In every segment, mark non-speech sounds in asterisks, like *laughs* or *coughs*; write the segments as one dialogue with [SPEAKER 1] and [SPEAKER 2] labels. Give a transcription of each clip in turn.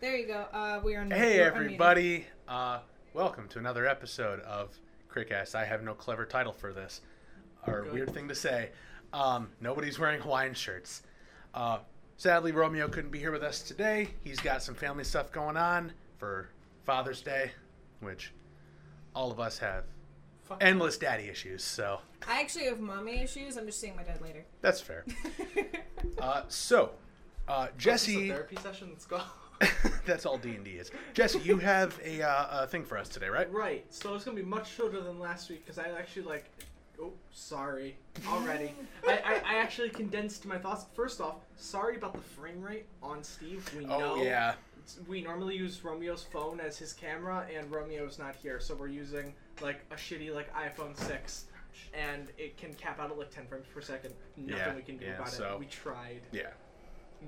[SPEAKER 1] There you go. Uh, we are. n-
[SPEAKER 2] Hey,
[SPEAKER 1] we're unmuted.
[SPEAKER 2] everybody. Uh, welcome to another episode of Crickass. I have no clever title for this or
[SPEAKER 3] Good.
[SPEAKER 2] weird thing to say. Um, nobody's wearing Hawaiian shirts. Uh, sadly, Romeo couldn't be here with us today. He's got some family stuff going on for Father's Day, which all of us have
[SPEAKER 3] Fuck.
[SPEAKER 2] endless daddy issues, so
[SPEAKER 1] I actually have mommy issues. I'm just seeing my dad later.
[SPEAKER 2] that's
[SPEAKER 3] *laughs*
[SPEAKER 2] fair. Uh, so, uh,
[SPEAKER 3] This is a
[SPEAKER 2] Jesse.
[SPEAKER 3] therapy session. Let's go.
[SPEAKER 2] *laughs*
[SPEAKER 3] *laughs*
[SPEAKER 2] that's all D&D is. Jesse, you have a, uh, a thing for us today, right?
[SPEAKER 3] right. So it's gonna be much shorter than last week because I actually like. Oh, sorry.
[SPEAKER 2] *laughs*
[SPEAKER 3] Already, I, I, I actually condensed my thoughts. First off, sorry about the frame rate on Steve. We
[SPEAKER 2] Oh,
[SPEAKER 3] know.
[SPEAKER 2] yeah.
[SPEAKER 3] we normally use Romeo's phone as his camera, and Romeo's not here, so we're using like a shitty like iPhone six, and it can cap out at like ten frames per second. Nothing
[SPEAKER 2] Yeah,
[SPEAKER 3] we can do
[SPEAKER 2] yeah,
[SPEAKER 3] about
[SPEAKER 2] so-
[SPEAKER 3] it. We tried.
[SPEAKER 2] Yeah.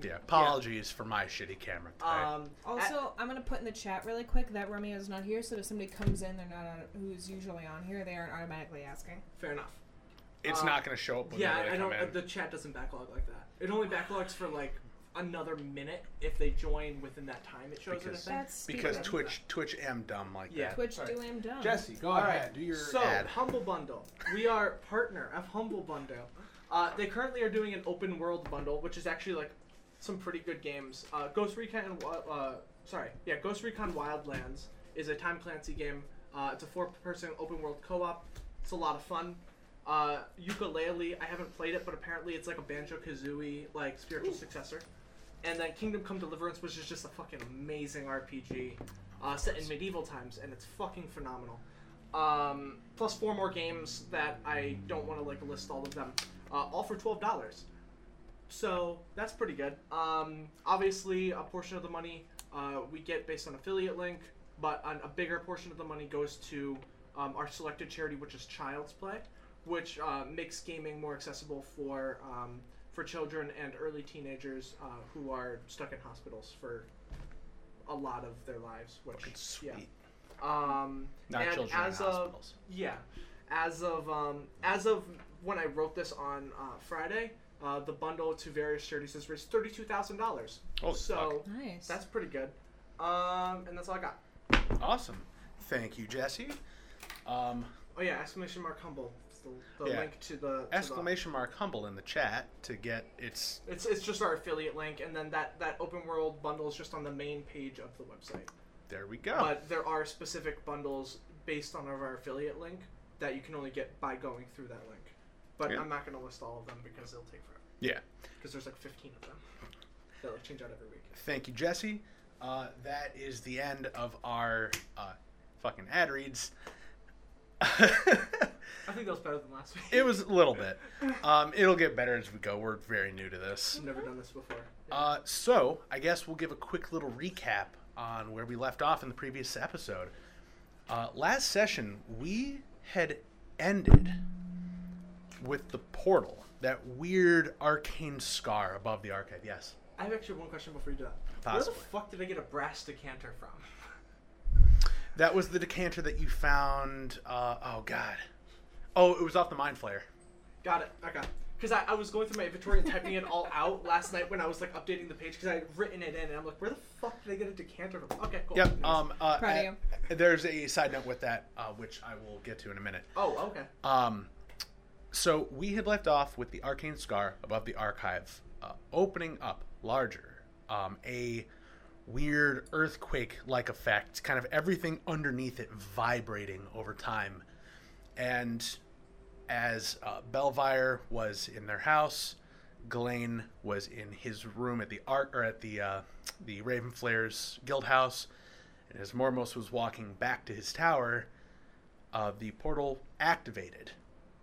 [SPEAKER 2] Yeah. Apologies for my shitty camera today.
[SPEAKER 3] Mm. Um, at-
[SPEAKER 1] Also, I'm gonna put in the chat really quick that Romeo's not here, so if somebody comes in, they're not on, who's usually on here, they aren't automatically asking.
[SPEAKER 3] fair enough.
[SPEAKER 2] it's
[SPEAKER 3] uh,
[SPEAKER 2] not going to show up when
[SPEAKER 3] yeah,
[SPEAKER 2] they
[SPEAKER 3] I
[SPEAKER 2] come
[SPEAKER 3] don't.
[SPEAKER 2] in.
[SPEAKER 3] The chat doesn't backlog like that. It only backlogs for like another minute if they join within that time. It shows it. I
[SPEAKER 2] Because-
[SPEAKER 3] think.
[SPEAKER 1] That's stupid.
[SPEAKER 2] because Twitch Twitch am dumb like
[SPEAKER 3] Yeah.
[SPEAKER 2] that.
[SPEAKER 1] Twitch
[SPEAKER 3] Sorry.
[SPEAKER 1] do am dumb.
[SPEAKER 4] Jesse, go
[SPEAKER 3] All
[SPEAKER 4] ahead.
[SPEAKER 3] right,
[SPEAKER 4] Do your
[SPEAKER 3] so
[SPEAKER 2] ad.
[SPEAKER 3] Humble Bundle. We are partner of Humble Bundle. Uh, they currently are doing an open world bundle, which is actually like some pretty good games. Uh, Ghost Recon and Wi- uh, sorry, yeah, Ghost Recon Wildlands is a Tom Clancy game. Uh, it's a four-person open world co-op. It's a lot of fun. Uh, ukulele. I haven't played it, but apparently it's like a Banjo Kazooie like spiritual successor. And then Kingdom Come Deliverance, which is just a fucking amazing RPG uh, set in medieval times, and it's fucking phenomenal. Um, plus four more games that I don't want to like list all of them, uh, all for twelve dollars. So that's pretty good. Um, obviously, a portion of the money uh, we get based on affiliate link, but an, a bigger portion of the money goes to um, our selected charity, which is Child's Play, which uh, makes gaming more accessible for um, for children and early teenagers uh, who are stuck in hospitals for a lot of their lives. Which
[SPEAKER 2] Fucking sweet.
[SPEAKER 3] yeah. Um,
[SPEAKER 2] Not
[SPEAKER 3] and
[SPEAKER 2] children
[SPEAKER 3] as
[SPEAKER 2] in
[SPEAKER 3] of-
[SPEAKER 2] hospitals.
[SPEAKER 3] yeah, as of um, as of when I wrote this on uh, Friday, uh, the bundle to various charities has raised thirty two thousand dollars.
[SPEAKER 2] Holy
[SPEAKER 3] so
[SPEAKER 1] Nice.
[SPEAKER 3] that's pretty good. Um, and that's all I got.
[SPEAKER 2] Awesome. Thank you, Jesse. Um,
[SPEAKER 3] Oh yeah, exclamation mark humble. It's The, the
[SPEAKER 2] Yeah.
[SPEAKER 3] link to the to the-
[SPEAKER 2] exclamation mark humble in the chat to get its
[SPEAKER 3] it's it's just our affiliate link, and then that that open world bundle is just on the main page of the website.
[SPEAKER 2] there we go.
[SPEAKER 3] But there are specific bundles based on our affiliate link that you can only get by going through that link. But
[SPEAKER 2] Yeah.
[SPEAKER 3] I'm not going to list all of them because it'll take forever.
[SPEAKER 2] yeah.
[SPEAKER 3] because there's like 15 of them *laughs* that like change out every week.
[SPEAKER 2] Thank you, Jesse. Uh, that is the end of our uh, fucking ad reads. *laughs*
[SPEAKER 3] I think that was better than last week.
[SPEAKER 2] it was a little bit. Um, it'll get better as we go. We're very new to this.
[SPEAKER 3] I've *laughs* never done this before.
[SPEAKER 2] Uh, so I guess we'll give a quick little recap on where we left off in the previous episode. Uh, last session, we had ended with the portal, that weird arcane scar above the archive. Yes.
[SPEAKER 3] I have actually one question before you do that.
[SPEAKER 2] Possibly.
[SPEAKER 3] Where the fuck did I get a brass decanter from?
[SPEAKER 2] That was the decanter that you found. Uh, oh, God. Oh, it was off the Mind Flayer.
[SPEAKER 3] Got it. Okay. Because I, I was going through my inventory and typing it all out last night when I was like updating the page because I had written it in and I'm like, where the fuck did I get a decanter from? Okay, cool.
[SPEAKER 2] Yep.
[SPEAKER 3] Nice.
[SPEAKER 2] Um, uh,
[SPEAKER 1] Proud of
[SPEAKER 2] uh, There's a side note with that, uh, which I will get to in a minute.
[SPEAKER 3] oh, okay.
[SPEAKER 2] Um, so we had left off with the arcane scar above the archive, uh, opening up larger, um, a weird earthquake-like effect, kind of everything underneath it vibrating over time, and as uh, Belvire was in their house, Glane was in his room at the art or at the uh, the Ravenflare's guild house, and as Mormos was walking back to his tower, uh, the portal activated,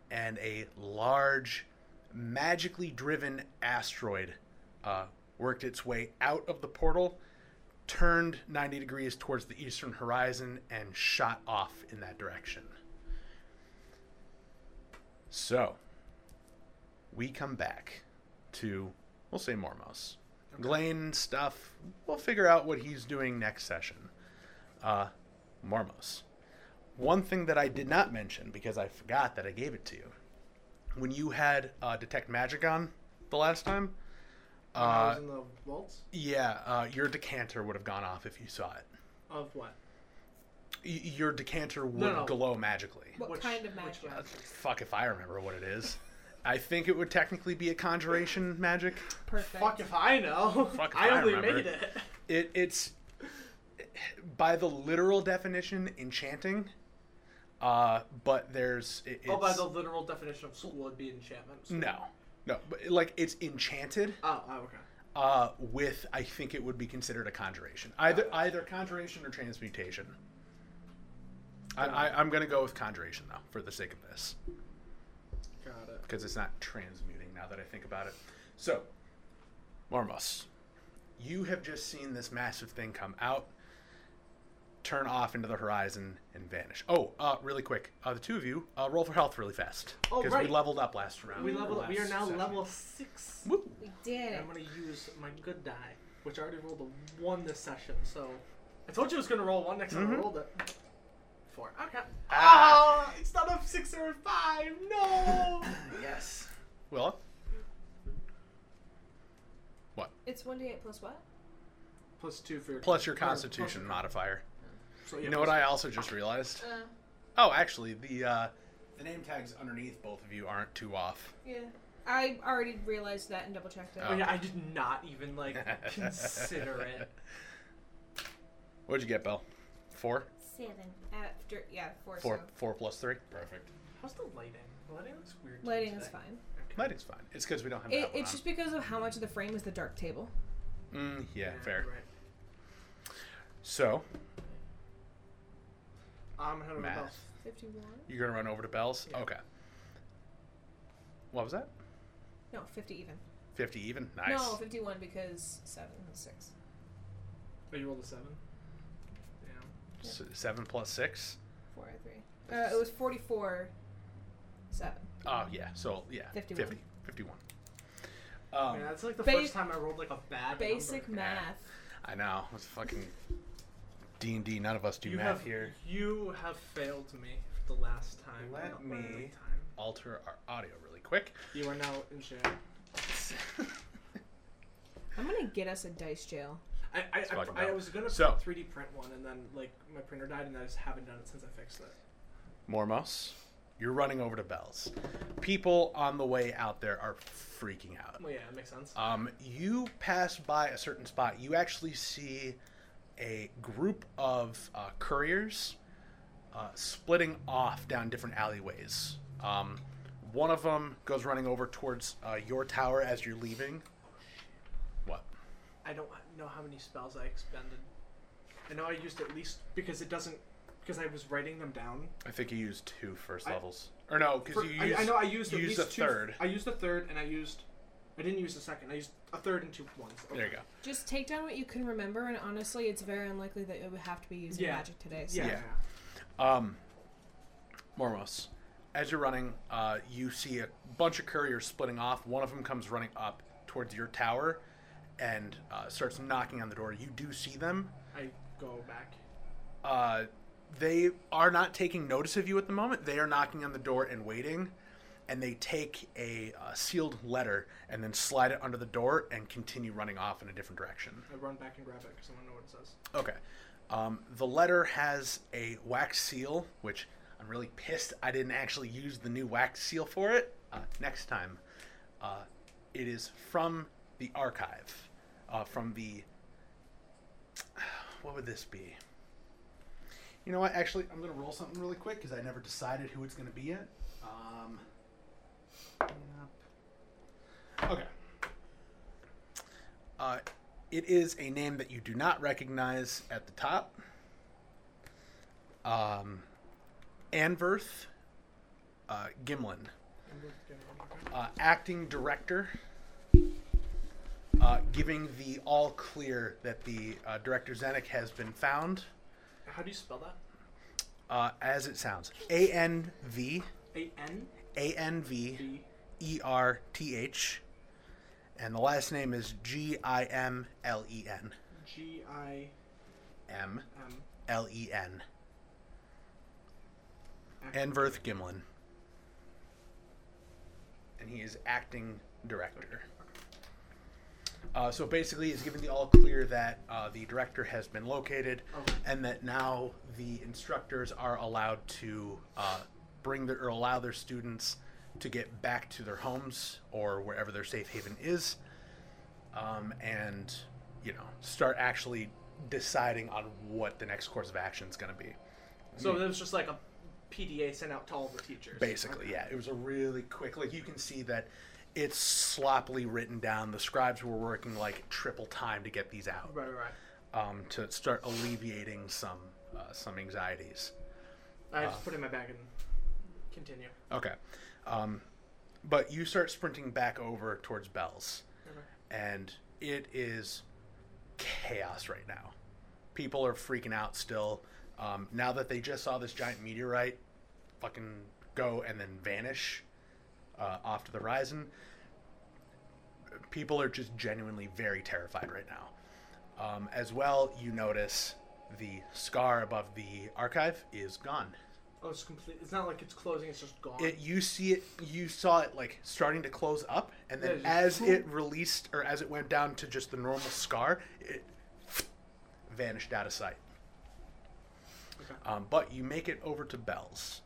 [SPEAKER 2] and a large, magically driven asteroid uh, worked its way out of the portal, turned 90 degrees towards the eastern horizon, and shot off in that direction. So, we come back to, we'll say Mormos. Glane stuff, we'll figure out what he's doing next session. Uh, Mormos. One thing that I did not mention because I forgot that I gave it to you. When you had uh, Detect Magic on the last time,
[SPEAKER 3] When I
[SPEAKER 2] Uh,
[SPEAKER 3] was in the waltz
[SPEAKER 2] yeah, uh, your decanter would have gone off if you saw it.
[SPEAKER 3] of what?
[SPEAKER 2] Y- your decanter would
[SPEAKER 3] no.
[SPEAKER 2] glow magically.
[SPEAKER 1] What
[SPEAKER 3] Which-
[SPEAKER 1] kind of
[SPEAKER 3] which
[SPEAKER 1] magic?
[SPEAKER 2] Uh, fuck if I remember what it is. I think it would technically be a conjuration magic.
[SPEAKER 1] Perfect.
[SPEAKER 3] Fuck if
[SPEAKER 2] *laughs*
[SPEAKER 3] I know.
[SPEAKER 2] Fuck if
[SPEAKER 3] I
[SPEAKER 2] I
[SPEAKER 3] only
[SPEAKER 2] remember.
[SPEAKER 3] made it.
[SPEAKER 2] It, it's by the literal definition enchanting, uh, but there's it, it's,
[SPEAKER 3] Oh, by the literal definition of school, it'd be enchantment.
[SPEAKER 2] no, no, but like it's enchanted
[SPEAKER 3] Oh, oh, okay.
[SPEAKER 2] uh, with I think it would be considered a conjuration, either either conjuration or transmutation. I, I, I'm gonna go with conjuration though, for the sake of this.
[SPEAKER 3] Got it.
[SPEAKER 2] because it's not transmuting now that I think about it. So, Marmos, you have just seen this massive thing come out, turn off into the horizon, and vanish. Oh, uh, really quick, uh, the two of you uh, roll for health really fast
[SPEAKER 3] Oh,
[SPEAKER 2] because we
[SPEAKER 3] right.
[SPEAKER 2] leveled up last round.
[SPEAKER 3] We level.
[SPEAKER 2] Last
[SPEAKER 3] We are now
[SPEAKER 2] session.
[SPEAKER 3] level six.
[SPEAKER 2] Woo.
[SPEAKER 1] We did
[SPEAKER 3] And
[SPEAKER 1] it.
[SPEAKER 3] I'm gonna use my good die, which I already rolled a one this session. So I told you I was gonna roll one next time I
[SPEAKER 2] Mhm.
[SPEAKER 3] rolled it. Four. Okay.
[SPEAKER 2] Ah.
[SPEAKER 3] Ah, it's not a six or a five. No.
[SPEAKER 2] *laughs* Yes. Well,
[SPEAKER 1] It's 1d8 plus what?
[SPEAKER 3] plus two for your
[SPEAKER 2] plus your
[SPEAKER 3] or oh. plus
[SPEAKER 2] Constitution
[SPEAKER 3] your-
[SPEAKER 2] modifier.
[SPEAKER 3] So, yeah,
[SPEAKER 2] You know what
[SPEAKER 3] plus-
[SPEAKER 2] I also just realized?
[SPEAKER 1] Uh,
[SPEAKER 2] Oh, actually, the uh, the name tags underneath both of you aren't too off.
[SPEAKER 1] yeah. I already realized that and double checked it.
[SPEAKER 2] Oh.
[SPEAKER 3] Oh, yeah, I did not
[SPEAKER 2] *laughs*
[SPEAKER 3] even like consider it.
[SPEAKER 2] What'd you get, Bell? Four.
[SPEAKER 1] Seven. After, yeah, four.
[SPEAKER 2] Four,
[SPEAKER 1] so.
[SPEAKER 2] four plus three. Perfect.
[SPEAKER 3] How's the lighting? The lighting looks weird. to me
[SPEAKER 1] Lighting is
[SPEAKER 3] today.
[SPEAKER 1] fine.
[SPEAKER 3] Okay.
[SPEAKER 2] Lighting's fine. It's because we don't have
[SPEAKER 1] It,
[SPEAKER 2] that one
[SPEAKER 1] it's just because of how much of the frame is the dark table.
[SPEAKER 2] on. Mm, yeah, fair.
[SPEAKER 3] you're Right.
[SPEAKER 2] So
[SPEAKER 3] I'm gonna have
[SPEAKER 2] Math.
[SPEAKER 3] a mouse.
[SPEAKER 1] 51?
[SPEAKER 2] you're gonna run over to Bell's.
[SPEAKER 3] Yeah.
[SPEAKER 2] Okay. What was that?
[SPEAKER 1] No, 50 even.
[SPEAKER 2] Fifty even. Nice.
[SPEAKER 1] No, 51 because 7 is 6.
[SPEAKER 3] Oh, you rolled a seven. Yeah.
[SPEAKER 2] S- seven plus six.
[SPEAKER 1] 4 3. Uh, it was 44, 7.
[SPEAKER 2] Oh yeah. So yeah.
[SPEAKER 1] 51.
[SPEAKER 2] 50. 51. Um,
[SPEAKER 3] Man, that's like the
[SPEAKER 1] Ba-
[SPEAKER 3] first time I rolled like a bad
[SPEAKER 1] Basic
[SPEAKER 3] number.
[SPEAKER 1] math.
[SPEAKER 2] I know. It's fucking D and D. None of us do
[SPEAKER 3] you
[SPEAKER 2] math
[SPEAKER 3] have
[SPEAKER 2] here.
[SPEAKER 3] You have failed me for the last time.
[SPEAKER 2] Let
[SPEAKER 3] The
[SPEAKER 2] me-
[SPEAKER 3] only time.
[SPEAKER 2] Alter our audio really quick.
[SPEAKER 3] You are now in jail.
[SPEAKER 1] I'm going to get us a dice jail.
[SPEAKER 3] I I,
[SPEAKER 2] Let's fucking
[SPEAKER 3] I, I
[SPEAKER 2] go.
[SPEAKER 3] was gonna
[SPEAKER 2] So-
[SPEAKER 3] print 3D print one, and then like my printer died, and I just haven't done it since I fixed it.
[SPEAKER 2] Mormos, you're running over to Bell's. People on the way out there are freaking out.
[SPEAKER 3] Well, yeah, it makes sense.
[SPEAKER 2] Um, you pass by a certain spot. You actually see a group of uh, couriers uh, splitting off down different alleyways. Um, one of them goes running over towards uh, your tower as you're leaving. What?
[SPEAKER 3] I don't know how many spells I expended. I know I used at least because it doesn't because I was writing them down.
[SPEAKER 2] I think you used two first
[SPEAKER 3] I-
[SPEAKER 2] levels, or no?
[SPEAKER 3] For-
[SPEAKER 2] Because you
[SPEAKER 3] I,
[SPEAKER 2] used,
[SPEAKER 3] I know I used
[SPEAKER 2] you
[SPEAKER 3] at
[SPEAKER 2] used
[SPEAKER 3] least
[SPEAKER 2] a
[SPEAKER 3] two,
[SPEAKER 2] third.
[SPEAKER 3] I used a third, and I used. I didn't use a second. I used a third and two ones. Okay.
[SPEAKER 2] There you go.
[SPEAKER 1] Just take down what you can remember, and honestly, it's very unlikely that it would have to be using
[SPEAKER 3] Yeah.
[SPEAKER 1] magic today. So.
[SPEAKER 3] Yeah.
[SPEAKER 2] Yeah. Um, Mormos, as you're running, uh, you see a bunch of couriers splitting off. One of them comes running up towards your tower and uh, starts knocking on the door. You do see them.
[SPEAKER 3] I go back.
[SPEAKER 2] Uh, they are not taking notice of you at the moment. They are knocking on the door and waiting. And they take a uh, sealed letter and then slide it under the door and continue running off in a different direction.
[SPEAKER 3] I run back and grab it because I want to know what it says.
[SPEAKER 2] Okay. Um, the letter has a wax seal, which I'm really pissed I didn't actually use the new wax seal for it. Uh, next time. Uh, it is from the archive, uh, from the. *sighs* What would this be? You know what? Actually, I'm going to roll something really quick because I never decided who it's going to be yet. Um, yep. Okay. Uh, it is a name that you do not recognize at the top. Um, Anverth uh, Gimlin,
[SPEAKER 3] I'm gonna get it one more time.
[SPEAKER 2] uh, acting director, uh, giving the all clear that the uh, director Zenik has been found,
[SPEAKER 3] How do you spell that?
[SPEAKER 2] uh, as it sounds. A N V
[SPEAKER 3] A N
[SPEAKER 2] A N V
[SPEAKER 3] B.
[SPEAKER 2] E R T H, and the last name is G I M L E N
[SPEAKER 3] G I
[SPEAKER 2] M
[SPEAKER 3] M.
[SPEAKER 2] L E N. Anverth Gimlin. And he is acting director. Uh, so basically, it's given the all clear that uh, the director has been located,
[SPEAKER 3] Okay.
[SPEAKER 2] and that now the instructors are allowed to uh, bring their or allow their students to get back to their homes or wherever their safe haven is, um, and you know start actually deciding on what the next course of action is going to be.
[SPEAKER 3] So it was just like a PDA sent out to all the teachers.
[SPEAKER 2] Basically, yeah. It was a really quick, like, you can see that it's sloppily written down. The scribes were working, like, triple time to get these out
[SPEAKER 3] Right, right, right.
[SPEAKER 2] um, to start alleviating some, uh, some anxieties.
[SPEAKER 3] I
[SPEAKER 2] Uh.
[SPEAKER 3] just put it in my bag and continue.
[SPEAKER 2] Okay. Um, but you start sprinting back over towards Bell's, and it is chaos right now. People are freaking out still. Um, now that they just saw this giant meteorite fucking go and then vanish uh, off to the horizon, people are just genuinely very terrified right now. Um, as well, you notice the scar above the archive is gone
[SPEAKER 3] Oh, it's complete. It's not like it's closing. It's just gone.
[SPEAKER 2] it you see it you saw it like starting to close up and then
[SPEAKER 3] Yeah,
[SPEAKER 2] as
[SPEAKER 3] just-
[SPEAKER 2] it released or as it went down to just the normal scar it vanished out of sight
[SPEAKER 3] Okay.
[SPEAKER 2] um, but you make it over to bell's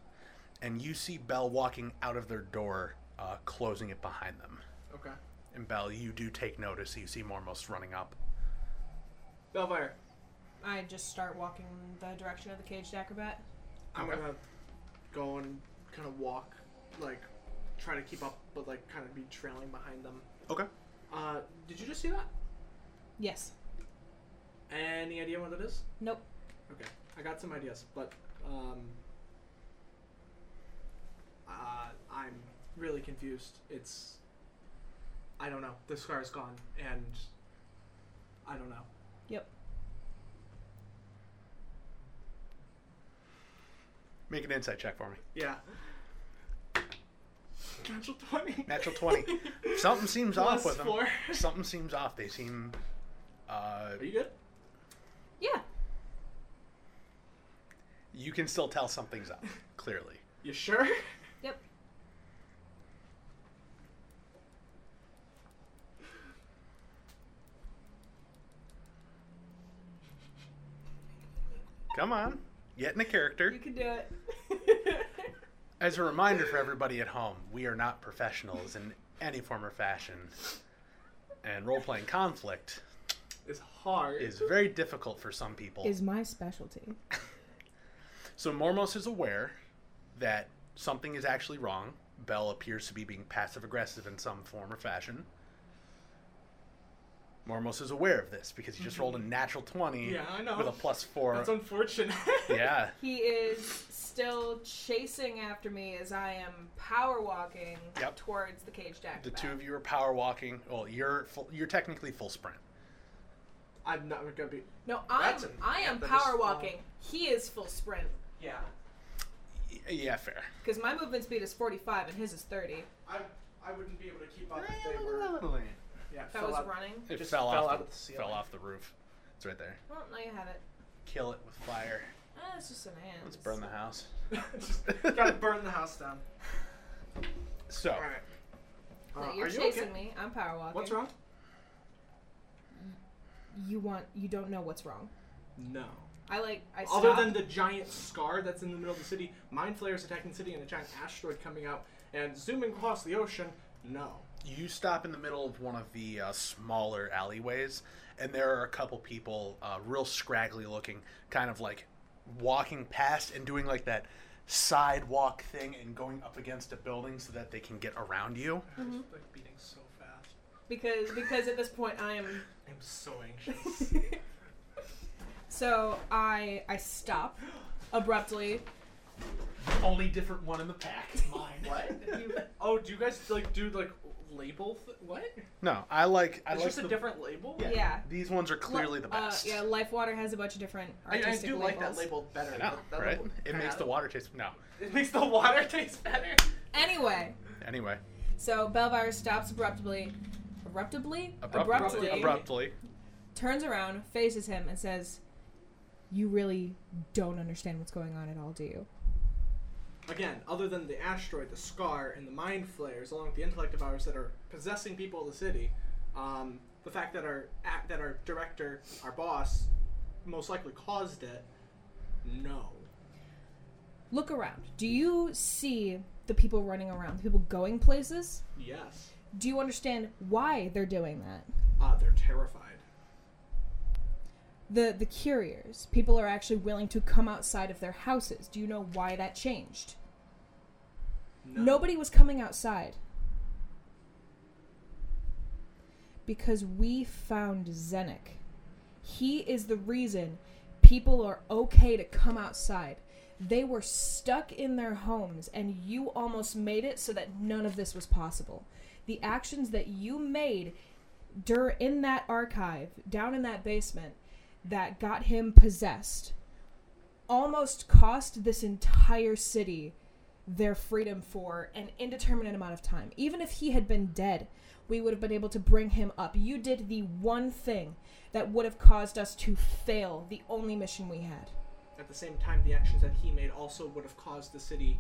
[SPEAKER 2] and you see bell walking out of their door uh, closing it behind them
[SPEAKER 3] Okay.
[SPEAKER 2] and bell you do take notice you see mormos running up
[SPEAKER 3] Belfire.
[SPEAKER 1] I just start walking the direction of the caged acrobat.
[SPEAKER 3] I'm
[SPEAKER 2] Okay.
[SPEAKER 3] gonna go and kind of walk, like try to keep up, but like kind of be trailing behind them.
[SPEAKER 2] okay
[SPEAKER 3] Uh, did you just see that?
[SPEAKER 1] Yes.
[SPEAKER 3] Any idea what it is?
[SPEAKER 1] Nope.
[SPEAKER 3] Okay, I got some ideas, but um, uh, I'm really confused. It's I don't know. The scar is gone, and I don't know.
[SPEAKER 1] Yep.
[SPEAKER 2] make an insight check for me
[SPEAKER 3] Yeah. Natural twenty.
[SPEAKER 2] natural 20
[SPEAKER 3] *laughs*
[SPEAKER 2] something seems off
[SPEAKER 3] Plus
[SPEAKER 2] with them
[SPEAKER 3] four.
[SPEAKER 2] something seems off they seem uh,
[SPEAKER 3] Are you good?
[SPEAKER 1] Yeah.
[SPEAKER 2] you can still tell something's up clearly
[SPEAKER 3] You sure? *laughs*
[SPEAKER 1] Yep.
[SPEAKER 2] Come on. Get in a character.
[SPEAKER 1] You can do it.
[SPEAKER 2] As a reminder for everybody at home, we are not professionals in any form or fashion. And role playing conflict
[SPEAKER 3] It's hard.
[SPEAKER 2] is very difficult for some
[SPEAKER 1] *laughs*
[SPEAKER 2] people.
[SPEAKER 1] Is my specialty.
[SPEAKER 2] so Mormos is aware that something is actually wrong. Bell appears to be being passive aggressive in some form or fashion. Mormos is aware of this because he just rolled a natural 20
[SPEAKER 3] Yeah, I know.
[SPEAKER 2] with a plus 4.
[SPEAKER 3] That's *laughs* unfortunate.
[SPEAKER 2] yeah.
[SPEAKER 1] He is still chasing after me as I am power walking
[SPEAKER 2] Yep.
[SPEAKER 1] towards the caged acrobat.
[SPEAKER 2] The two of you are power walking. Well, you're full, you're technically full sprint.
[SPEAKER 3] I'm not gonna be.
[SPEAKER 1] No, I'm
[SPEAKER 3] That's an-
[SPEAKER 1] I am
[SPEAKER 3] that is
[SPEAKER 1] power
[SPEAKER 3] full.
[SPEAKER 1] walking. He is full sprint
[SPEAKER 3] Yeah.
[SPEAKER 2] Y- yeah, fair.
[SPEAKER 1] because my movement speed is 45 and his is 30.
[SPEAKER 3] I I wouldn't be able to keep up Yeah.
[SPEAKER 1] If I was running.
[SPEAKER 2] It
[SPEAKER 3] Just
[SPEAKER 2] fell,
[SPEAKER 3] fell
[SPEAKER 2] off,
[SPEAKER 3] out
[SPEAKER 2] the,
[SPEAKER 3] of the ceiling.
[SPEAKER 2] fell off the roof. It's right there.
[SPEAKER 1] Well, now you have it.
[SPEAKER 2] Kill it with fire.
[SPEAKER 1] Ah, it's just an ant.
[SPEAKER 2] Let's burn the house.
[SPEAKER 3] *laughs* Just gotta burn the house down.
[SPEAKER 2] So,
[SPEAKER 3] All right.
[SPEAKER 1] No,
[SPEAKER 3] Uh,
[SPEAKER 1] you're
[SPEAKER 3] are you
[SPEAKER 1] chasing
[SPEAKER 3] okay?
[SPEAKER 1] me. I'm power walking.
[SPEAKER 3] What's wrong?
[SPEAKER 1] You want? You don't know what's wrong.
[SPEAKER 3] No.
[SPEAKER 1] I like. I
[SPEAKER 3] Other
[SPEAKER 1] stopped.
[SPEAKER 3] than the giant scar that's in the middle of the city, mind flayers attacking the city, and a giant asteroid coming out and zooming across the ocean. No.
[SPEAKER 2] you stop in the middle of one of the uh, smaller alleyways, and there are a couple people, uh, real scraggly looking, kind of like walking past and doing like that sidewalk thing and going up against a building so that they can get around you.
[SPEAKER 1] Mm-hmm.
[SPEAKER 3] like beating so fast.
[SPEAKER 1] because because at this point I
[SPEAKER 3] *laughs*
[SPEAKER 1] am.
[SPEAKER 3] I'm so anxious.
[SPEAKER 1] so I I stop abruptly.
[SPEAKER 2] *laughs* Only different one in the pack. Mine.
[SPEAKER 3] what? You,
[SPEAKER 2] *laughs*
[SPEAKER 3] oh, do you guys like do like label? Th- what?
[SPEAKER 2] No, I like. I
[SPEAKER 3] it's
[SPEAKER 2] like
[SPEAKER 3] just a
[SPEAKER 2] the-
[SPEAKER 3] different label.
[SPEAKER 1] Yeah.
[SPEAKER 2] These ones are clearly the
[SPEAKER 1] Li-
[SPEAKER 2] best.
[SPEAKER 1] Uh, yeah, Life Water has a bunch of different.
[SPEAKER 3] I, I do
[SPEAKER 1] Artistic
[SPEAKER 3] like
[SPEAKER 1] labels.
[SPEAKER 3] that label better.
[SPEAKER 2] I know,
[SPEAKER 3] That- that
[SPEAKER 2] Oh, right?
[SPEAKER 3] label
[SPEAKER 2] It makes the
[SPEAKER 3] kinda-
[SPEAKER 2] water taste. No.
[SPEAKER 3] *laughs* It makes the water taste better.
[SPEAKER 1] Anyway,
[SPEAKER 2] Anyway,
[SPEAKER 1] so Belvire stops abruptly, abruptly,
[SPEAKER 2] abruptly, abruptly,
[SPEAKER 1] turns around, faces him, and says, "You really don't understand what's going on at all, do you?"
[SPEAKER 3] Again, other than the asteroid, the scar, and the mind flayers, along with the intellect of ours that are possessing people of the city, um, the fact that our act, that our director, our boss, most likely caused it. No.
[SPEAKER 1] Look around. Do you see the people running around, the people going places?
[SPEAKER 3] Yes.
[SPEAKER 1] Do you understand why they're doing that?
[SPEAKER 3] Uh, they're terrified.
[SPEAKER 1] The the curious, people are actually willing to come outside of their houses. Do you know why that changed?
[SPEAKER 3] No.
[SPEAKER 1] Nobody was coming outside. Because we found Zenik. He is the reason people are okay to come outside. They were stuck in their homes, and you almost made it so that none of this was possible. The actions that you made dur- in that archive, down in that basement, that got him possessed, almost cost this entire city their freedom for an indeterminate amount of time. Even if he had been dead, we would have been able to bring him up. You did the one thing that would have caused us to fail the only mission we had.
[SPEAKER 3] At the same time, the actions that he made also would have caused the city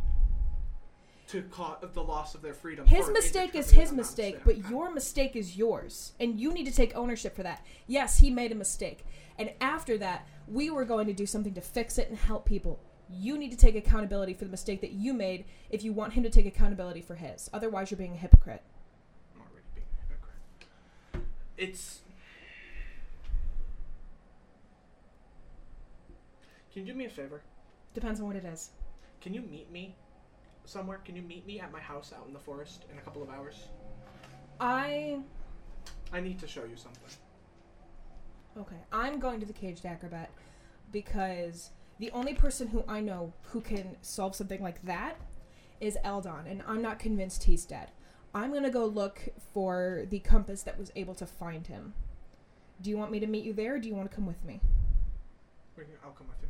[SPEAKER 3] to cause the loss of their freedom.
[SPEAKER 1] His
[SPEAKER 3] for
[SPEAKER 1] mistake is
[SPEAKER 3] indeterminate
[SPEAKER 1] his
[SPEAKER 3] amounts,
[SPEAKER 1] mistake,
[SPEAKER 3] yeah.
[SPEAKER 1] but your mistake is yours, and you need to take ownership for that. Yes, he made a mistake. And after that, we were going to do something to fix it and help people. You need to take accountability for the mistake that you made if you want him to take accountability for his. Otherwise, you're being a hypocrite.
[SPEAKER 3] I'm already being a hypocrite. It's. Can you do me a favor?
[SPEAKER 1] Depends on what it is.
[SPEAKER 3] Can you meet me somewhere? Can you meet me at my house out in the forest in a couple of hours?
[SPEAKER 1] I
[SPEAKER 3] I need to show you something.
[SPEAKER 1] Okay, I'm going to the caged acrobat because the only person who I know who can solve something like that is Eldon, and I'm not convinced he's dead. I'm gonna go look for the compass that was able to find him. Do you want me to meet you there, or do you want to come with me?
[SPEAKER 3] We can- I'll come with you.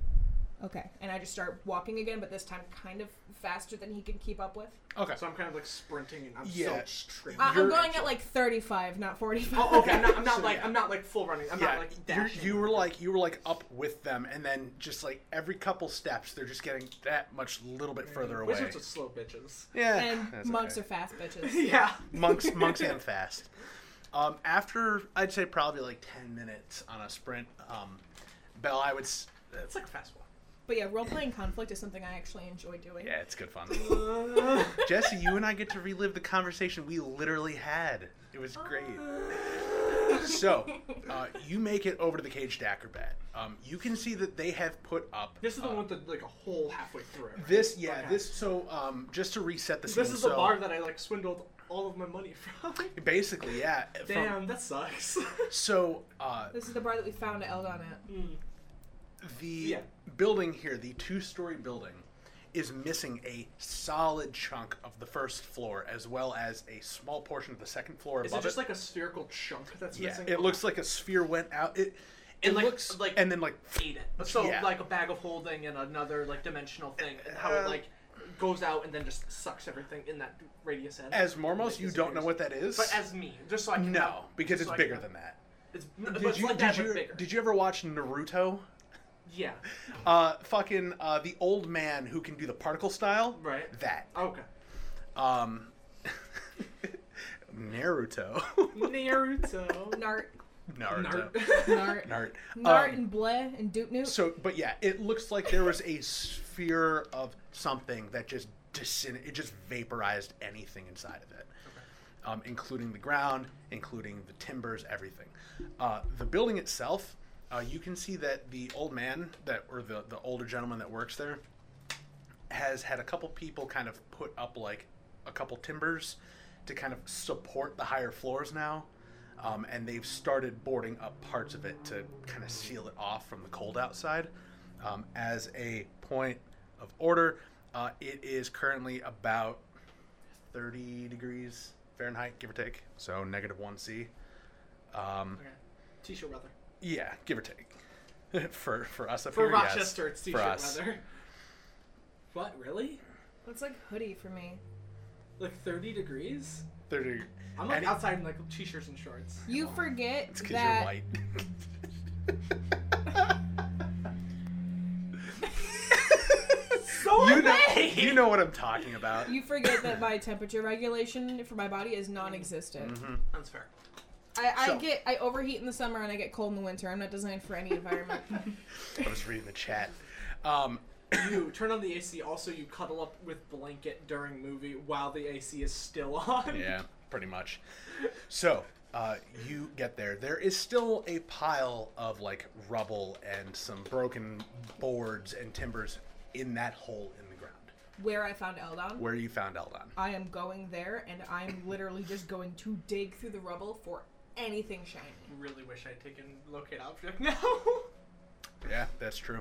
[SPEAKER 1] Okay, and I just start walking again, but this time kind of faster than he can keep up with.
[SPEAKER 2] Okay.
[SPEAKER 3] So I'm kind of like sprinting and I'm
[SPEAKER 2] Yeah.
[SPEAKER 3] so tripping.
[SPEAKER 1] I- I'm
[SPEAKER 2] You're-
[SPEAKER 1] going at like 35, not 45.
[SPEAKER 3] *laughs* oh, okay. I'm not, I'm not
[SPEAKER 2] So,
[SPEAKER 3] like
[SPEAKER 2] yeah.
[SPEAKER 3] I'm not like full running. I'm not
[SPEAKER 2] yeah,
[SPEAKER 3] like
[SPEAKER 2] you're-
[SPEAKER 3] dashing.
[SPEAKER 2] you were like you were like up with them, and then just like every couple steps, they're just getting that much little bit further away.
[SPEAKER 3] Mm. Wizards are slow
[SPEAKER 2] *laughs*
[SPEAKER 3] bitches.
[SPEAKER 1] *laughs*
[SPEAKER 2] yeah,
[SPEAKER 1] and
[SPEAKER 2] that's
[SPEAKER 1] monks
[SPEAKER 2] okay.
[SPEAKER 1] are fast bitches.
[SPEAKER 3] yeah.
[SPEAKER 2] monks monks and fast. Um, after I'd say probably like ten minutes on a sprint, um, Bell, I would. s-
[SPEAKER 3] It's like a fast
[SPEAKER 2] *laughs*
[SPEAKER 3] walk.
[SPEAKER 1] But yeah, role playing conflict is something I actually enjoy doing.
[SPEAKER 2] Yeah, it's good fun. Jesse, you and I get to relive the conversation we literally had. It was great. So, uh, you make it over to the caged acrobat. Um, you can see that they have put up.
[SPEAKER 3] This is the
[SPEAKER 2] uh,
[SPEAKER 3] one with the, like a hole halfway through it. Right?
[SPEAKER 2] This, yeah,
[SPEAKER 3] Okay.
[SPEAKER 2] this. So, um, just to reset the scene.
[SPEAKER 3] This is
[SPEAKER 2] so,
[SPEAKER 3] the bar that I like swindled all of my money
[SPEAKER 2] *laughs*
[SPEAKER 3] from.
[SPEAKER 2] Basically, yeah. from-
[SPEAKER 3] Damn, that sucks. *laughs*
[SPEAKER 2] so, uh,
[SPEAKER 1] This is the bar that we found Eldon at.
[SPEAKER 2] the
[SPEAKER 3] Yeah.
[SPEAKER 2] building here, the two-story building, is missing a solid chunk of the first floor, as well as a small portion of the second floor
[SPEAKER 3] is
[SPEAKER 2] above
[SPEAKER 3] it just like a spherical chunk that's
[SPEAKER 2] Yeah,
[SPEAKER 3] missing?
[SPEAKER 2] it looks like a sphere went out. It, it
[SPEAKER 3] And, like-
[SPEAKER 2] looks
[SPEAKER 3] like-
[SPEAKER 2] and then like
[SPEAKER 3] ate it. So
[SPEAKER 2] Yeah.
[SPEAKER 3] like a bag of holding and another like dimensional thing, and how it
[SPEAKER 2] Uh,
[SPEAKER 3] like goes out and then just sucks everything in that radius end.
[SPEAKER 2] as Mormos,
[SPEAKER 3] It
[SPEAKER 2] you don't know
[SPEAKER 3] disappears.
[SPEAKER 2] what that is.
[SPEAKER 3] But as me, just so I can
[SPEAKER 2] no, because it's
[SPEAKER 3] just so I
[SPEAKER 2] bigger
[SPEAKER 3] can-
[SPEAKER 2] than that.
[SPEAKER 3] It's, but
[SPEAKER 2] Did
[SPEAKER 3] it's
[SPEAKER 2] you
[SPEAKER 3] like
[SPEAKER 2] did
[SPEAKER 3] that,
[SPEAKER 2] you
[SPEAKER 3] but bigger.
[SPEAKER 2] did you ever watch Naruto?
[SPEAKER 3] Yeah.
[SPEAKER 2] Uh, fucking uh, the old man who can do the particle style.
[SPEAKER 3] Right. Oh.
[SPEAKER 2] That.
[SPEAKER 3] Okay.
[SPEAKER 2] Um. *laughs* Naruto. *laughs*
[SPEAKER 3] Naruto.
[SPEAKER 1] Nart,
[SPEAKER 2] Naruto.
[SPEAKER 1] Nart,
[SPEAKER 3] *laughs*
[SPEAKER 2] Nart.
[SPEAKER 1] Nart,
[SPEAKER 2] Um,
[SPEAKER 1] and Bleh and Doot Newt.
[SPEAKER 2] So, but yeah, it looks like there was a sphere of something that just disin- it just vaporized anything inside of it, um, including the ground, including the timbers, everything. Uh, the building itself, uh, you can see that the old man that or the the older gentleman that works there has had a couple people kind of put up like a couple timbers to kind of support the higher floors now. Um, and they've started boarding up parts of it to kind of seal it off from the cold outside. Um, as a point of order, uh, it is currently about 30 degrees Fahrenheit, give or take. So negative 1C. Um,
[SPEAKER 3] Okay. T-shirt weather.
[SPEAKER 2] yeah, give or take. *laughs* for, for us up
[SPEAKER 3] For
[SPEAKER 2] here, yes.
[SPEAKER 3] Rochester, it's
[SPEAKER 2] For
[SPEAKER 3] T-shirt
[SPEAKER 2] us.
[SPEAKER 3] weather. What really?
[SPEAKER 1] That's like hoodie for me.
[SPEAKER 3] Like 30 degrees?
[SPEAKER 2] 30.
[SPEAKER 3] I'm like
[SPEAKER 2] Any-
[SPEAKER 3] outside in like t-shirts and shorts.
[SPEAKER 1] You forget
[SPEAKER 2] It's because you're
[SPEAKER 1] that
[SPEAKER 2] white.
[SPEAKER 3] So
[SPEAKER 2] you, know, you know what I'm talking about. Mm-hmm.
[SPEAKER 1] you forget that my temperature regulation for my body is non-existent.
[SPEAKER 3] That's fair.
[SPEAKER 1] I, I
[SPEAKER 2] Mm. So-
[SPEAKER 1] get I overheat in the summer and I get cold in the winter. I'm not designed for any environment.
[SPEAKER 2] I was reading the chat. Um,
[SPEAKER 3] You turn on the AC. Also, you cuddle up with blanket during movie while the AC is still on.
[SPEAKER 2] yeah, pretty much. So uh, you get there. There is still a pile of like rubble and some broken boards and timbers in that hole in the ground
[SPEAKER 1] Where I found Eldon,
[SPEAKER 2] where you found Eldon.
[SPEAKER 1] I am going there and I'm literally just going to dig through the rubble for anything shiny.
[SPEAKER 3] *laughs* Really wish I'd taken locate object *laughs* now.
[SPEAKER 2] Yeah, that's true.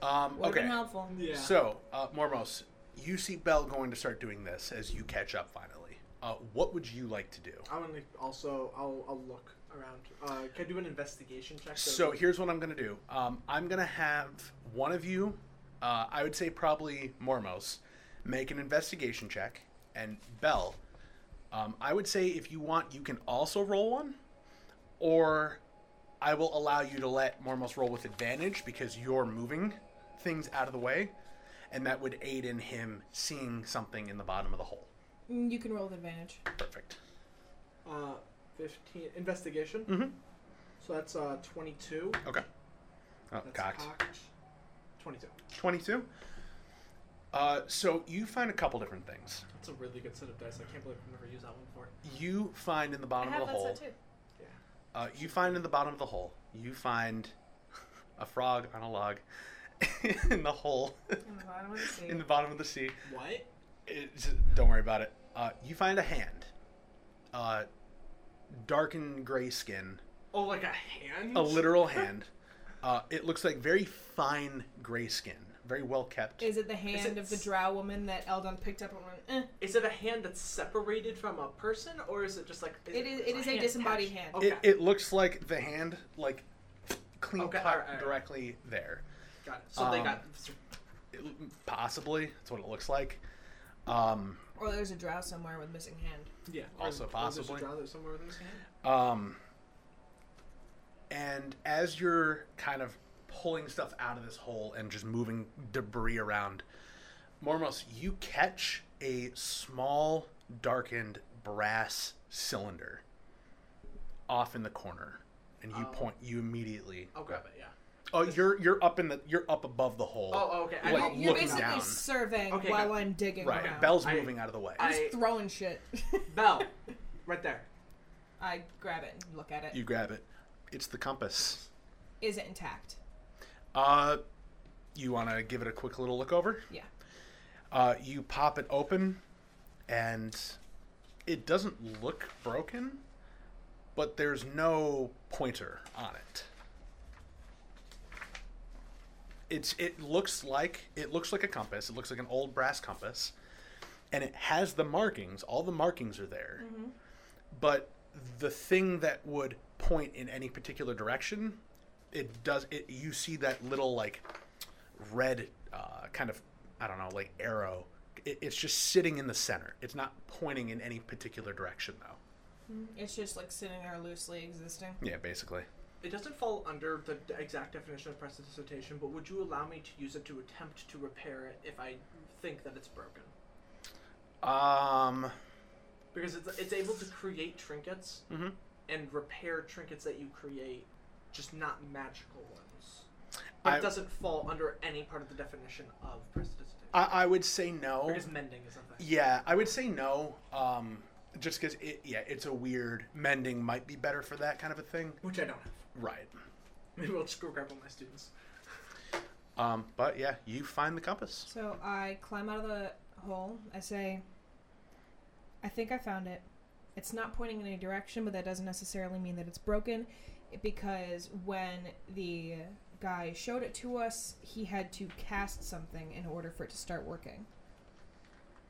[SPEAKER 2] Um,
[SPEAKER 1] Would have
[SPEAKER 2] okay.
[SPEAKER 1] been helpful.
[SPEAKER 3] yeah.
[SPEAKER 2] So, uh, Mormos, you see Bell going to start doing this as you catch up finally. Uh, what would you like to do?
[SPEAKER 3] I want to also. I'll, I'll look around. Uh, can I do an investigation check?
[SPEAKER 2] So here's what I'm gonna do. Um, I'm gonna have one of you, uh, I would say probably Mormos, make an investigation check, and Bell. Um, I would say if you want, you can also roll one, or I will allow you to let Mormos roll with advantage because you're moving things out of the way, and that would aid in him seeing something in the bottom of the hole.
[SPEAKER 1] Mm, You can roll with advantage.
[SPEAKER 2] Perfect.
[SPEAKER 3] uh, fifteen investigation.
[SPEAKER 2] Mhm.
[SPEAKER 3] So that's uh twenty-two.
[SPEAKER 2] Okay. Oh,
[SPEAKER 3] That's
[SPEAKER 2] cocked.
[SPEAKER 3] cocked. Twenty-two.
[SPEAKER 2] 22. Uh, so you find a couple different things.
[SPEAKER 3] That's a really good set of dice. I can't believe I've never used that one before.
[SPEAKER 2] You find in the
[SPEAKER 4] I
[SPEAKER 2] bottom
[SPEAKER 4] have
[SPEAKER 2] of the
[SPEAKER 4] that
[SPEAKER 2] hole.
[SPEAKER 4] set too.
[SPEAKER 3] Yeah.
[SPEAKER 2] Uh, you find in the bottom of the hole. You find a frog on a log *laughs* in
[SPEAKER 4] *laughs*
[SPEAKER 2] the hole
[SPEAKER 4] In the bottom of the sea.
[SPEAKER 2] in the bottom of the sea.
[SPEAKER 3] What?
[SPEAKER 2] It's, don't worry about it. Uh, you find a hand. Uh, darkened gray skin.
[SPEAKER 3] Oh, like a hand?
[SPEAKER 2] A literal hand. Uh, it looks like very fine gray skin. Very well kept.
[SPEAKER 1] Is it the hand of the
[SPEAKER 3] s-
[SPEAKER 1] drow woman that Eldon picked up and went, eh?
[SPEAKER 3] Is it a hand that's separated from a person, or is it just like?
[SPEAKER 1] It is- it is a
[SPEAKER 3] hand
[SPEAKER 1] disembodied
[SPEAKER 3] patch?
[SPEAKER 1] hand.
[SPEAKER 3] Okay,
[SPEAKER 2] It, it looks like the hand, like, clean
[SPEAKER 3] Okay,
[SPEAKER 2] cut
[SPEAKER 3] alright, alright.
[SPEAKER 2] directly there.
[SPEAKER 3] got it. So they
[SPEAKER 2] um,
[SPEAKER 3] got.
[SPEAKER 2] It- possibly, that's what it looks like. Um,
[SPEAKER 1] Or there's a drow somewhere with missing hand.
[SPEAKER 3] Yeah.
[SPEAKER 2] also
[SPEAKER 3] or, Or
[SPEAKER 2] possibly.
[SPEAKER 3] there's a draw there somewhere with this hand.
[SPEAKER 2] um, and as you're kind of pulling stuff out of this hole and just moving debris around, Mormos, you catch a small, darkened brass cylinder off in the corner, and you
[SPEAKER 3] Oh.
[SPEAKER 2] point. You immediately.
[SPEAKER 3] I'll grab it. Yeah.
[SPEAKER 2] Oh, you're you're up in the you're up above the hole.
[SPEAKER 3] Oh, okay. I
[SPEAKER 2] Like,
[SPEAKER 1] You're-
[SPEAKER 3] don't-
[SPEAKER 1] You're
[SPEAKER 2] looking
[SPEAKER 1] basically
[SPEAKER 2] down.
[SPEAKER 1] surveying
[SPEAKER 3] Okay,
[SPEAKER 1] while
[SPEAKER 3] got-
[SPEAKER 1] I'm digging
[SPEAKER 2] right.
[SPEAKER 1] around.
[SPEAKER 2] Bell's
[SPEAKER 3] I-
[SPEAKER 2] moving out of the way.
[SPEAKER 3] I-
[SPEAKER 1] throwing shit. *laughs*
[SPEAKER 3] Bell, right there.
[SPEAKER 1] I grab it and look at it. Is
[SPEAKER 2] you grab it. It's the compass.
[SPEAKER 1] it intact?
[SPEAKER 2] Uh, you want to give it a quick little look over?
[SPEAKER 1] Yeah.
[SPEAKER 2] Uh, you pop it open, and it doesn't look broken, but there's no pointer on it. It's it looks like it looks like a compass. It looks like an old brass compass, and it has the markings. All the markings are there, but the thing that would point in any particular direction, it does. It you see that little like red uh, kind of I don't know like arrow. It, it's just sitting in the center. It's not pointing in any particular direction though.
[SPEAKER 1] It's just like sitting there loosely existing.
[SPEAKER 2] Yeah, basically.
[SPEAKER 3] It doesn't fall under the d- exact definition of prestidigitation, but would you allow me to use it to attempt to repair it if I think that it's broken?
[SPEAKER 2] Um,
[SPEAKER 3] Because it's, it's able to create trinkets
[SPEAKER 2] Mhm.
[SPEAKER 3] and repair trinkets that you create, just not magical ones. But
[SPEAKER 2] I,
[SPEAKER 3] it doesn't fall under any part of the definition of prestidigitation.
[SPEAKER 2] I I would say no.
[SPEAKER 3] because mending is a thing.
[SPEAKER 2] Oh. Yeah, I would say no. Um, just because it yeah, it's a weird mending might be better for that kind of a thing.
[SPEAKER 3] Which I don't have. *laughs*
[SPEAKER 2] Right.
[SPEAKER 3] Maybe I'll just go grab one of my students.
[SPEAKER 2] Um, but yeah, you find the compass.
[SPEAKER 1] So I climb out of the hole. I say, I think I found it. It's not pointing in any direction, but that doesn't necessarily mean that it's broken because when the guy showed it to us, he had to cast something in order for it to start working.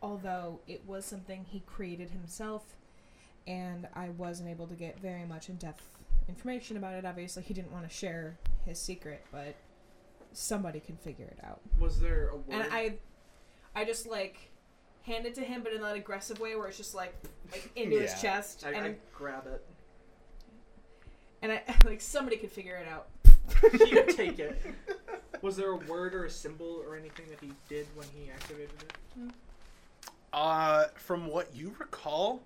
[SPEAKER 1] Although it was something he created himself, and I wasn't able to get very much in depth information about it. Obviously, he didn't want to share his secret, but somebody can figure it out.
[SPEAKER 3] Was there a word?
[SPEAKER 1] And I, I just like hand it to him, but in an aggressive way where it's just like, like into his
[SPEAKER 2] Yeah.
[SPEAKER 1] chest,
[SPEAKER 3] I, I
[SPEAKER 1] and
[SPEAKER 3] grab
[SPEAKER 2] *laughs*
[SPEAKER 3] it.
[SPEAKER 1] and I *laughs* like somebody could figure it out.
[SPEAKER 3] you take it. Was there a word or a symbol or anything that he did when he activated it?
[SPEAKER 2] Uh, from what you recall,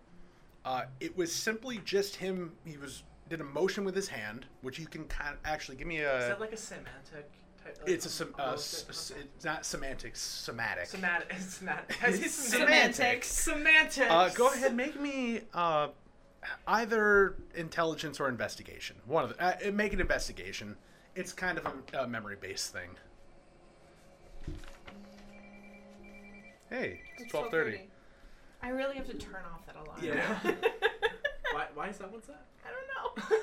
[SPEAKER 2] Uh, it was simply just him. He was did a motion with his hand, which you can kind of actually give me
[SPEAKER 3] Is
[SPEAKER 2] a.
[SPEAKER 3] that like a semantic type? Like
[SPEAKER 2] Uh, it's a sem- uh,
[SPEAKER 3] oh,
[SPEAKER 2] s-
[SPEAKER 3] okay.
[SPEAKER 2] s- it's not semantic, somatic.
[SPEAKER 3] Somatic. *laughs* Somatic.
[SPEAKER 2] It's
[SPEAKER 3] Semantic.
[SPEAKER 2] semantics.
[SPEAKER 3] Semantics.
[SPEAKER 2] Uh, go ahead, make me uh, either intelligence or investigation. One of the, uh, make an investigation. It's kind of a, a memory-based thing. Hey, it's twelve thirty.
[SPEAKER 4] I really have to turn off that alarm.
[SPEAKER 3] Yeah.
[SPEAKER 4] *laughs* I
[SPEAKER 3] Why, why is that? What's that?
[SPEAKER 4] don't
[SPEAKER 1] *laughs*
[SPEAKER 4] know.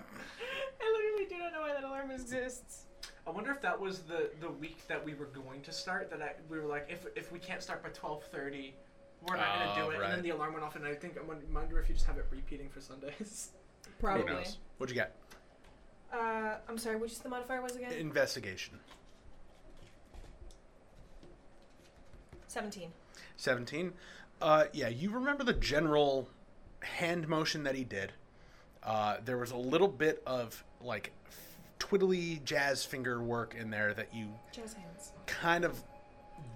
[SPEAKER 4] I literally do not know why that alarm exists.
[SPEAKER 3] I wonder if that was the the week that we were going to start. That I, we were like, if if we can't start by twelve thirty, we're not
[SPEAKER 2] Oh,
[SPEAKER 3] gonna do it. And
[SPEAKER 2] right.
[SPEAKER 3] then the alarm went off, and I think I won- wonder if you just have it repeating for Sundays.
[SPEAKER 2] Who
[SPEAKER 1] Probably.
[SPEAKER 2] knows? What'd you get?
[SPEAKER 4] Uh, I'm sorry. Which is the modifier was again?
[SPEAKER 2] Investigation.
[SPEAKER 4] Seventeen.
[SPEAKER 2] 17. Uh, yeah, you remember the general hand motion that he did. Uh, there was a little bit of like f- twiddly jazz finger work in there that you
[SPEAKER 4] Jazz hands.
[SPEAKER 2] kind of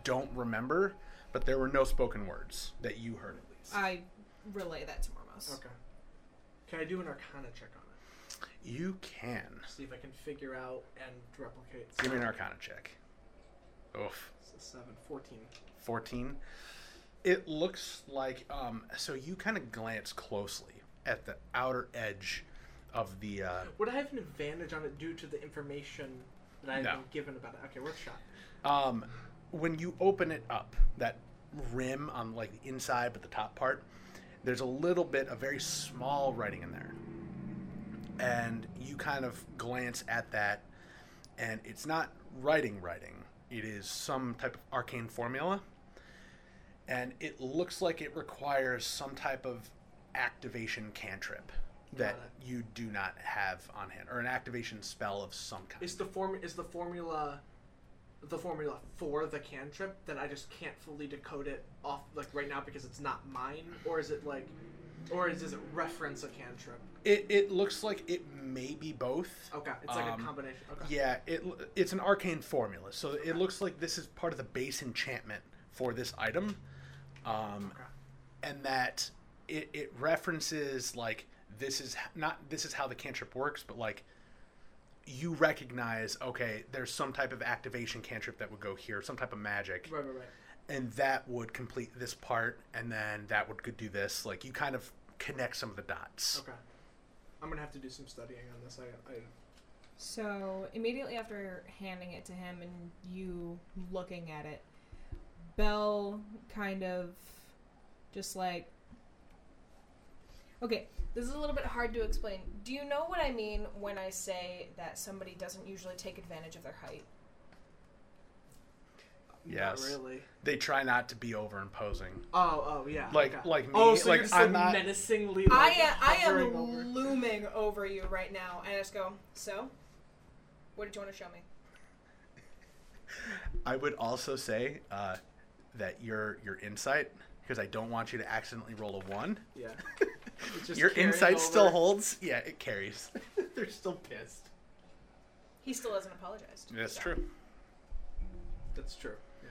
[SPEAKER 2] don't remember, but there were no spoken words that you heard at least.
[SPEAKER 4] I relay that to Mormos.
[SPEAKER 3] Okay. Can I do an Arcana check on it?
[SPEAKER 2] you can.
[SPEAKER 3] See if I can figure out and replicate.
[SPEAKER 2] Give me an Arcana check. Oof.
[SPEAKER 3] It's a Seven, fourteen.
[SPEAKER 2] 14 it looks like um so you kind of glance closely at the outer edge of the uh
[SPEAKER 3] Would I have an advantage on it due to the information that I've
[SPEAKER 2] No.
[SPEAKER 3] been given about it? Okay, worth a shot.
[SPEAKER 2] um when you open it up that rim on like the inside but the top part there's a little bit of very small writing in there and you kind of glance at that and it's not writing writing it is some type of arcane formula and it looks like it requires some type of activation cantrip that
[SPEAKER 3] Got it.
[SPEAKER 2] you do not have on hand or an activation spell of some kind
[SPEAKER 3] Is the form is the formula the formula for the cantrip that I just can't fully decode it off like right now because it's not mine, or is it like, or is, does it reference a cantrip?
[SPEAKER 2] It, it looks like it may be both.
[SPEAKER 3] Okay, it's like
[SPEAKER 2] Um,
[SPEAKER 3] a combination. Okay.
[SPEAKER 2] Yeah, it it's an arcane formula, so it looks like this is part of the base enchantment for this item, um,
[SPEAKER 3] Okay.
[SPEAKER 2] and that it, it references like this is h- not this is how the cantrip works, but like you recognize okay, there's some type of activation cantrip that would go here, some type of magic,
[SPEAKER 3] Right, right, right.
[SPEAKER 2] and that would complete this part, and then that would could do this. Like you kind of connect some of the dots.
[SPEAKER 3] Okay. I'm gonna have to do some studying on this. I, I
[SPEAKER 1] So immediately after handing it to him and you looking at it, Bell kind of just like
[SPEAKER 4] Okay, this is a little bit hard to explain. Do you know what I mean when I say that somebody doesn't usually take advantage of their height?
[SPEAKER 2] Yes.
[SPEAKER 3] Not really.
[SPEAKER 2] They try not to be overimposing.
[SPEAKER 3] Oh, oh yeah.
[SPEAKER 2] Like-
[SPEAKER 3] okay.
[SPEAKER 2] like me,
[SPEAKER 3] Oh, so
[SPEAKER 2] like,
[SPEAKER 3] you're just
[SPEAKER 2] I'm
[SPEAKER 3] like
[SPEAKER 2] not-
[SPEAKER 3] menacingly.
[SPEAKER 4] I
[SPEAKER 3] Like,
[SPEAKER 4] am, I
[SPEAKER 3] hovering
[SPEAKER 4] am
[SPEAKER 3] over.
[SPEAKER 4] looming over you right now, and I just go, so? What did you want to show me?
[SPEAKER 2] I would also say uh, that your your insight, because I don't want you to accidentally roll a
[SPEAKER 1] *laughs*
[SPEAKER 2] one.
[SPEAKER 3] Yeah. It's just
[SPEAKER 2] your
[SPEAKER 3] carrying
[SPEAKER 2] insight still
[SPEAKER 3] over. *laughs*
[SPEAKER 2] holds. Yeah, it carries. They're still pissed.
[SPEAKER 4] He still hasn't apologized.
[SPEAKER 2] That's
[SPEAKER 4] so.
[SPEAKER 2] true.
[SPEAKER 3] That's true. Yeah.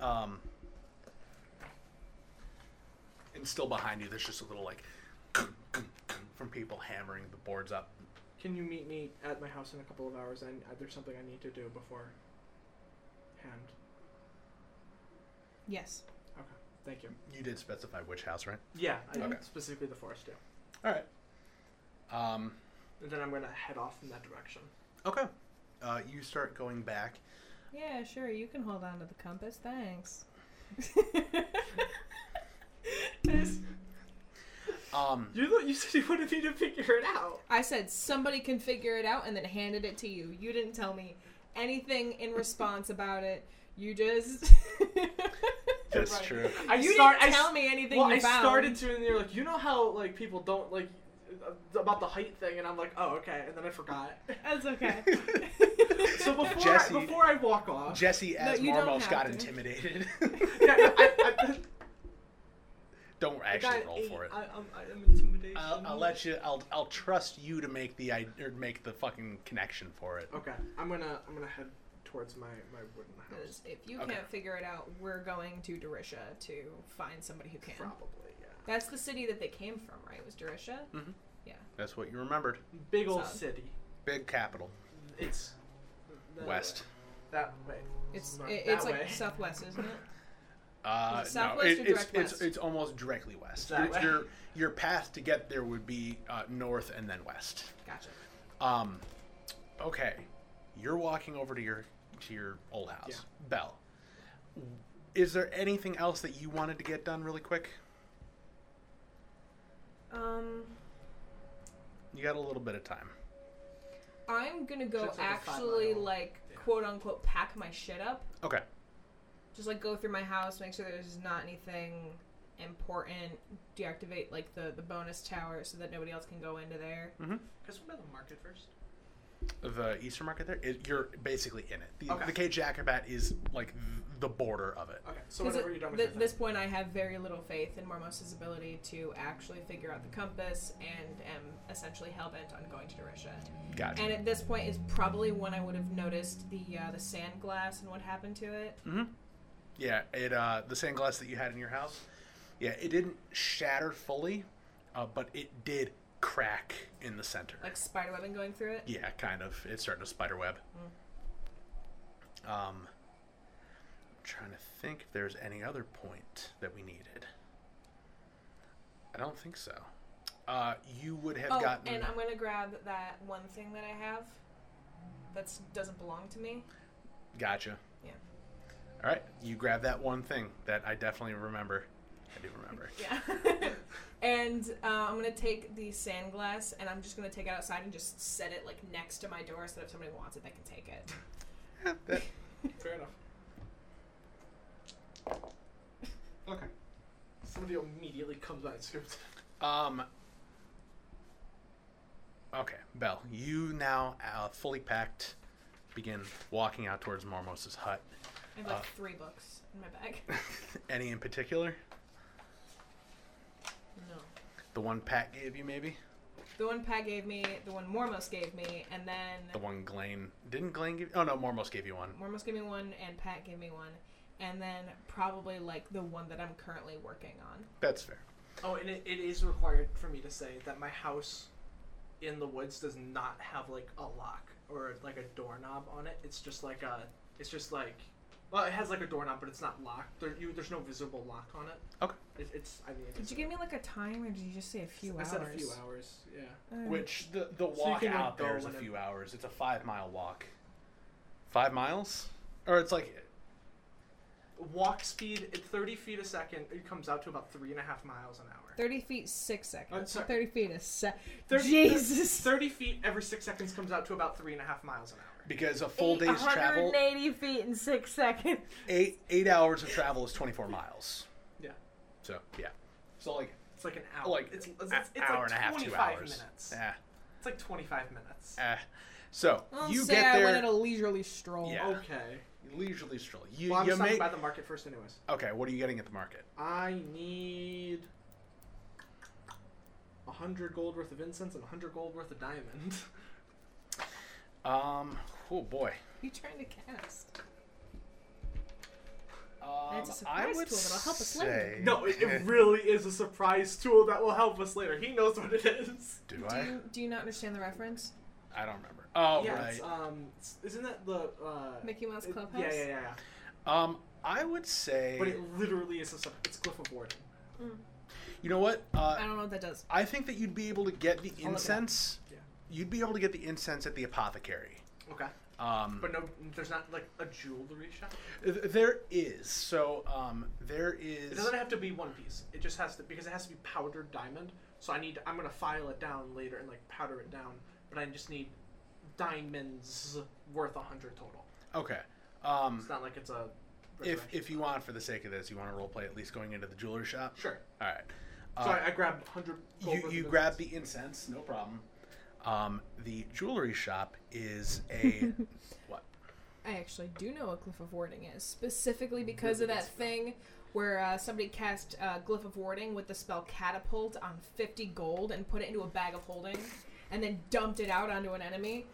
[SPEAKER 2] Um, and still behind you, there's just a little like from people hammering the boards up.
[SPEAKER 3] Can you meet me at my house in a couple of hours? And there's something I need to do before. Hand.
[SPEAKER 1] yes.
[SPEAKER 3] Okay. Thank you.
[SPEAKER 2] You did specify which house, right?
[SPEAKER 3] Yeah. I
[SPEAKER 2] Okay.
[SPEAKER 3] Specifically the forest. Yeah.
[SPEAKER 2] All right. Um,
[SPEAKER 3] And then I'm gonna head off in that direction.
[SPEAKER 2] okay. Uh, you start going back.
[SPEAKER 1] Yeah, sure, you can hold on to the compass.
[SPEAKER 3] *laughs*
[SPEAKER 1] Thanks.
[SPEAKER 2] Um,
[SPEAKER 3] You lo- you said you wanted me to figure it out.
[SPEAKER 1] I said somebody can figure it out and then handed it to you. You didn't tell me anything in response about it. You
[SPEAKER 3] *laughs*
[SPEAKER 1] just
[SPEAKER 2] that's
[SPEAKER 3] Right.
[SPEAKER 2] true.
[SPEAKER 3] I
[SPEAKER 1] you
[SPEAKER 3] start.
[SPEAKER 1] didn't
[SPEAKER 3] I
[SPEAKER 1] tell me anything
[SPEAKER 3] well,
[SPEAKER 1] you
[SPEAKER 3] I
[SPEAKER 1] found.
[SPEAKER 3] started to, and you're like, you know how like people don't like uh, about the height thing, and I'm like, oh okay, and then I forgot.
[SPEAKER 1] That's
[SPEAKER 3] *laughs*
[SPEAKER 1] okay.
[SPEAKER 3] So before
[SPEAKER 2] Jesse-
[SPEAKER 3] I, before I walk off,
[SPEAKER 2] *laughs* Jesse as
[SPEAKER 1] you don't
[SPEAKER 2] Marmos
[SPEAKER 1] have
[SPEAKER 2] got
[SPEAKER 1] to.
[SPEAKER 2] intimidated.
[SPEAKER 3] *laughs*
[SPEAKER 1] *laughs*
[SPEAKER 3] yeah, I, I,
[SPEAKER 2] *laughs* don't
[SPEAKER 3] I,
[SPEAKER 2] actually
[SPEAKER 3] got
[SPEAKER 2] roll
[SPEAKER 3] eight.
[SPEAKER 2] for it.
[SPEAKER 3] I, I'm, I'm intimidation.
[SPEAKER 2] I'll, I'll let you. I'll I'll trust you to make the i- or make the fucking connection for it.
[SPEAKER 3] Okay, I'm gonna I'm gonna head towards my, my wooden house.
[SPEAKER 1] Because if you
[SPEAKER 2] Okay.
[SPEAKER 1] can't figure it out, we're going to Dorisha to find somebody who can.
[SPEAKER 3] Probably, yeah.
[SPEAKER 1] That's the city that they came from, right? Was Dorisha?
[SPEAKER 2] That's what you remembered.
[SPEAKER 3] Big old
[SPEAKER 1] Solid.
[SPEAKER 3] city.
[SPEAKER 2] Big capital.
[SPEAKER 3] It's that
[SPEAKER 2] West.
[SPEAKER 3] way. That way.
[SPEAKER 1] It's
[SPEAKER 3] Not
[SPEAKER 1] it,
[SPEAKER 3] that
[SPEAKER 1] it's
[SPEAKER 3] way.
[SPEAKER 1] like southwest, isn't it?
[SPEAKER 2] Uh,
[SPEAKER 1] Is it
[SPEAKER 2] no,
[SPEAKER 1] southwest
[SPEAKER 2] it-
[SPEAKER 1] or
[SPEAKER 2] it's,
[SPEAKER 1] direct
[SPEAKER 2] it's,
[SPEAKER 1] west?
[SPEAKER 2] it's almost directly west.
[SPEAKER 3] That
[SPEAKER 2] Your,
[SPEAKER 3] way.
[SPEAKER 2] your, your path to get there would be uh, north and then west.
[SPEAKER 1] Gotcha.
[SPEAKER 2] Um, okay, you're walking over to your to your old house,
[SPEAKER 3] Yeah.
[SPEAKER 2] Bell. Is there anything else that you wanted to get done really quick?
[SPEAKER 1] Um,
[SPEAKER 2] You got a little bit of time.
[SPEAKER 1] I'm gonna go
[SPEAKER 3] Shit's like a five
[SPEAKER 1] actually
[SPEAKER 3] mile.
[SPEAKER 1] like
[SPEAKER 3] Yeah.
[SPEAKER 1] quote unquote pack my shit up.
[SPEAKER 2] Okay,
[SPEAKER 1] Just like go through my house, make sure there's not anything important. Deactivate like the the bonus tower so that nobody else can go into there.
[SPEAKER 3] Because we're the market first.
[SPEAKER 2] the Easter market there. It, you're basically in it. The,
[SPEAKER 3] Okay.
[SPEAKER 2] the Cage Acrobat is like the border of it.
[SPEAKER 3] Okay, so
[SPEAKER 1] 'Cause
[SPEAKER 3] whenever
[SPEAKER 1] at
[SPEAKER 3] you're done with
[SPEAKER 1] th-
[SPEAKER 3] your
[SPEAKER 1] this
[SPEAKER 3] thing.
[SPEAKER 1] point, I have very little faith in Mormosa's ability to actually figure out the compass, and am essentially hell bent on going to Dorisha.
[SPEAKER 2] Gotcha.
[SPEAKER 1] And at this point is probably when I would have noticed the uh, the sand glass and what happened to it.
[SPEAKER 2] Yeah, it uh, the sand glass that you had in your house. Yeah, it didn't shatter fully, uh, but it did crack in the center.
[SPEAKER 1] Like spider webbing going through it.
[SPEAKER 2] Yeah, kind of. It's starting to spider web.
[SPEAKER 1] Mm.
[SPEAKER 2] Um, I'm trying to think if there's any other point that we needed. I don't think so. Uh, you would have
[SPEAKER 1] oh,
[SPEAKER 2] gotten.
[SPEAKER 1] and I'm gonna grab that one thing that I have that doesn't belong to me.
[SPEAKER 2] Gotcha.
[SPEAKER 1] Yeah.
[SPEAKER 2] All right, you grab that one thing that I definitely remember. I do remember.
[SPEAKER 1] Yeah. and uh, I'm gonna take the sand glass and I'm just gonna take it outside and just set it like next to my door so that if somebody wants it, they can take it.
[SPEAKER 2] Yeah, that-
[SPEAKER 3] Fair enough. Okay. Somebody immediately comes out and scoops.
[SPEAKER 2] Um. Okay, Bell, you now uh, fully packed, begin walking out towards Marmos's hut.
[SPEAKER 1] I have like
[SPEAKER 2] Uh.
[SPEAKER 1] three books in my bag.
[SPEAKER 2] Any in particular?
[SPEAKER 1] No.
[SPEAKER 2] The one Pat gave you, maybe?
[SPEAKER 1] The one Pat gave me, the one Mormos gave me, and then
[SPEAKER 2] The one Glane didn't Glane give? Oh no, Mormos gave you one.
[SPEAKER 1] Mormos gave me one, and Pat gave me one, and then probably like the one that I'm currently working on.
[SPEAKER 2] That's fair.
[SPEAKER 3] Oh, and it, it is required for me to say that my house in the woods does not have like a lock or like a doorknob on it. It's just like a. It's just like. Well, it has like a doorknob, but it's not locked. There, you, there's no visible lock on it.
[SPEAKER 2] Okay.
[SPEAKER 3] It, it's. I mean, it's,
[SPEAKER 1] Did you give me like a time, or did you just say a few
[SPEAKER 3] I
[SPEAKER 1] hours?
[SPEAKER 3] said a few hours. Yeah.
[SPEAKER 1] Uh,
[SPEAKER 2] Which the the
[SPEAKER 3] So you
[SPEAKER 2] walk
[SPEAKER 3] can, like,
[SPEAKER 2] out there
[SPEAKER 3] go
[SPEAKER 2] is a
[SPEAKER 3] in and-
[SPEAKER 2] few hours. It's a five mile walk. Five miles? Or it's like
[SPEAKER 3] Walk speed at 30 feet a second. It comes out to about three and a half miles an hour.
[SPEAKER 1] Thirty feet, six seconds.
[SPEAKER 3] Uh, sorry.
[SPEAKER 1] Thirty feet is se-
[SPEAKER 3] 30,
[SPEAKER 2] *laughs*
[SPEAKER 1] Jesus.
[SPEAKER 3] 30 feet every six seconds comes out to about three and a half miles an hour.
[SPEAKER 2] because a full day's travel,
[SPEAKER 1] 180 feet in six seconds.
[SPEAKER 2] eight eight hours of travel is twenty four miles.
[SPEAKER 3] Yeah.
[SPEAKER 2] So yeah. So like
[SPEAKER 3] It's like an hour.
[SPEAKER 2] like
[SPEAKER 3] it's, it's,
[SPEAKER 2] a-
[SPEAKER 3] it's, it's
[SPEAKER 2] hour
[SPEAKER 3] like
[SPEAKER 2] and a half,
[SPEAKER 3] 25
[SPEAKER 2] two hours.
[SPEAKER 3] minutes.
[SPEAKER 2] Yeah. eh.
[SPEAKER 3] It's like 25 minutes.
[SPEAKER 2] So
[SPEAKER 1] *laughs* I'll
[SPEAKER 2] you
[SPEAKER 1] say
[SPEAKER 2] get
[SPEAKER 1] I went
[SPEAKER 2] there
[SPEAKER 1] on a leisurely stroll.
[SPEAKER 2] Yeah.
[SPEAKER 3] Okay.
[SPEAKER 2] leisurely stroll. You,
[SPEAKER 3] Well, I'm
[SPEAKER 2] you
[SPEAKER 3] just talking
[SPEAKER 2] make
[SPEAKER 3] about the market first, anyways.
[SPEAKER 2] okay. What are you getting at the market?
[SPEAKER 3] I need a hundred gold worth of incense and a hundred gold worth of
[SPEAKER 2] *laughs*
[SPEAKER 3] diamond.
[SPEAKER 2] Um. Oh boy.
[SPEAKER 1] You trying to cast?
[SPEAKER 2] Um,
[SPEAKER 1] That's a surprise tool that'll help us later.
[SPEAKER 2] say-
[SPEAKER 3] no, it, it really is a surprise tool that will help us later. He knows what it is.
[SPEAKER 2] Do
[SPEAKER 1] Do
[SPEAKER 2] I?
[SPEAKER 1] you do you not understand the reference?
[SPEAKER 2] I don't remember. Oh
[SPEAKER 3] yeah,
[SPEAKER 2] right.
[SPEAKER 3] it's, um, it's- isn't that the uh,
[SPEAKER 1] Mickey Mouse
[SPEAKER 3] it-
[SPEAKER 1] Clubhouse?
[SPEAKER 3] Yeah, yeah, yeah, yeah.
[SPEAKER 2] Um, I would say.
[SPEAKER 3] But it literally is a sur- it's Cliff of Warden.
[SPEAKER 2] you know what?
[SPEAKER 1] I
[SPEAKER 2] Uh,
[SPEAKER 1] don't know what that does.
[SPEAKER 2] I think that you'd be able to get the
[SPEAKER 3] it up.
[SPEAKER 2] incense.
[SPEAKER 3] Yeah.
[SPEAKER 2] You'd be able to get the incense at the apothecary.
[SPEAKER 3] Okay,
[SPEAKER 2] Um,
[SPEAKER 3] but no, there's not like a jewelry shop.
[SPEAKER 2] th- there is. So um, there
[SPEAKER 3] It
[SPEAKER 2] is.
[SPEAKER 3] doesn't have to be one piece. It just has to because it has to be powdered diamond. So I need I'm gonna file it down later and like powder it down. But I just need diamonds worth a hundred total.
[SPEAKER 2] Okay. Um,
[SPEAKER 3] It's not like it's a
[SPEAKER 2] if
[SPEAKER 3] resurrection.
[SPEAKER 2] if you want, for the sake of this, you want to role play at least going into the jewelry shop.
[SPEAKER 3] sure.
[SPEAKER 2] All right.
[SPEAKER 3] So I, I grabbed hundred.
[SPEAKER 2] Uh, you you grab the incense, no problem. Um, the jewelry shop is
[SPEAKER 3] *laughs*
[SPEAKER 2] a what?
[SPEAKER 1] I actually do know what Glyph of Warding is, specifically because of that thing where uh, somebody cast uh, Glyph of Warding with the spell Catapult on 50 gold and put it into a bag of holding and then dumped it out onto an enemy.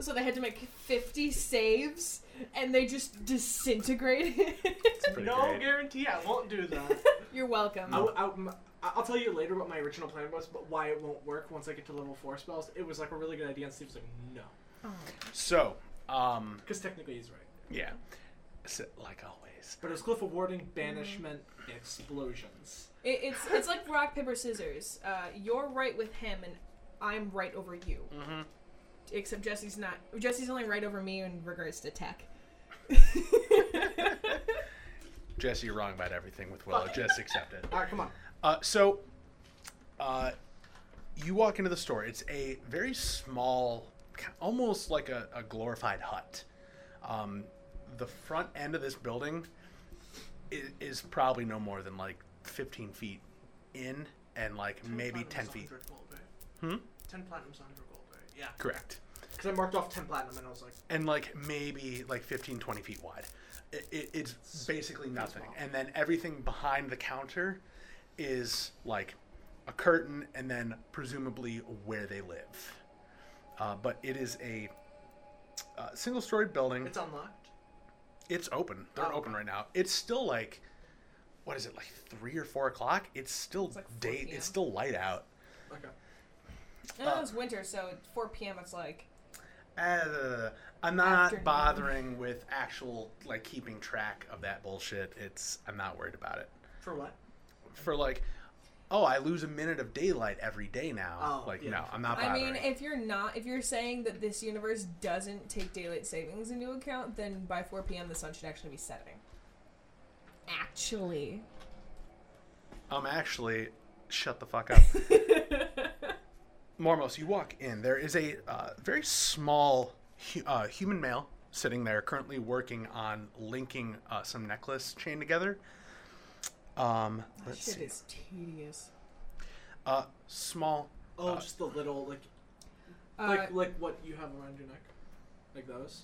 [SPEAKER 4] so they had to make 50 saves, and they just disintegrated. *laughs*
[SPEAKER 2] Pretty
[SPEAKER 3] no
[SPEAKER 2] great.
[SPEAKER 3] guarantee I won't do that.
[SPEAKER 4] You're welcome.
[SPEAKER 3] I, will tell you later what my original plan was, but why it won't work once I get to level four spells. It was like a really good idea, and Steve's like, no,
[SPEAKER 4] Oh.
[SPEAKER 2] So, um,
[SPEAKER 3] because technically he's right.
[SPEAKER 2] yeah, so, like always.
[SPEAKER 3] But it was Cliff of Warding, Banishment, Explosions.
[SPEAKER 4] It, it's it's like rock paper scissors. Uh, you're right with him, and I'm right over you.
[SPEAKER 2] Mm-hmm.
[SPEAKER 4] Except Jesse's not. Jesse's only right over me in regards to
[SPEAKER 2] *laughs*
[SPEAKER 4] tech.
[SPEAKER 2] Jesse, you're wrong about everything with
[SPEAKER 3] *laughs*
[SPEAKER 2] Willow. Just accept it.
[SPEAKER 3] All right, come on.
[SPEAKER 2] Uh, so, uh, you walk into the store. It's a very small, ki- almost like a, a glorified hut. Um, the front end of this building is, is probably no more than like 15 feet in and like maybe 10 feet. Hmm?
[SPEAKER 3] Ten platinums, hundred gold. Right? Yeah.
[SPEAKER 2] Correct.
[SPEAKER 3] Because I marked off ten platinum, and I was like,
[SPEAKER 2] and like maybe like 15 20 feet wide it, it, it's basically nothing
[SPEAKER 3] small.
[SPEAKER 2] and then everything behind the counter is like a curtain and then presumably where they live uh, but it is a uh, single story building
[SPEAKER 3] it's unlocked.
[SPEAKER 2] it's open they're
[SPEAKER 3] Oh.
[SPEAKER 2] open right now it's still like what is it like three or four o'clock it's still
[SPEAKER 4] like 4
[SPEAKER 2] day
[SPEAKER 4] p.m.
[SPEAKER 2] it's still light out
[SPEAKER 3] Okay.
[SPEAKER 4] No, it's winter, so at 4 p.m. It's like
[SPEAKER 2] Uh, I'm not
[SPEAKER 4] Afternoon.
[SPEAKER 2] bothering with actual like keeping track of that bullshit. It's I'm not worried about it.
[SPEAKER 3] For what?
[SPEAKER 2] For like, oh, I lose a minute of daylight every day now.
[SPEAKER 3] Oh,
[SPEAKER 2] like
[SPEAKER 3] yeah.
[SPEAKER 2] no, I'm not
[SPEAKER 4] I
[SPEAKER 2] bothering.
[SPEAKER 4] mean, if you're not, if you're saying that this universe doesn't take daylight savings into account, then by 4 p.m. the sun should actually be setting. *laughs* Actually.
[SPEAKER 2] um, actually, shut the fuck
[SPEAKER 3] *laughs*
[SPEAKER 2] up. Mormos, you walk in. There is a uh, very small hu- uh, human male sitting there, currently working on linking uh, some necklace chain together. Um,
[SPEAKER 4] That
[SPEAKER 2] let's
[SPEAKER 4] shit
[SPEAKER 2] see.
[SPEAKER 4] is tedious.
[SPEAKER 2] Uh, small.
[SPEAKER 3] Oh,
[SPEAKER 2] Uh,
[SPEAKER 3] just the little like,
[SPEAKER 4] Uh,
[SPEAKER 3] like like what you have around your neck, like those.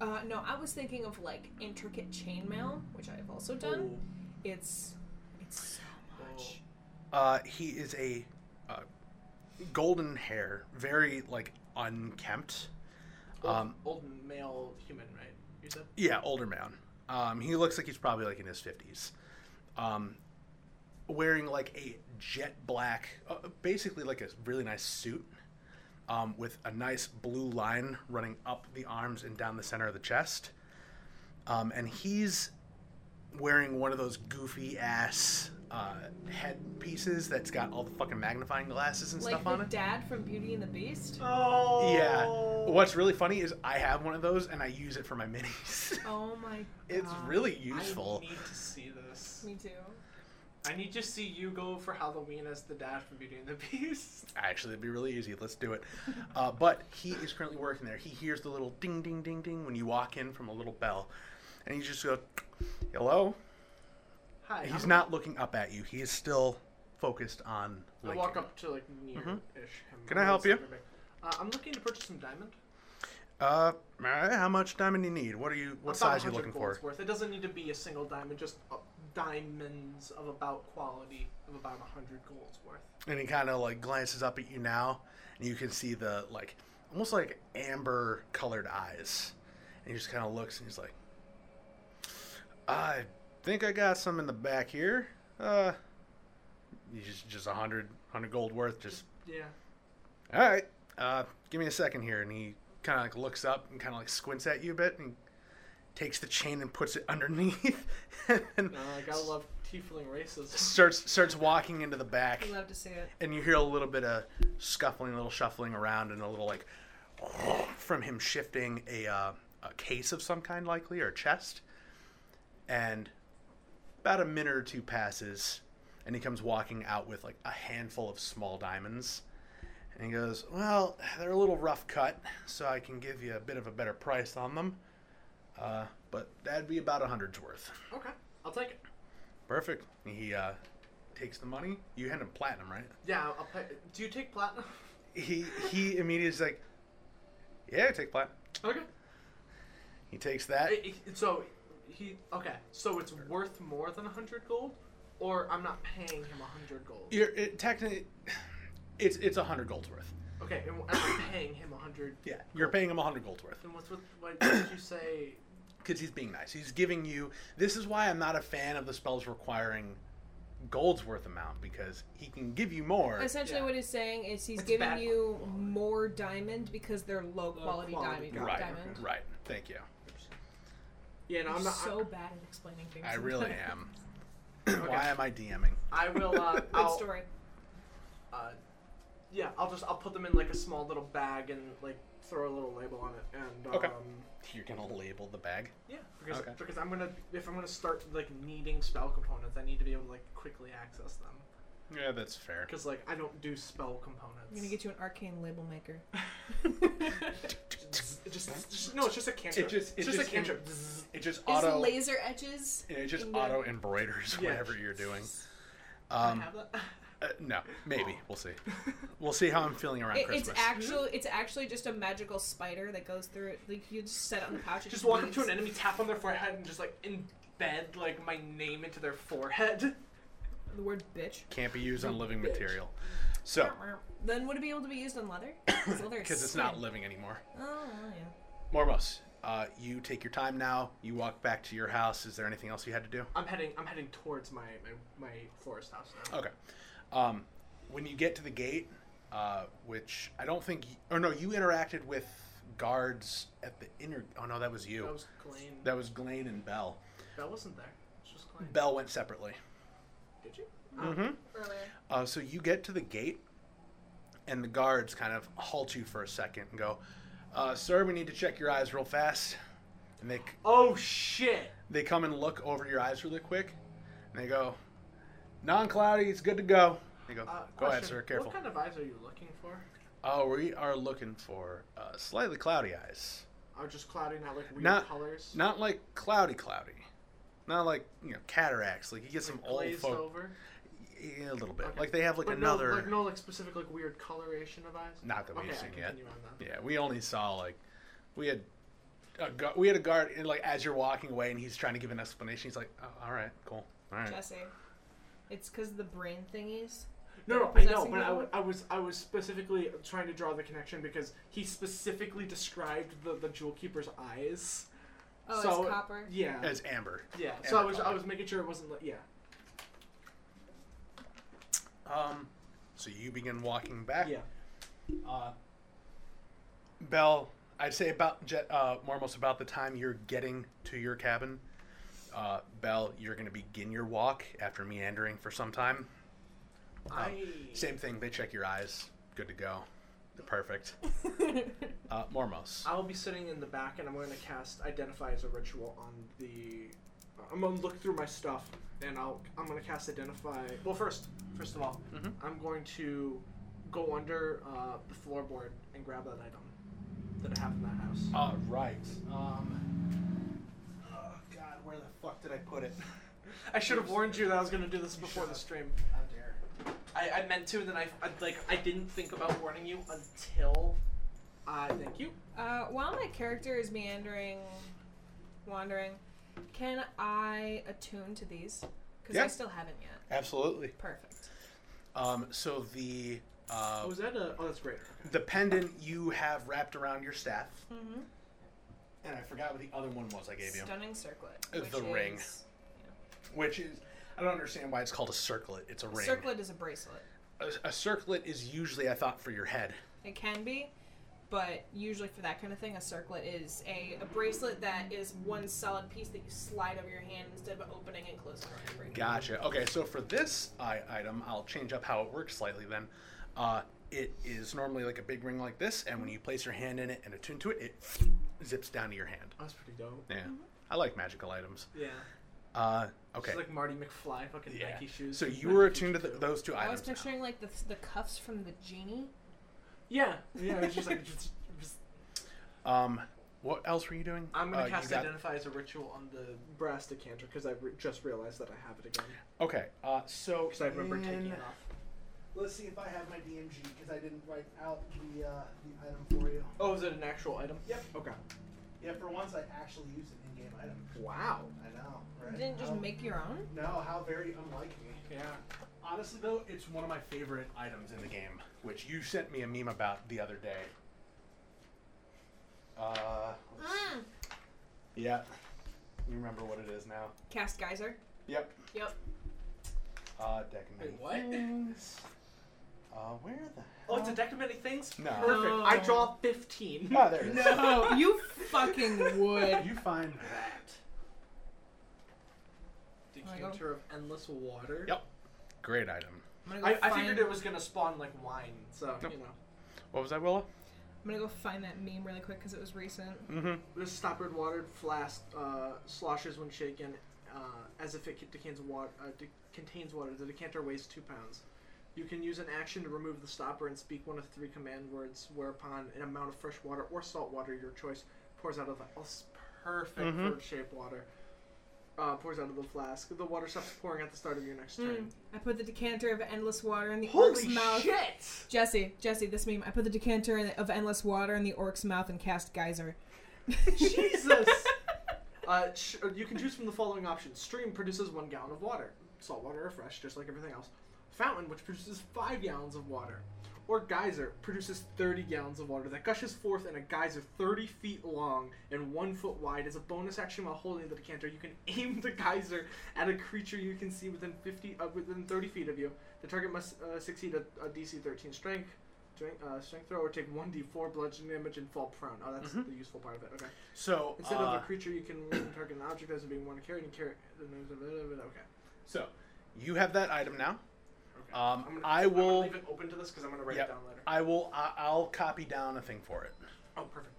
[SPEAKER 4] uh, no, I was thinking of like intricate chainmail, which I've also done.
[SPEAKER 2] Oh.
[SPEAKER 4] It's it's so much.
[SPEAKER 2] Uh, he is a uh, golden hair, very like unkempt.
[SPEAKER 3] Old,
[SPEAKER 2] Um,
[SPEAKER 3] Oh. old male human, right? You said.
[SPEAKER 2] Yeah, older man. Um, he looks like he's probably like in his fifties. Um, wearing like a jet black, uh, basically like a really nice suit, um, with a nice blue line running up the arms and down the center of the chest. Um, and he's wearing one of those goofy ass uh, head pieces that's got all the fucking magnifying glasses and
[SPEAKER 4] Like
[SPEAKER 2] stuff
[SPEAKER 4] the
[SPEAKER 2] on it.
[SPEAKER 4] dad from Beauty and the Beast.
[SPEAKER 3] Oh.
[SPEAKER 2] Yeah. What's really funny is I have one of those and I use it for my minis. *laughs*
[SPEAKER 4] Oh my god.
[SPEAKER 2] it's really useful.
[SPEAKER 3] I need to see this.
[SPEAKER 4] Me too.
[SPEAKER 3] I need to see you go for Halloween as the dad from Beauty and the Beast. *laughs*
[SPEAKER 2] Actually, it'd be really easy. Let's do it. Uh, but he is currently working there. He hears the little ding, ding, ding, ding when you walk in from a little bell, and he just goes, "Hello."
[SPEAKER 3] Hi.
[SPEAKER 2] He's
[SPEAKER 3] I'm-
[SPEAKER 2] not looking up at you. He is still focused on.
[SPEAKER 3] I
[SPEAKER 2] Lincoln.
[SPEAKER 3] walk up to like near ish.
[SPEAKER 2] Mm-hmm. Can I help you?
[SPEAKER 3] Uh, I'm looking to purchase some diamond.
[SPEAKER 2] Uh, all right, how much diamond do you need? What are you? What
[SPEAKER 3] About
[SPEAKER 2] size are you
[SPEAKER 3] 100
[SPEAKER 2] looking for?
[SPEAKER 3] gold's Worth. It doesn't need to be a single diamond, just uh, diamonds of about quality of about a hundred golds worth.
[SPEAKER 2] And he kind of like glances up at you now, and you can see the like almost like amber colored eyes. And he just kind of looks and he's like, I think I got some in the back here. Uh, you just just a hundred hundred gold worth. Just
[SPEAKER 3] Yeah.
[SPEAKER 2] all right. Uh, give me a second here. And he kind of like looks up and kind of like squints at you a bit and takes the chain and puts it *laughs* underneath and
[SPEAKER 3] Uh, I gotta love tiefling
[SPEAKER 2] *laughs*
[SPEAKER 3] races.
[SPEAKER 2] starts starts walking into the back
[SPEAKER 4] We love to see it.
[SPEAKER 2] and you hear a little bit of scuffling, a little shuffling around, and a little like *sniffs* from him shifting a, uh, a case of some kind, likely, or a chest. And about a minute or two passes, and he comes walking out with like a handful of small diamonds. And he goes, Well, they're a little rough cut, so I can give you a bit of a better price on them. Uh, but that'd be about a hundred's worth.
[SPEAKER 3] Okay, I'll take it.
[SPEAKER 2] Perfect. He uh, takes the money. You hand him platinum, right?
[SPEAKER 3] Yeah, I'll, I'll pay. Do you take platinum? *laughs*
[SPEAKER 2] he he immediately is like, yeah, I take plat.
[SPEAKER 3] Okay.
[SPEAKER 2] He takes that.
[SPEAKER 3] I- I- so he okay. So it's worth more than a hundred gold, or I'm not paying him a hundred gold.
[SPEAKER 2] You're, it, technically, it's it's a hundred gold's worth.
[SPEAKER 3] Okay, and I'm paying him a hundred.
[SPEAKER 2] Yeah, you're paying him 100 gold's worth.
[SPEAKER 3] Then what's with why did you say?
[SPEAKER 2] because he's being nice. He's giving you. This is why I'm not a fan of the spells requiring gold's worth amount because he can give you more.
[SPEAKER 1] Essentially,
[SPEAKER 3] Yeah.
[SPEAKER 1] what he's saying is he's
[SPEAKER 3] It's
[SPEAKER 1] giving
[SPEAKER 3] bad
[SPEAKER 1] you
[SPEAKER 3] quality.
[SPEAKER 1] more diamond because they're low quality,
[SPEAKER 3] quality
[SPEAKER 1] diamond.
[SPEAKER 2] right,
[SPEAKER 1] diamond.
[SPEAKER 2] right. Thank you.
[SPEAKER 3] Yeah, no,
[SPEAKER 1] I'm
[SPEAKER 3] I'm not.
[SPEAKER 1] so bad at explaining things. *laughs*
[SPEAKER 2] I really am. Why *clears throat*
[SPEAKER 3] Okay.
[SPEAKER 2] am I DMing?
[SPEAKER 3] I, I will. Uh,
[SPEAKER 1] Good
[SPEAKER 3] I'll,
[SPEAKER 1] story.
[SPEAKER 3] uh, yeah, I'll just I'll put them in like a small little bag and like throw a little label on it and um,
[SPEAKER 2] Okay. You're gonna label the bag.
[SPEAKER 3] yeah because
[SPEAKER 2] Okay.
[SPEAKER 3] because I'm gonna if I'm gonna start like needing spell components I need to be able to like quickly access them
[SPEAKER 2] Yeah, that's fair.
[SPEAKER 3] because like I don't do spell components.
[SPEAKER 1] I'm gonna get you an arcane label
[SPEAKER 3] *laughs*
[SPEAKER 1] maker.
[SPEAKER 3] just, just, just- no, it's just a cantrip.
[SPEAKER 2] It just-
[SPEAKER 3] it's
[SPEAKER 2] it
[SPEAKER 3] just,
[SPEAKER 2] just
[SPEAKER 3] a cantrip.
[SPEAKER 2] It just
[SPEAKER 1] There's
[SPEAKER 2] auto.
[SPEAKER 1] laser edges.
[SPEAKER 2] It just
[SPEAKER 1] in the-
[SPEAKER 2] auto embroiders *laughs*
[SPEAKER 3] Yeah.
[SPEAKER 2] whatever you're doing.
[SPEAKER 1] I
[SPEAKER 2] Um,
[SPEAKER 1] have that.
[SPEAKER 2] uh, no, maybe we'll see. We'll see how I'm feeling around
[SPEAKER 1] It- it's
[SPEAKER 2] Christmas.
[SPEAKER 1] actually it's actually just a magical spider that goes through it. Like you just set it on the pouch. it
[SPEAKER 3] *laughs* Just walk up
[SPEAKER 1] leaves.
[SPEAKER 3] to an enemy, tap on their forehead, and just like embed like my name into their forehead. *laughs*
[SPEAKER 1] The word bitch.
[SPEAKER 2] Can't be used on living material. So,
[SPEAKER 1] Then would it be able to be used on leather?
[SPEAKER 2] *coughs*
[SPEAKER 1] Because
[SPEAKER 2] because it's not living anymore.
[SPEAKER 1] Oh well, yeah.
[SPEAKER 2] Mormos, uh, you take your time now. You walk back to your house. Is there anything else you had to do?
[SPEAKER 3] I'm heading. I'm heading towards my my, my florist house now.
[SPEAKER 2] Okay. Um, when you get to the gate, uh, which I don't think, y or no, you interacted with guards at the inner. Oh no, that was you.
[SPEAKER 3] That was Glane. That,
[SPEAKER 2] That was Glane and Bell.
[SPEAKER 3] wasn't there. It's just Glane.
[SPEAKER 2] Bell went separately.
[SPEAKER 3] Did you?
[SPEAKER 2] Mm-hmm.
[SPEAKER 1] Earlier.
[SPEAKER 2] Uh, so you get to the gate, and the guards kind of halt you for a second and go, uh, "Sir, we need to check your eyes real fast." And they c-
[SPEAKER 3] Oh shit!
[SPEAKER 2] they come and look over your eyes really quick, and they go, "Non-cloudy, it's good to go." They go,
[SPEAKER 3] Uh,
[SPEAKER 2] "Go ahead,
[SPEAKER 3] question,
[SPEAKER 2] sir. Careful."
[SPEAKER 3] What kind of eyes are you looking for?
[SPEAKER 2] Oh, we are looking for uh, slightly cloudy eyes.
[SPEAKER 3] Are just cloudy, not like weird
[SPEAKER 2] Not-
[SPEAKER 3] colors.
[SPEAKER 2] Not like cloudy, cloudy. Not like you know cataracts. Like you get some
[SPEAKER 3] like
[SPEAKER 2] old
[SPEAKER 3] glazed
[SPEAKER 2] folk.
[SPEAKER 3] over.
[SPEAKER 2] Yeah, a little bit.
[SPEAKER 3] Okay.
[SPEAKER 2] Like they have like
[SPEAKER 3] But
[SPEAKER 2] another.
[SPEAKER 3] No, like no, like specific, like weird coloration of eyes.
[SPEAKER 2] Not that we've
[SPEAKER 3] okay, I
[SPEAKER 2] seen yet.
[SPEAKER 3] continue on then.
[SPEAKER 2] Yeah, we only saw like we had a gu- we had a guard and like as you're walking away and he's trying to give an explanation. He's like, oh, "All right, cool, all right."
[SPEAKER 1] Jesse. It's because the brain thingies.
[SPEAKER 3] No, no, I
[SPEAKER 1] Possessing
[SPEAKER 3] know, but I,
[SPEAKER 1] people?
[SPEAKER 3] w- I was I was specifically trying to draw the connection because he specifically described the, the jewel keeper's eyes.
[SPEAKER 1] Oh,
[SPEAKER 3] So-
[SPEAKER 1] it's copper.
[SPEAKER 3] Yeah,
[SPEAKER 2] As Amber,
[SPEAKER 3] yeah. So I
[SPEAKER 2] Amber
[SPEAKER 3] was I
[SPEAKER 2] color.
[SPEAKER 3] was making sure it wasn't like yeah.
[SPEAKER 2] um, so you begin walking back.
[SPEAKER 3] Yeah.
[SPEAKER 2] Uh, Bell, I'd say about Je- uh, Mormos about the time you're getting to your cabin. Uh, Bell, you're going to begin your walk after meandering for some time. Um,
[SPEAKER 3] I
[SPEAKER 2] Oh, Same thing. They check your eyes. Good to go. Perfect. Uh, Mormos.
[SPEAKER 3] I will be sitting in the back and I'm going to cast identify as a ritual on the. I'm gonna look through my stuff and I'll I'm gonna cast identify. Well, first first of all,
[SPEAKER 2] Mhm.
[SPEAKER 3] I'm going to go under uh, the floorboard and grab that item that I have in that house.
[SPEAKER 2] All right. Um, oh God, where the fuck did I put *laughs* it?
[SPEAKER 3] I should have warned you that I was gonna do this before the stream.
[SPEAKER 2] How dare.
[SPEAKER 3] I, I meant to, and then I, I like I didn't think about warning you until. Uh, thank you.
[SPEAKER 1] *laughs* Uh, while my character is meandering, wandering, can I attune to these? Because
[SPEAKER 2] Yeah.
[SPEAKER 1] I still haven't yet.
[SPEAKER 2] Absolutely.
[SPEAKER 1] Perfect.
[SPEAKER 2] Um, so the uh,
[SPEAKER 3] Oh, was that a? Oh, that's great. Okay.
[SPEAKER 2] the pendant you have wrapped around your staff,
[SPEAKER 1] Mm-hmm.
[SPEAKER 2] and I forgot what the other one was I gave you.
[SPEAKER 1] Stunning circlet.
[SPEAKER 2] Uh,
[SPEAKER 1] which
[SPEAKER 2] the ring.
[SPEAKER 1] is-
[SPEAKER 2] which is I don't understand why it's called a circlet. It's a ring.
[SPEAKER 1] Circlet is a bracelet.
[SPEAKER 2] A, a circlet is usually I thought for your head.
[SPEAKER 1] It can be, but usually for that kind of thing, a circlet is a, a bracelet that is one solid piece that you slide over your hand instead of opening and closing. around your finger.
[SPEAKER 2] Gotcha. Okay, so for this I- item, I'll change up how it works slightly. Then, uh, it is normally like a big ring like this, and when you place your hand in it and attune to it, it zips down to your hand.
[SPEAKER 3] That's pretty dope.
[SPEAKER 5] Mm-hmm.
[SPEAKER 2] Yeah, I like magical items.
[SPEAKER 3] Yeah.
[SPEAKER 2] Uh, okay.
[SPEAKER 3] It's like Marty McFly, fucking
[SPEAKER 2] Yeah.
[SPEAKER 3] Nike shoes.
[SPEAKER 2] So you
[SPEAKER 3] Nike
[SPEAKER 2] were attuned to
[SPEAKER 3] shoes
[SPEAKER 2] th
[SPEAKER 3] too.
[SPEAKER 2] those two
[SPEAKER 1] I was
[SPEAKER 2] items. now.
[SPEAKER 1] picturing like the, the cuffs from the genie.
[SPEAKER 3] Yeah. Yeah. It's just
[SPEAKER 2] *laughs*
[SPEAKER 3] like. Just, just,
[SPEAKER 2] Um, what else were you doing?
[SPEAKER 3] I'm gonna
[SPEAKER 2] Uh, you
[SPEAKER 3] cast
[SPEAKER 2] got-
[SPEAKER 3] identify as a ritual on the brass decanter because I re- just realized that I have it again
[SPEAKER 2] Okay. Uh, so
[SPEAKER 3] because I remember taking
[SPEAKER 2] in-
[SPEAKER 3] it off.
[SPEAKER 5] Let's see if I have my DMG because I didn't write out the uh, the item for you.
[SPEAKER 3] Oh, is it an actual item?
[SPEAKER 5] Yep.
[SPEAKER 3] Okay.
[SPEAKER 5] Yeah, for once I actually used an in-game item.
[SPEAKER 3] Wow.
[SPEAKER 5] I know,
[SPEAKER 1] You
[SPEAKER 5] right?
[SPEAKER 1] didn't just
[SPEAKER 5] How-
[SPEAKER 1] make your own?
[SPEAKER 5] No, how very unlike me.
[SPEAKER 3] Yeah.
[SPEAKER 2] Honestly, though, it's one of my favorite items in the game, which you sent me a meme about the other day. Uh,
[SPEAKER 4] Mm.
[SPEAKER 2] yeah. You remember what it is now.
[SPEAKER 4] Cast geyser.
[SPEAKER 2] Yep.
[SPEAKER 4] Yep.
[SPEAKER 2] Uh, deck of many
[SPEAKER 3] Wait, what?
[SPEAKER 2] things. Uh, where the
[SPEAKER 3] Oh, it's a deck of many things.
[SPEAKER 2] No.
[SPEAKER 3] Perfect.
[SPEAKER 4] No.
[SPEAKER 3] I draw fifteen.
[SPEAKER 2] Ah, there it is.
[SPEAKER 1] No,
[SPEAKER 4] Oh, *laughs*
[SPEAKER 1] you fucking would.
[SPEAKER 2] *laughs* You find that.
[SPEAKER 3] Decanter of endless water.
[SPEAKER 2] Yep. Great item.
[SPEAKER 4] I'm gonna go
[SPEAKER 3] I, I
[SPEAKER 4] find,
[SPEAKER 3] figured it was gonna spawn like wine, so
[SPEAKER 2] Nope.
[SPEAKER 3] you know.
[SPEAKER 2] What was that, Willa?
[SPEAKER 4] I'm gonna go find that meme really quick because it was recent.
[SPEAKER 2] Mm-hmm.
[SPEAKER 3] This stoppered watered flask uh, sloshes when shaken, uh, as if it c- decantains water. Uh, de- contains water. The decanter weighs two pounds. You can use an action to remove the stopper and speak one of three command words, whereupon an amount of fresh water or salt water, your choice, pours out of the. Oh, it's perfect
[SPEAKER 2] Mhm.
[SPEAKER 3] for shape water. Uh, pours out of the flask. The water stops pouring at the start of your next turn.
[SPEAKER 4] I put the decanter of endless water in the orc's
[SPEAKER 3] Holy
[SPEAKER 4] mouth.
[SPEAKER 3] shit!
[SPEAKER 4] Jesse, Jesse, this meme. I put the decanter in- of endless water in the orc's mouth and cast geyser.
[SPEAKER 3] Jesus. *laughs* Uh, sh- uh, you can choose from the following options. Stream produces one gallon of water, salt water or fresh, just like everything else. Fountain, which produces five gallons of water. Or geyser produces 30 gallons of water that gushes forth in a geyser 30 feet long and one foot wide. As a bonus action while holding the decanter, you can *laughs* aim the geyser at a creature you can see within 50 uh, within 30 feet of you. The target must uh, succeed a, a DC 13 strength. Strength, uh, strength throw or take 1d4 bludgeoning damage and fall prone. Oh, that's the useful part of it. Okay.
[SPEAKER 2] So
[SPEAKER 3] Instead
[SPEAKER 2] uh,
[SPEAKER 3] of a creature, you can remove and target an object as being one carried and carry the names of it. Okay.
[SPEAKER 2] so you have that item now.
[SPEAKER 3] okay.
[SPEAKER 2] Um,
[SPEAKER 3] I'm gonna,
[SPEAKER 2] I
[SPEAKER 3] I'm gonna
[SPEAKER 2] will-
[SPEAKER 3] leave it open to this because I'm going to write
[SPEAKER 2] Yep.
[SPEAKER 3] it down later.
[SPEAKER 2] I will. I, I'll copy down a thing for it.
[SPEAKER 3] Oh, perfect.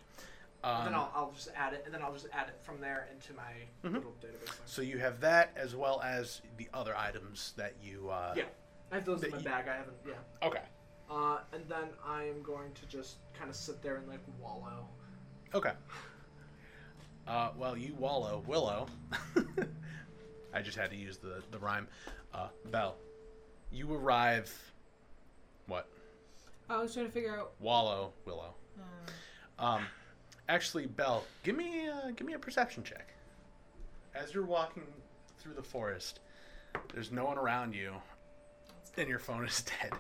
[SPEAKER 2] Um,
[SPEAKER 3] and then I'll, I'll just add it, and then I'll just add it from there into my
[SPEAKER 2] Mhm.
[SPEAKER 3] little database. thing.
[SPEAKER 2] So you have that as well as the other items that you. Uh,
[SPEAKER 3] yeah, I have those
[SPEAKER 2] that
[SPEAKER 3] in my
[SPEAKER 2] you-
[SPEAKER 3] bag. I haven't. Yeah.
[SPEAKER 2] Okay.
[SPEAKER 3] Uh, and then I am going to just kind of sit there and like wallow.
[SPEAKER 2] Okay. Uh, well, you wallow, willow. *laughs* I just had to use the the rhyme. Uh, Bell, you arrive. What?
[SPEAKER 4] I was trying to figure out.
[SPEAKER 2] Wallow, willow.
[SPEAKER 4] Uh,
[SPEAKER 2] Um, actually, Bell, give me a, give me a perception check. As you're walking through the forest, there's no one around you, and your phone is dead.
[SPEAKER 3] *laughs*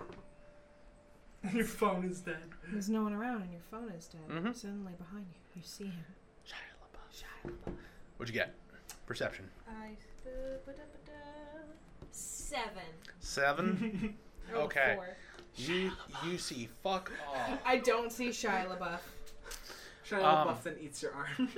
[SPEAKER 3] Your phone is dead.
[SPEAKER 4] There's no one around and your phone is dead.
[SPEAKER 2] Mhm.
[SPEAKER 4] Suddenly behind you, you see him.
[SPEAKER 2] Shia LaBeouf. What'd you get? Perception
[SPEAKER 4] I seven.
[SPEAKER 2] seven.
[SPEAKER 4] I rolled a
[SPEAKER 2] Okay.
[SPEAKER 4] four.
[SPEAKER 2] you you see fuck all.
[SPEAKER 4] I don't see Shia LaBeouf.
[SPEAKER 3] Shia
[SPEAKER 2] Um,
[SPEAKER 3] LaBeouf then eats your arm.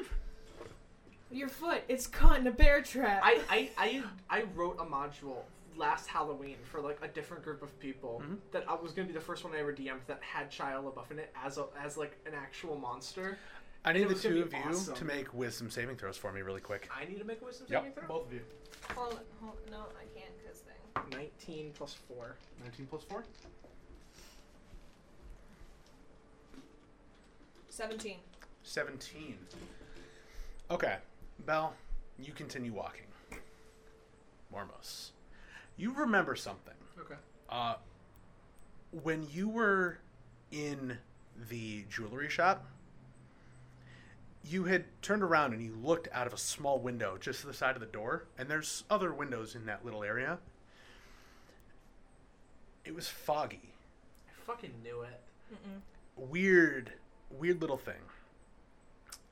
[SPEAKER 4] Your foot, it's caught in a bear trap.
[SPEAKER 3] I, I, I, I wrote a module last Halloween for like a different group of people
[SPEAKER 2] Mhm.
[SPEAKER 3] that I was gonna be the first one I ever DM'd that had Shia LaBeouf in it as a, as like an actual monster.
[SPEAKER 2] I need
[SPEAKER 3] It
[SPEAKER 2] the
[SPEAKER 3] was gonna
[SPEAKER 2] two
[SPEAKER 3] be
[SPEAKER 2] of you
[SPEAKER 3] awesome.
[SPEAKER 2] to make wisdom saving throws for me really quick.
[SPEAKER 3] I need to make a wisdom
[SPEAKER 2] Yep.
[SPEAKER 3] saving throw.
[SPEAKER 2] Both of you.
[SPEAKER 4] hold, hold, no, I can't because thing.
[SPEAKER 3] Nineteen plus four.
[SPEAKER 2] 19 plus 4?
[SPEAKER 4] Seventeen.
[SPEAKER 2] 17. Okay, Bell, you continue walking. Mormos, you remember something.
[SPEAKER 3] Okay.
[SPEAKER 2] Uh, when you were in the jewelry shop, you had turned around and you looked out of a small window just to the side of the door, and there's other windows in that little area. It was foggy.
[SPEAKER 3] I fucking knew it.
[SPEAKER 4] Mm-mm.
[SPEAKER 2] Weird, weird little thing.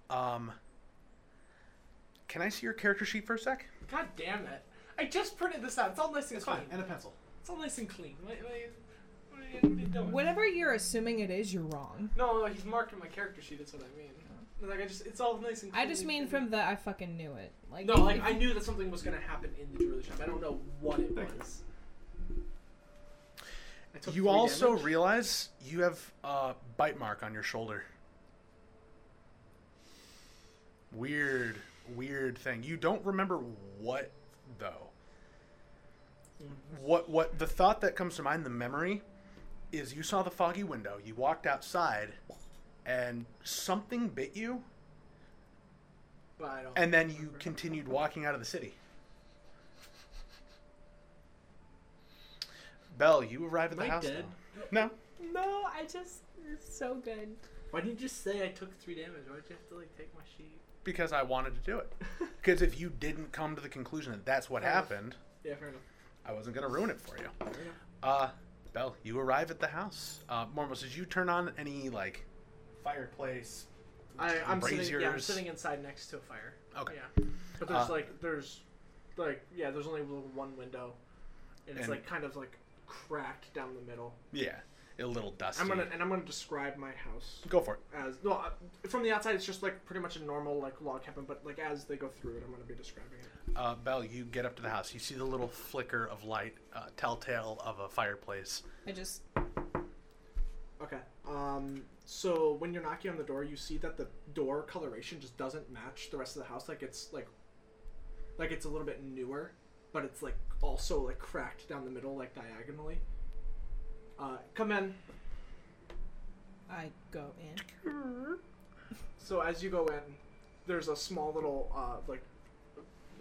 [SPEAKER 2] Um, can I see your character sheet for a sec?
[SPEAKER 3] God damn it! I just printed this out. It's all nice and clean.
[SPEAKER 6] And a pencil.
[SPEAKER 3] It's all nice and clean. What, what, are you- what are you, what are you doing?
[SPEAKER 4] Whenever you're assuming it is, you're wrong.
[SPEAKER 3] No, no, he's marked in my character sheet. That's what I mean. Like I just, it's all nice and.
[SPEAKER 4] I
[SPEAKER 3] clean.
[SPEAKER 4] just mean from the I fucking knew it. Like
[SPEAKER 1] *laughs*
[SPEAKER 3] No, like I knew that something was gonna happen in the jewelry shop. I don't know what it
[SPEAKER 6] Thank
[SPEAKER 3] was. I took
[SPEAKER 2] You
[SPEAKER 3] three
[SPEAKER 2] also
[SPEAKER 3] damage.
[SPEAKER 2] realize you have a bite mark on your shoulder. Weird, weird thing. You don't remember what though. What what the thought that comes to mind, the memory, is you saw the foggy window, you walked outside, and something bit you,
[SPEAKER 3] But I don't
[SPEAKER 2] and then you continued walking out of the city. Bell, you arrive at the
[SPEAKER 3] Am I
[SPEAKER 2] house.
[SPEAKER 3] dead?
[SPEAKER 2] now. No.
[SPEAKER 4] No, I just it's so good.
[SPEAKER 3] Why didn't you just say I took three damage? Why'd you have to like take my sheet?
[SPEAKER 2] because I wanted to
[SPEAKER 3] *laughs*
[SPEAKER 2] do it. Because if you didn't come to the conclusion that that's what
[SPEAKER 3] Fair enough.
[SPEAKER 2] happened,
[SPEAKER 3] Yeah, fair enough.
[SPEAKER 2] I wasn't going to ruin it for you.
[SPEAKER 3] Fair enough.
[SPEAKER 2] Uh, Bell, you arrive at the house. Uh, Mormos, did you turn on any, like, fireplace,
[SPEAKER 3] I, I'm sitting. Yeah, I'm
[SPEAKER 2] Braziers.
[SPEAKER 3] sitting inside next to a fire.
[SPEAKER 2] Okay.
[SPEAKER 3] Yeah, but there's
[SPEAKER 2] Uh,
[SPEAKER 3] like there's like yeah there's only little one window, and it's
[SPEAKER 2] And-
[SPEAKER 3] like kind of like cracked down the middle.
[SPEAKER 2] Yeah, a little dusty.
[SPEAKER 3] I'm gonna and I'm gonna describe my house
[SPEAKER 2] go for it.
[SPEAKER 3] as no I- from the outside it's just like pretty much a normal like log cabin, but like as they go through it, I'm gonna be describing it.
[SPEAKER 2] Uh, Belle, you get up to the house. You see the little flicker of light, uh, telltale of a fireplace.
[SPEAKER 1] I just
[SPEAKER 3] Okay. Um. So when you're knocking on the door, you see that the door coloration just doesn't match the rest of the house. Like it's like like it's a little bit newer, but it's like also like cracked down the middle, like diagonally. Uh, come in.
[SPEAKER 1] I go in.
[SPEAKER 3] So as you go in, there's a small little uh, like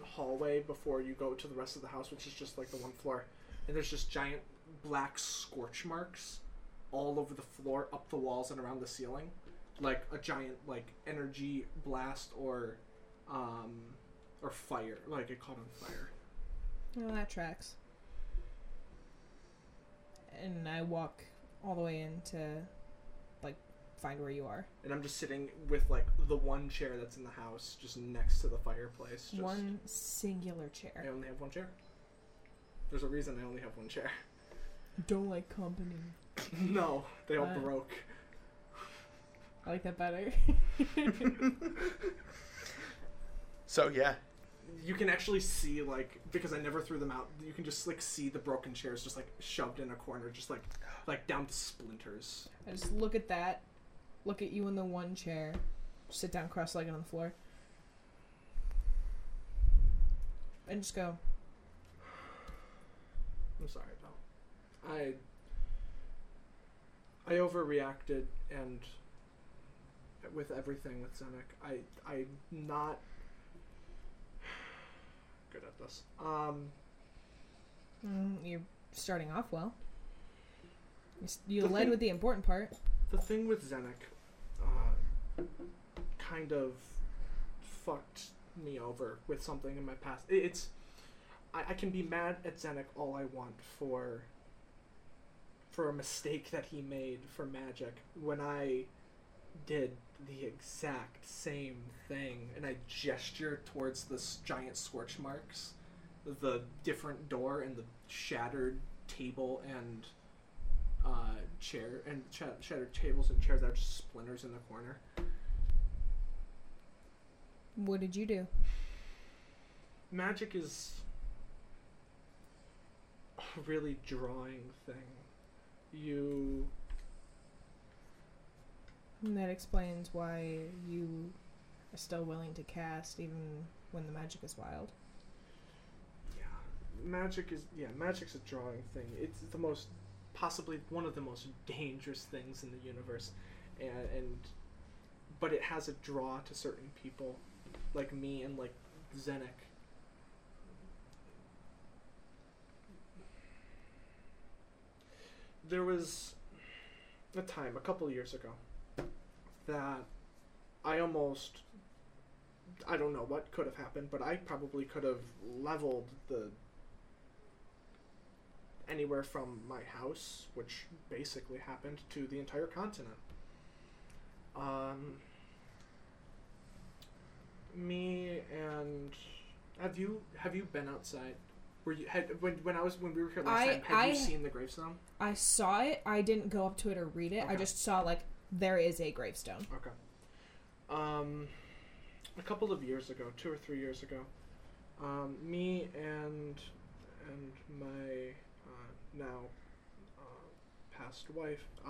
[SPEAKER 3] hallway before you go to the rest of the house, which is just like the one floor, and there's just giant black scorch marks all over the floor, up the walls, and around the ceiling, like a giant like energy blast or um, or fire, like it caught on fire.
[SPEAKER 1] Well, that tracks. And I walk all the way in to, like, find where you are.
[SPEAKER 3] And I'm just sitting with like the one chair that's in the house, just next to the fireplace. Just,
[SPEAKER 1] One singular chair.
[SPEAKER 3] I only have one chair. There's a reason I only have one chair.
[SPEAKER 1] Don't like company.
[SPEAKER 3] *laughs* No, they all
[SPEAKER 1] Why?
[SPEAKER 3] broke.
[SPEAKER 1] I like that better.
[SPEAKER 2] So yeah,
[SPEAKER 3] You can actually see like because I never threw them out. You can just like see the broken chairs just like shoved in a corner, just like like down to splinters.
[SPEAKER 1] I just look at that, look at you in the one chair, sit down cross-legged on the floor, and just go.
[SPEAKER 3] I'm sorry, Belle. I I overreacted and with everything with Zenek. I I'm not *sighs* good at this. Um,
[SPEAKER 1] Mm, you're starting off well. You, s- you
[SPEAKER 3] The
[SPEAKER 1] led
[SPEAKER 3] thing-
[SPEAKER 1] with the important part.
[SPEAKER 3] the thing with Zenek uh, kind of fucked me over with something in my past. I- It's I, I can be mad at Zenek all I want for for a mistake that he made for magic when I did the exact same thing and I gestured towards this giant scorch marks, the different door and the shattered table and uh, chair and sh- shattered tables and chairs that are just splinters in the corner.
[SPEAKER 1] What did you do?
[SPEAKER 3] Magic is a really drawing thing. You
[SPEAKER 1] And that explains why you are still willing to cast even when the magic is wild.
[SPEAKER 3] Yeah, magic is yeah, magic's a drawing thing. It's the most possibly one of the most dangerous things in the universe, and, and but it has a draw to certain people, like me and like Zenek. There was a time a couple years ago that I almost I don't know what could have happened, but I probably could have leveled the anywhere from my house, which basically happened, to the entire continent. Um, me and have you have you been outside? Were you had when, when I was when we were here last
[SPEAKER 1] I-
[SPEAKER 3] time? Had
[SPEAKER 1] I-
[SPEAKER 3] you seen the gravestone?
[SPEAKER 1] I saw it. I didn't go up to it or read it. I
[SPEAKER 3] Okay.
[SPEAKER 1] just saw like there is a gravestone.
[SPEAKER 3] Okay. Um, a couple of years ago, two or three years ago, um, me and and my uh, now uh, past wife uh,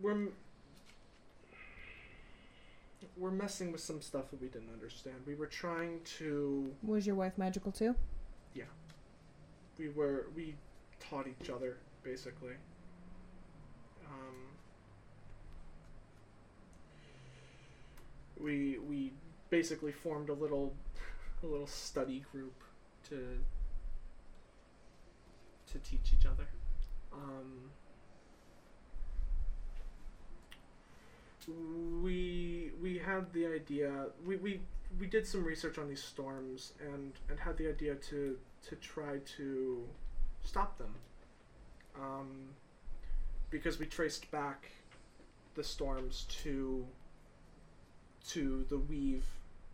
[SPEAKER 3] were m- we're messing with some stuff that we didn't understand. We were trying to
[SPEAKER 1] Was your wife magical too?
[SPEAKER 3] we were we taught each other basically. Um, we we basically formed a little *laughs* a little study group to to teach each other. Um, we we had the idea we, we we did some research on these storms and and had the idea to to try to stop them um, because we traced back the storms to to the weave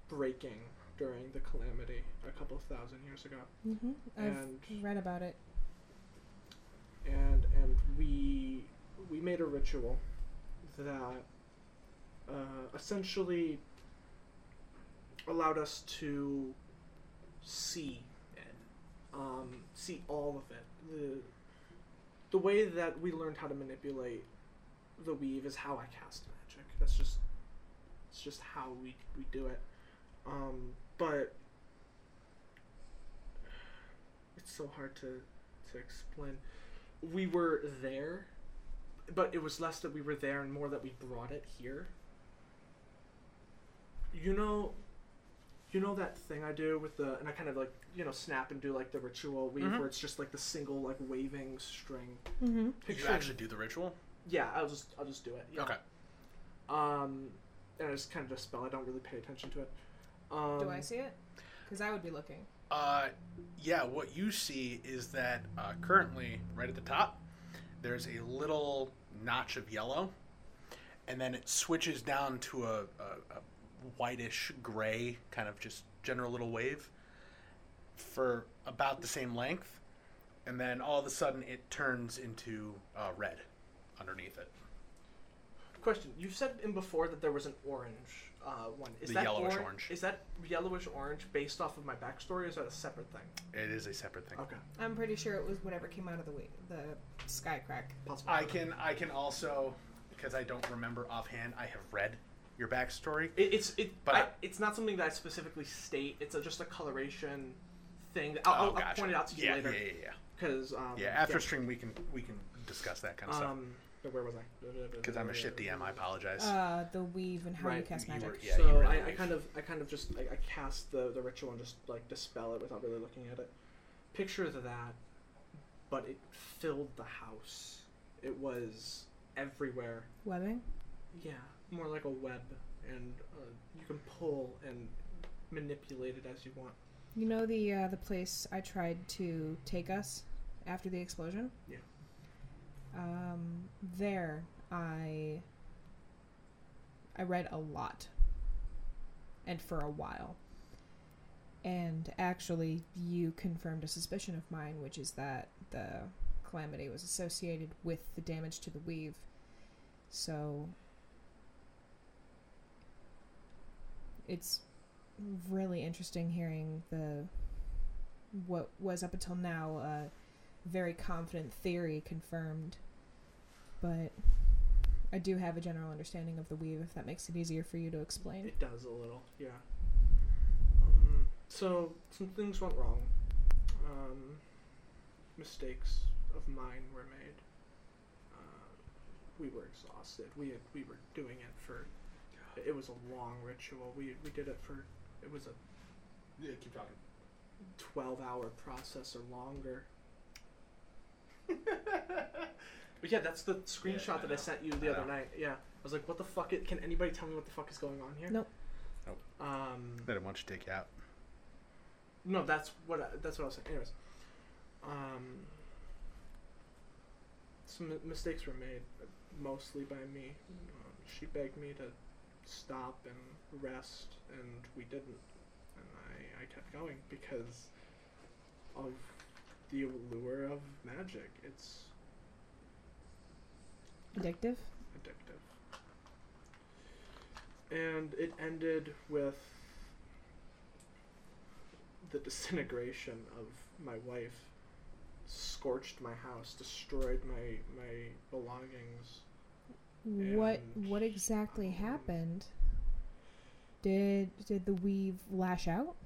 [SPEAKER 3] breaking during the calamity a couple of thousand years ago.
[SPEAKER 1] Mm-hmm. I've
[SPEAKER 3] and
[SPEAKER 1] read about it.
[SPEAKER 3] and and we we made a ritual that uh, essentially allowed us to see it, um, see all of it. The the way that we learned how to manipulate the weave is how I cast magic. That's just it's just how we we do it. Um, but it's so hard to to explain we were there, but it was less that we were there and more that we brought it here. You know, you know that thing I do with the, and I kind of like, you know, snap and do like the ritual weave
[SPEAKER 2] Mhm.
[SPEAKER 3] where it's just like the single like waving string.
[SPEAKER 1] Mm-hmm.
[SPEAKER 2] Did you
[SPEAKER 3] Picture
[SPEAKER 2] actually do the ritual?
[SPEAKER 3] Yeah, I'll just I'll just do it. Yeah.
[SPEAKER 2] Okay.
[SPEAKER 3] Um, and it's kind of a spell. I don't really pay attention to it. Um,
[SPEAKER 4] Do I see it? Because I would be looking.
[SPEAKER 2] Uh, yeah, what you see is that uh, currently, right at the top, there's a little notch of yellow, and then it switches down to a, a, a whitish gray, kind of just general little wave for about the same length, and then all of a sudden it turns into uh, red underneath it.
[SPEAKER 3] Question: You said in before that there was an orange uh, one. Is
[SPEAKER 2] The
[SPEAKER 3] that
[SPEAKER 2] yellowish
[SPEAKER 3] oran-
[SPEAKER 2] orange.
[SPEAKER 3] Is that yellowish orange based off of my backstory? Or is that a separate thing?
[SPEAKER 2] It is a separate thing.
[SPEAKER 3] Okay,
[SPEAKER 4] I'm pretty sure it was whatever came out of the we- the sky crack.
[SPEAKER 3] possible.
[SPEAKER 2] I can I can also because I don't remember offhand. I have read your backstory.
[SPEAKER 3] It, it's it,
[SPEAKER 2] But
[SPEAKER 3] I,
[SPEAKER 2] I-
[SPEAKER 3] it's not something that I specifically state. It's a, just a coloration thing. I'll, I'll,
[SPEAKER 2] Oh, gotcha.
[SPEAKER 3] I'll point it out to you
[SPEAKER 2] yeah,
[SPEAKER 3] later.
[SPEAKER 2] Yeah, yeah, yeah.
[SPEAKER 3] Because um,
[SPEAKER 2] Yeah, after stream we can we can discuss that kind of stuff.
[SPEAKER 3] Um, but where was I?
[SPEAKER 2] Because I'm a shit DM. I apologize.
[SPEAKER 1] Uh, the weave and how you
[SPEAKER 3] Right,
[SPEAKER 1] cast
[SPEAKER 2] you
[SPEAKER 1] magic.
[SPEAKER 2] were- yeah, you
[SPEAKER 3] so
[SPEAKER 2] were in
[SPEAKER 3] I,
[SPEAKER 2] the
[SPEAKER 3] I
[SPEAKER 2] weave.
[SPEAKER 3] kind of I kind of just I, I cast the, the ritual and just like dispel it without really looking at it. Picture that, but it filled the house. It was everywhere.
[SPEAKER 1] Webbing.
[SPEAKER 3] Yeah, more like a web, and uh, you can pull and manipulate it as you want.
[SPEAKER 1] You know the uh, the place I tried to take us after the explosion.
[SPEAKER 3] Yeah.
[SPEAKER 1] Um, there I I read a lot, and for a while. And actually, you confirmed a suspicion of mine, which is that the calamity was associated with the damage to the weave. So it's really interesting hearing the what was up until now a very confident theory confirmed but i do have a general understanding of the weave if that makes it easier for you to explain
[SPEAKER 3] It does a little, yeah. Um, so some things went wrong. Um, mistakes of mine were made. Uh, we were exhausted. We had, we were doing it for. It was a long ritual. We we did it for. It was a
[SPEAKER 2] yeah, keep talking.
[SPEAKER 3] twelve hour process or longer. *laughs* but yeah, that's the screenshot
[SPEAKER 2] I
[SPEAKER 3] that
[SPEAKER 2] know.
[SPEAKER 3] I sent you
[SPEAKER 2] I
[SPEAKER 3] the other
[SPEAKER 2] know.
[SPEAKER 3] night. Yeah, I was like, what the fuck? It, can anybody tell me what the fuck is going on here?
[SPEAKER 1] Nope.
[SPEAKER 2] Nope.
[SPEAKER 3] Um.
[SPEAKER 2] They didn't want you to take you out.
[SPEAKER 3] No, that's what I, that's what I was saying. Anyways, um, some mi- mistakes were made, uh, mostly by me. Um, she begged me to stop and rest, and we didn't. And I, I kept going because of the allure of magic. It's
[SPEAKER 1] addictive
[SPEAKER 3] addictive. And it ended with the disintegration of my wife, scorched my house, destroyed my my belongings.
[SPEAKER 1] what
[SPEAKER 3] And,
[SPEAKER 1] what exactly
[SPEAKER 3] um,
[SPEAKER 1] happened did did the weave lash out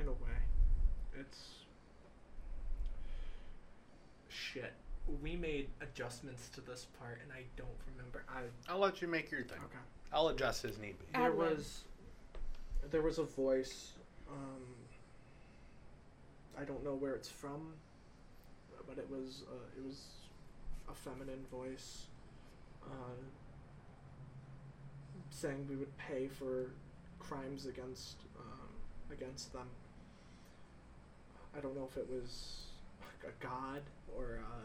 [SPEAKER 3] In a way, it's shit. We made adjustments to this part, and I don't remember. I
[SPEAKER 2] I'll let you make your thing.
[SPEAKER 3] okay.
[SPEAKER 2] I'll adjust as need be.
[SPEAKER 3] there
[SPEAKER 4] Ad lib.
[SPEAKER 3] was there was a voice um, i don't know where it's from but it was uh, it was a feminine voice uh, saying we would pay for crimes against um, against them i don't know if it was a god or uh,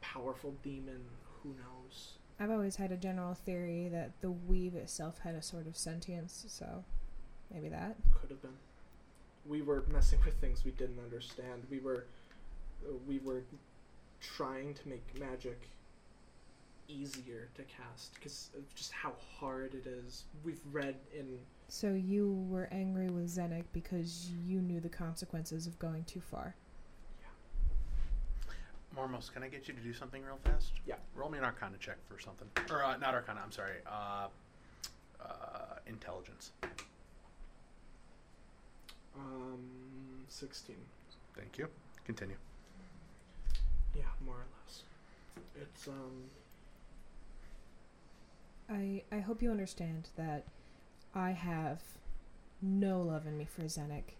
[SPEAKER 3] powerful demon. Who knows?
[SPEAKER 1] I've always had a general theory that the weave itself had a sort of sentience, so maybe that.
[SPEAKER 3] Could have been. We were messing with things we didn't understand. We were, uh, we were, trying to make magic easier to cast because of just how hard it is. We've read in
[SPEAKER 1] So you were angry with Zenik because you knew the consequences of going too far.
[SPEAKER 2] Mormos, can I get you to do something real fast?
[SPEAKER 3] Yeah.
[SPEAKER 2] Roll me an Arcana check for something, or uh, not Arcana. I'm sorry. Uh, uh, intelligence.
[SPEAKER 3] um sixteen.
[SPEAKER 2] Thank you. Continue.
[SPEAKER 3] Yeah, more or less. It's um
[SPEAKER 1] I, I hope you understand that I have no love in me for Zenik,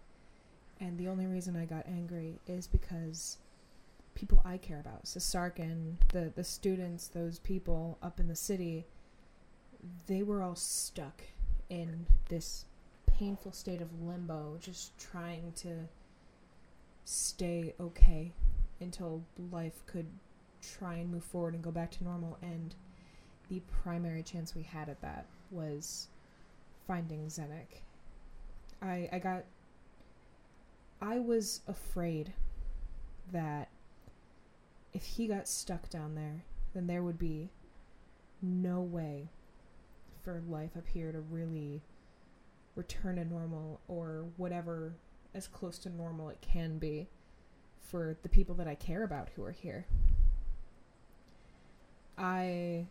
[SPEAKER 1] and the only reason I got angry is because people I care about, Sasarkin, the, the students, those people up in the city, they were all stuck in this painful state of limbo, just trying to stay okay until life could try and move forward and go back to normal and the primary chance we had at that was finding Zenek. I I got I was afraid that if he got stuck down there, then there would be no way for life up here to really return to normal or whatever as close to normal it can be for the people that I care about who are here. I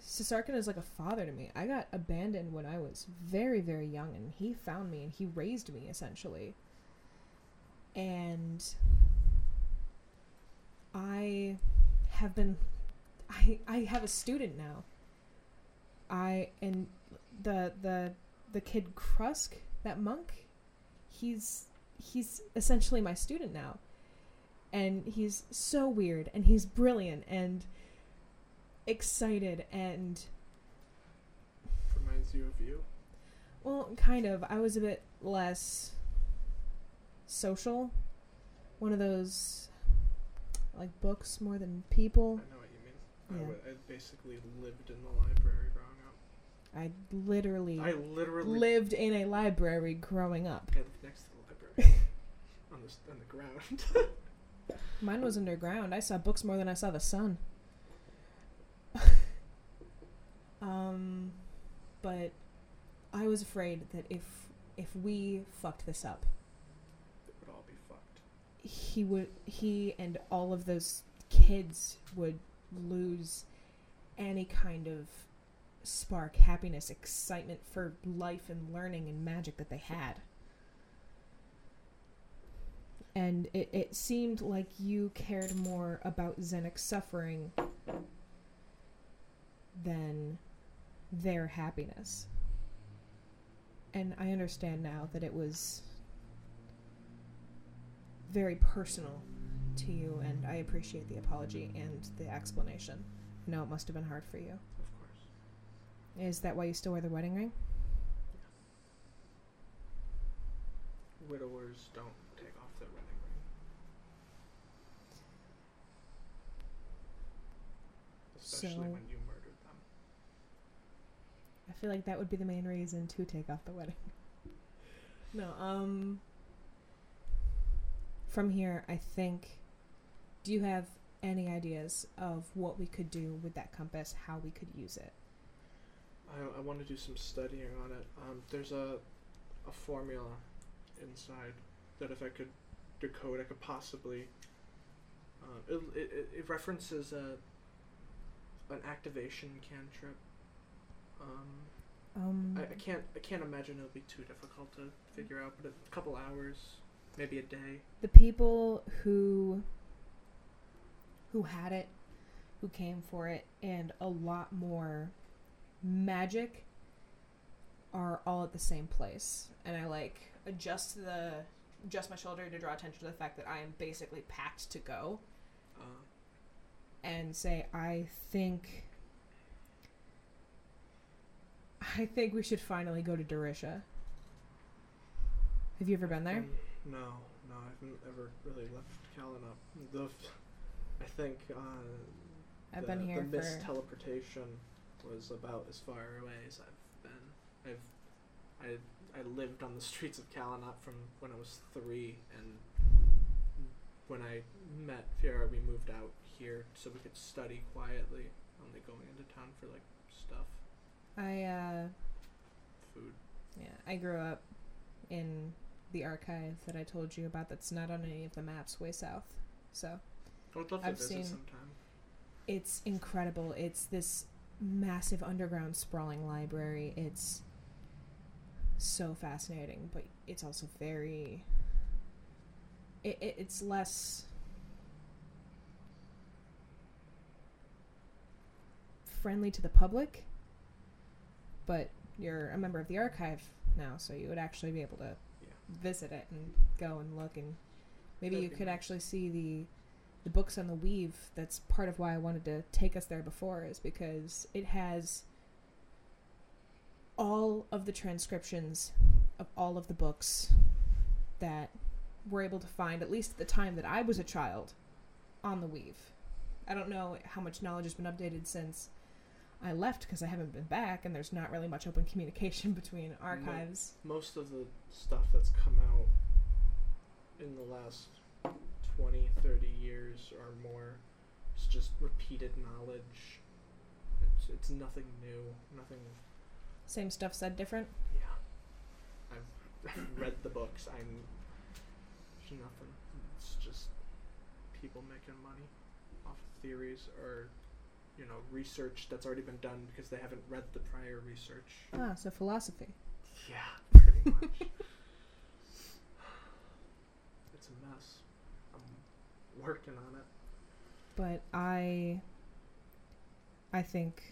[SPEAKER 1] Sasarkin is like a father to me. I got abandoned when I was very, very young, and he found me and he raised me essentially. And I have been, I I have a student now. I and the the the kid Krusk, that monk, he's he's essentially my student now, and he's so weird and he's brilliant and excited and
[SPEAKER 3] reminds you of you.
[SPEAKER 1] well kind of i was a bit less social one of those like books more than people
[SPEAKER 3] I know what you mean. I,
[SPEAKER 1] Yeah.
[SPEAKER 3] w- I basically lived in the library growing up.
[SPEAKER 1] i literally
[SPEAKER 3] I literally
[SPEAKER 1] lived in a library growing up
[SPEAKER 3] I lived next to the library on the s- on the ground.
[SPEAKER 1] mine was underground i saw books more than i saw the sun *laughs* um but i was afraid that if if we fucked this up
[SPEAKER 3] it would all be fucked.
[SPEAKER 1] he would he and all of those kids would lose any kind of spark happiness excitement for life and learning and magic that they had and it, it seemed like you cared more about Zenix suffering than their happiness and i understand now that it was very personal to you, and I appreciate the apology and the explanation. I know it must have been hard for you.
[SPEAKER 3] Of course.
[SPEAKER 1] Is that why you still wear the wedding ring?
[SPEAKER 3] Widowers don't take off their wedding ring. Especially
[SPEAKER 1] So-
[SPEAKER 3] when you murdered them.
[SPEAKER 1] I feel like that would be the main reason to take off the wedding. No, um. From here, I think. Do you have any ideas of what we could do with that compass, how we could use it?
[SPEAKER 3] I, I want to do some studying on it. Um, there's a, a formula inside that if I could decode, I could possibly. Uh, it, it, it- it references a an activation cantrip. Um,
[SPEAKER 1] Um.
[SPEAKER 3] I, I can't I can't imagine it'll be too difficult to figure out, but a couple hours, maybe a day.
[SPEAKER 1] the people who who had it who came for it and a lot more magic are all at the same place
[SPEAKER 4] and I like adjust the adjust my shoulder to draw attention to the fact that I am basically packed to go
[SPEAKER 3] Uh,
[SPEAKER 1] and say i think i think we should finally go to derisha have you ever been there
[SPEAKER 3] Um, no, no, No, I haven't ever really left Callan up. The, I think uh,
[SPEAKER 1] I've
[SPEAKER 3] the,
[SPEAKER 1] been here
[SPEAKER 3] the mist
[SPEAKER 1] for.
[SPEAKER 3] teleportation was about as far away as I've been. I've I, I lived on the streets of Kalanat from when I was three, and when I met Fiera, we moved out here so we could study quietly, only going into town for like stuff,
[SPEAKER 1] I uh,
[SPEAKER 3] food.
[SPEAKER 1] yeah, I grew up in the archive that I told you about. That's not on any of the maps way south. So
[SPEAKER 3] I would love to
[SPEAKER 1] I've
[SPEAKER 3] visit
[SPEAKER 1] seen-
[SPEAKER 3] sometime.
[SPEAKER 1] it's incredible. It's this massive underground sprawling library. It's so fascinating, but it's also very. It, it, it's less. friendly to the public, but you're a member of the archive now, so you would actually be able to
[SPEAKER 3] Yeah.
[SPEAKER 1] visit it and go and look and maybe
[SPEAKER 3] That'd
[SPEAKER 1] you
[SPEAKER 3] be
[SPEAKER 1] could
[SPEAKER 3] nice.
[SPEAKER 1] actually see the the books on the weave. That's part of why I wanted to take us there before is because it has all of the transcriptions of all of the books that were able to find at least at the time that I was a child on the weave. I don't know how much knowledge has been updated since I left because I haven't been back, and there's not really much open communication *laughs* between archives.
[SPEAKER 3] Most of the stuff that's come out in the last 20, 30 years or more is just repeated knowledge. It's, it's nothing new, nothing
[SPEAKER 1] Same stuff said different.
[SPEAKER 3] Yeah. I've, I've read the books. I'm. There's nothing. It's just people making money off theories or, you know, research that's already been done because they haven't read the prior research.
[SPEAKER 1] Ah, so philosophy.
[SPEAKER 3] Yeah, pretty
[SPEAKER 1] *laughs*
[SPEAKER 3] much. *sighs* it's a mess. I'm working on it.
[SPEAKER 1] But I. I think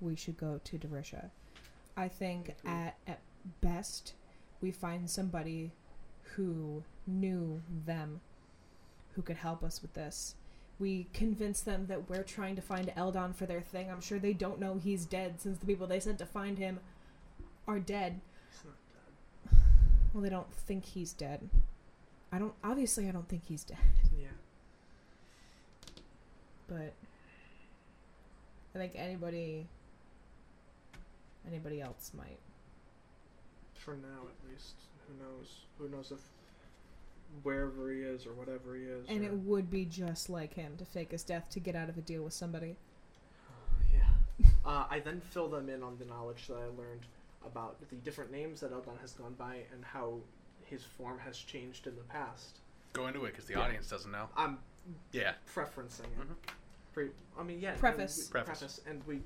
[SPEAKER 1] we should go to Derisha. I think
[SPEAKER 3] Agreed.
[SPEAKER 1] at, at best we find somebody who knew them who could help us with this. We convince them that we're trying to find Eldon for their thing. I'm sure they don't know he's dead since the people they sent to find him are dead. *sighs*
[SPEAKER 3] It's not dead.
[SPEAKER 1] Well, they don't think he's dead. I don't. Obviously, I don't think he's dead.
[SPEAKER 3] Yeah.
[SPEAKER 1] But I think anybody, anybody else might.
[SPEAKER 3] For now, at least. Who knows? Who knows if wherever he is or whatever he is.
[SPEAKER 1] And
[SPEAKER 3] or-
[SPEAKER 1] it would be just like him to fake his death to get out of a deal with somebody.
[SPEAKER 3] *sighs*
[SPEAKER 1] *laughs*
[SPEAKER 3] Yeah. Uh, I then fill them in on the knowledge that I learned about the different names that Eldon has gone by and how his form has changed in the past.
[SPEAKER 2] Go into it because the
[SPEAKER 3] Yeah.
[SPEAKER 2] audience doesn't know.
[SPEAKER 3] I'm
[SPEAKER 2] Yeah.
[SPEAKER 3] preferencing it.
[SPEAKER 2] Mhm.
[SPEAKER 3] Pre- I mean, yeah. no, we-
[SPEAKER 1] Preface.
[SPEAKER 2] Preface.
[SPEAKER 3] and we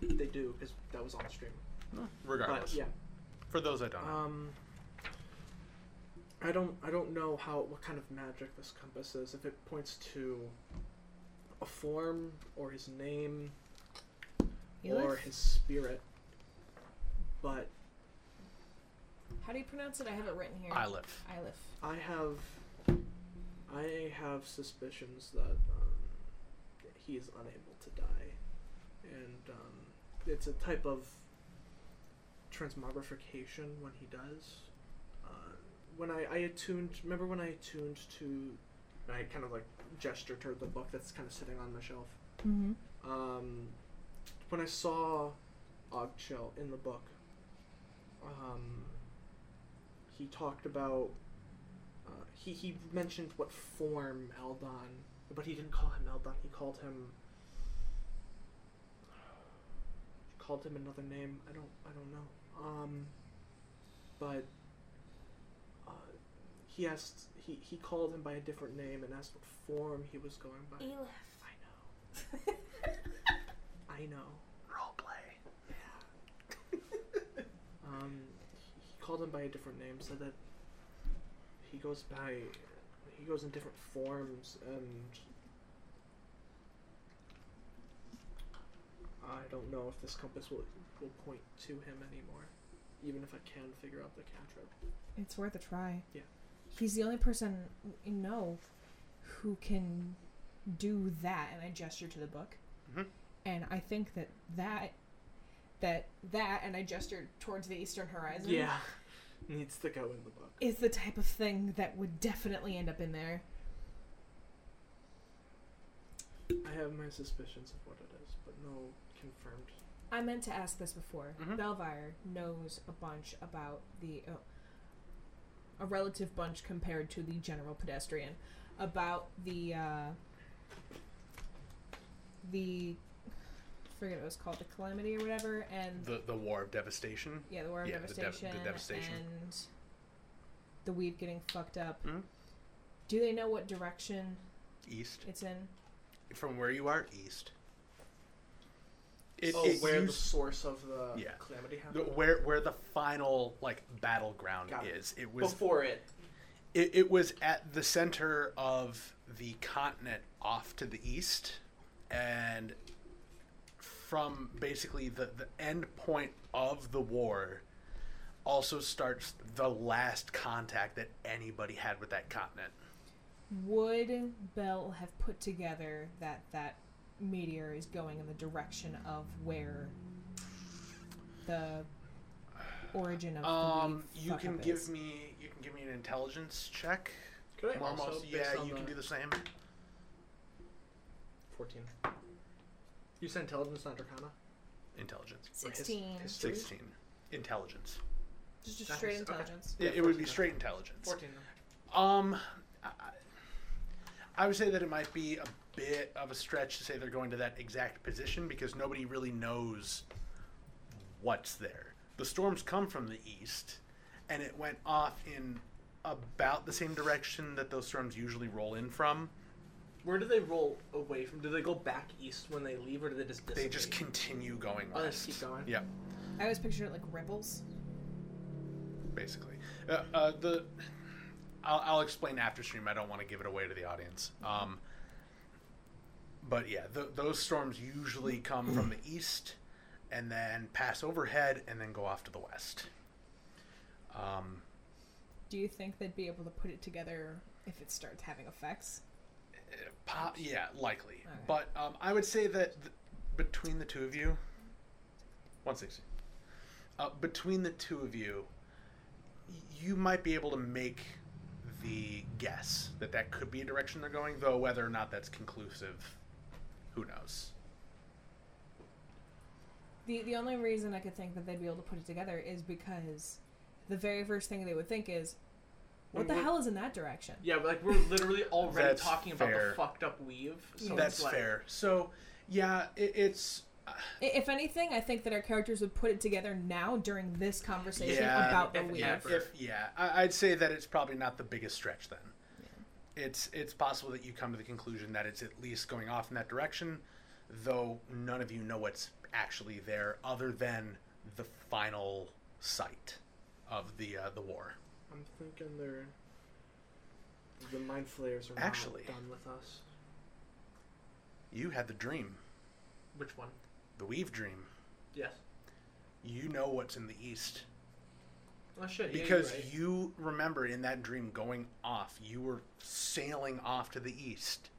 [SPEAKER 3] they do because that was on stream.
[SPEAKER 2] Regardless.
[SPEAKER 3] But yeah,
[SPEAKER 2] For those that don't know.
[SPEAKER 3] Um, I don't I don't know how what kind of magic this compass is. If it points to a form or his name or
[SPEAKER 1] Elif?
[SPEAKER 3] his spirit, but
[SPEAKER 1] How do you pronounce it? I have it written
[SPEAKER 3] Um,
[SPEAKER 1] here.
[SPEAKER 2] I live.
[SPEAKER 1] Ilif.
[SPEAKER 3] I have I have suspicions that um, he is unable to die, and um, it's a type of transmogrification when he does. Uh, when I, I attuned, remember when I attuned to, and I kind of like gesture toward the book that's kind of sitting on my shelf
[SPEAKER 1] Mm-hmm.
[SPEAKER 3] um, when I saw Ogchill in the book, um, he talked about uh, he he mentioned what form Eldon, but he didn't call him Eldon. He called him he called him another name. I don't I don't know. Um, but uh, he asked he he called him by a different name and asked what form he was going by. I know. I know.
[SPEAKER 2] Roleplay.
[SPEAKER 3] *laughs* Um, he called him by a different name, so that he goes by, he goes in different forms, and I don't know if this compass will will point to him anymore, even if I can figure out the cantrip.
[SPEAKER 1] It's worth a try.
[SPEAKER 3] Yeah.
[SPEAKER 1] He's the only person we know who can do that, and I gesture to the book.
[SPEAKER 3] Mm-hmm.
[SPEAKER 2] Mhm.
[SPEAKER 1] And I think that that that that, and I gestured towards the eastern horizon.
[SPEAKER 3] *laughs* needs to go in the book.
[SPEAKER 1] is the type of thing that would definitely end up in there.
[SPEAKER 3] I have my suspicions of what it is, but no confirmed.
[SPEAKER 1] I meant to ask this before.
[SPEAKER 2] Mhm.
[SPEAKER 1] Belvire knows a bunch about the oh, a relative bunch compared to the general pedestrian about the uh, the I forget what it was called the calamity or whatever and
[SPEAKER 2] The the war of devastation.
[SPEAKER 1] yeah the war of
[SPEAKER 2] yeah, the dev- the
[SPEAKER 1] devastation,
[SPEAKER 2] devastation.
[SPEAKER 1] and the weed getting fucked up.
[SPEAKER 3] Mm-hmm.
[SPEAKER 2] Mhm.
[SPEAKER 1] Do they know what direction
[SPEAKER 2] East
[SPEAKER 1] it's in?
[SPEAKER 2] from where you are, east. It,
[SPEAKER 3] oh,
[SPEAKER 2] it
[SPEAKER 3] where the
[SPEAKER 2] used-
[SPEAKER 3] source of the
[SPEAKER 2] Yeah.
[SPEAKER 3] calamity
[SPEAKER 2] the-
[SPEAKER 3] happened?
[SPEAKER 2] where where the final like battleground
[SPEAKER 3] Got it.
[SPEAKER 2] is. It was
[SPEAKER 3] Before it.
[SPEAKER 2] it, it was at the center of the continent off to the east and from basically the, the end point of the war also starts the last contact that anybody had with that continent
[SPEAKER 1] Would Bell have put together that that meteor is going in the direction of where the origin of
[SPEAKER 2] um
[SPEAKER 1] the
[SPEAKER 2] you
[SPEAKER 1] fuck
[SPEAKER 2] can
[SPEAKER 1] up
[SPEAKER 2] give
[SPEAKER 1] is?
[SPEAKER 2] me you can give me an intelligence check
[SPEAKER 3] Could I
[SPEAKER 2] Almost,
[SPEAKER 3] also,
[SPEAKER 2] yeah
[SPEAKER 3] based on
[SPEAKER 2] you can
[SPEAKER 3] the-
[SPEAKER 2] do the same
[SPEAKER 3] 14. You said intelligence, not arcana?
[SPEAKER 2] intelligence
[SPEAKER 1] sixteen.
[SPEAKER 3] his-
[SPEAKER 2] 16 intelligence
[SPEAKER 1] Just a
[SPEAKER 3] That
[SPEAKER 1] straight
[SPEAKER 3] was- okay.
[SPEAKER 1] intelligence.
[SPEAKER 3] Yeah,
[SPEAKER 2] it, it would
[SPEAKER 3] 14,
[SPEAKER 2] be
[SPEAKER 3] yeah.
[SPEAKER 2] straight intelligence
[SPEAKER 3] 14. then.
[SPEAKER 2] Um, I, I would say that it might be a bit of a stretch to say they're going to that exact position because nobody really knows what's there. The storms come from the east, and it went off in about the same direction that those storms usually roll in from.
[SPEAKER 3] Where do they roll away from? Do they go back east when they leave, or do they just dissipate?
[SPEAKER 2] They just continue going
[SPEAKER 3] Oh,
[SPEAKER 2] west.
[SPEAKER 3] they just keep going?
[SPEAKER 2] Yeah,
[SPEAKER 1] I always picture it like ripples.
[SPEAKER 2] basically. Uh, uh, the I'll, I'll explain after stream. I don't want to give it away to the audience. Um, but yeah, th those storms usually come from the east, and then pass overhead, and then go off to the west. Um,
[SPEAKER 1] Do you think they'd be able to put it together if it starts having effects?
[SPEAKER 2] po- yeah, likely.
[SPEAKER 1] Alright.
[SPEAKER 2] But um, I would say that th- between the two of you, one sixty. Uh, between the two of you, y- you might be able to make the guess that that could be a direction they're going, though whether or not that's conclusive, who knows?
[SPEAKER 1] The the only reason I could think that they'd be able to put it together is because the very first thing they would think is, what
[SPEAKER 3] Mm,
[SPEAKER 1] the
[SPEAKER 3] what-
[SPEAKER 1] hell is in that direction?
[SPEAKER 3] Yeah, but like we're literally already
[SPEAKER 2] That's
[SPEAKER 3] talking about
[SPEAKER 2] fair.
[SPEAKER 3] the fucked up weave. So
[SPEAKER 2] that's
[SPEAKER 3] it's like,
[SPEAKER 2] fair. So, yeah, it, it's
[SPEAKER 1] I- If anything, I think that our characters would put it together now during this conversation
[SPEAKER 2] Yeah.
[SPEAKER 1] about the
[SPEAKER 3] If-
[SPEAKER 1] weave.
[SPEAKER 2] Yeah,
[SPEAKER 3] Never.
[SPEAKER 2] if, yeah. I, I'd say that it's probably not the biggest stretch then. It's it's possible that you come to the conclusion that it's at least going off in that direction, though none of you know what's actually there other than the final site of the uh, the war.
[SPEAKER 3] I'm thinking they're the mind flayers are
[SPEAKER 2] Actually-
[SPEAKER 3] not done with us.
[SPEAKER 2] You had the dream,
[SPEAKER 3] Which one?
[SPEAKER 2] the weave dream.
[SPEAKER 3] Yes.
[SPEAKER 2] You know what's in the east
[SPEAKER 3] Oh shit. yeah, you're
[SPEAKER 2] because
[SPEAKER 3] right.
[SPEAKER 2] you remember in that dream going off. You were sailing off to the east,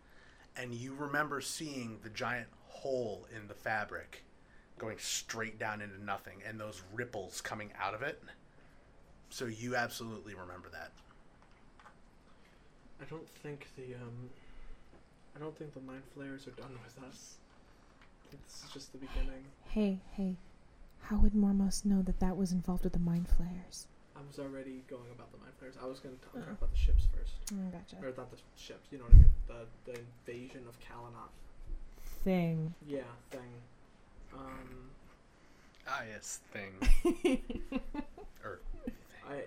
[SPEAKER 2] and you remember seeing the giant hole in the fabric going straight down into nothing and those ripples coming out of it. So you absolutely remember that.
[SPEAKER 3] I don't think the um, I don't think the mind flayers are done with us. I think This is just the beginning.
[SPEAKER 1] Hey, hey, how would Mormos know that that was involved with the mind flayers?
[SPEAKER 3] I was already going about the mind flayers. I was going to talk
[SPEAKER 1] Uh-uh.
[SPEAKER 3] about the ships first,
[SPEAKER 1] Mm, gotcha.
[SPEAKER 3] or not the ships. You know what I mean? The the invasion of Kalanot.
[SPEAKER 1] Thing.
[SPEAKER 3] Yeah, thing. Um,
[SPEAKER 2] Ah, yes, thing. *laughs* or
[SPEAKER 3] I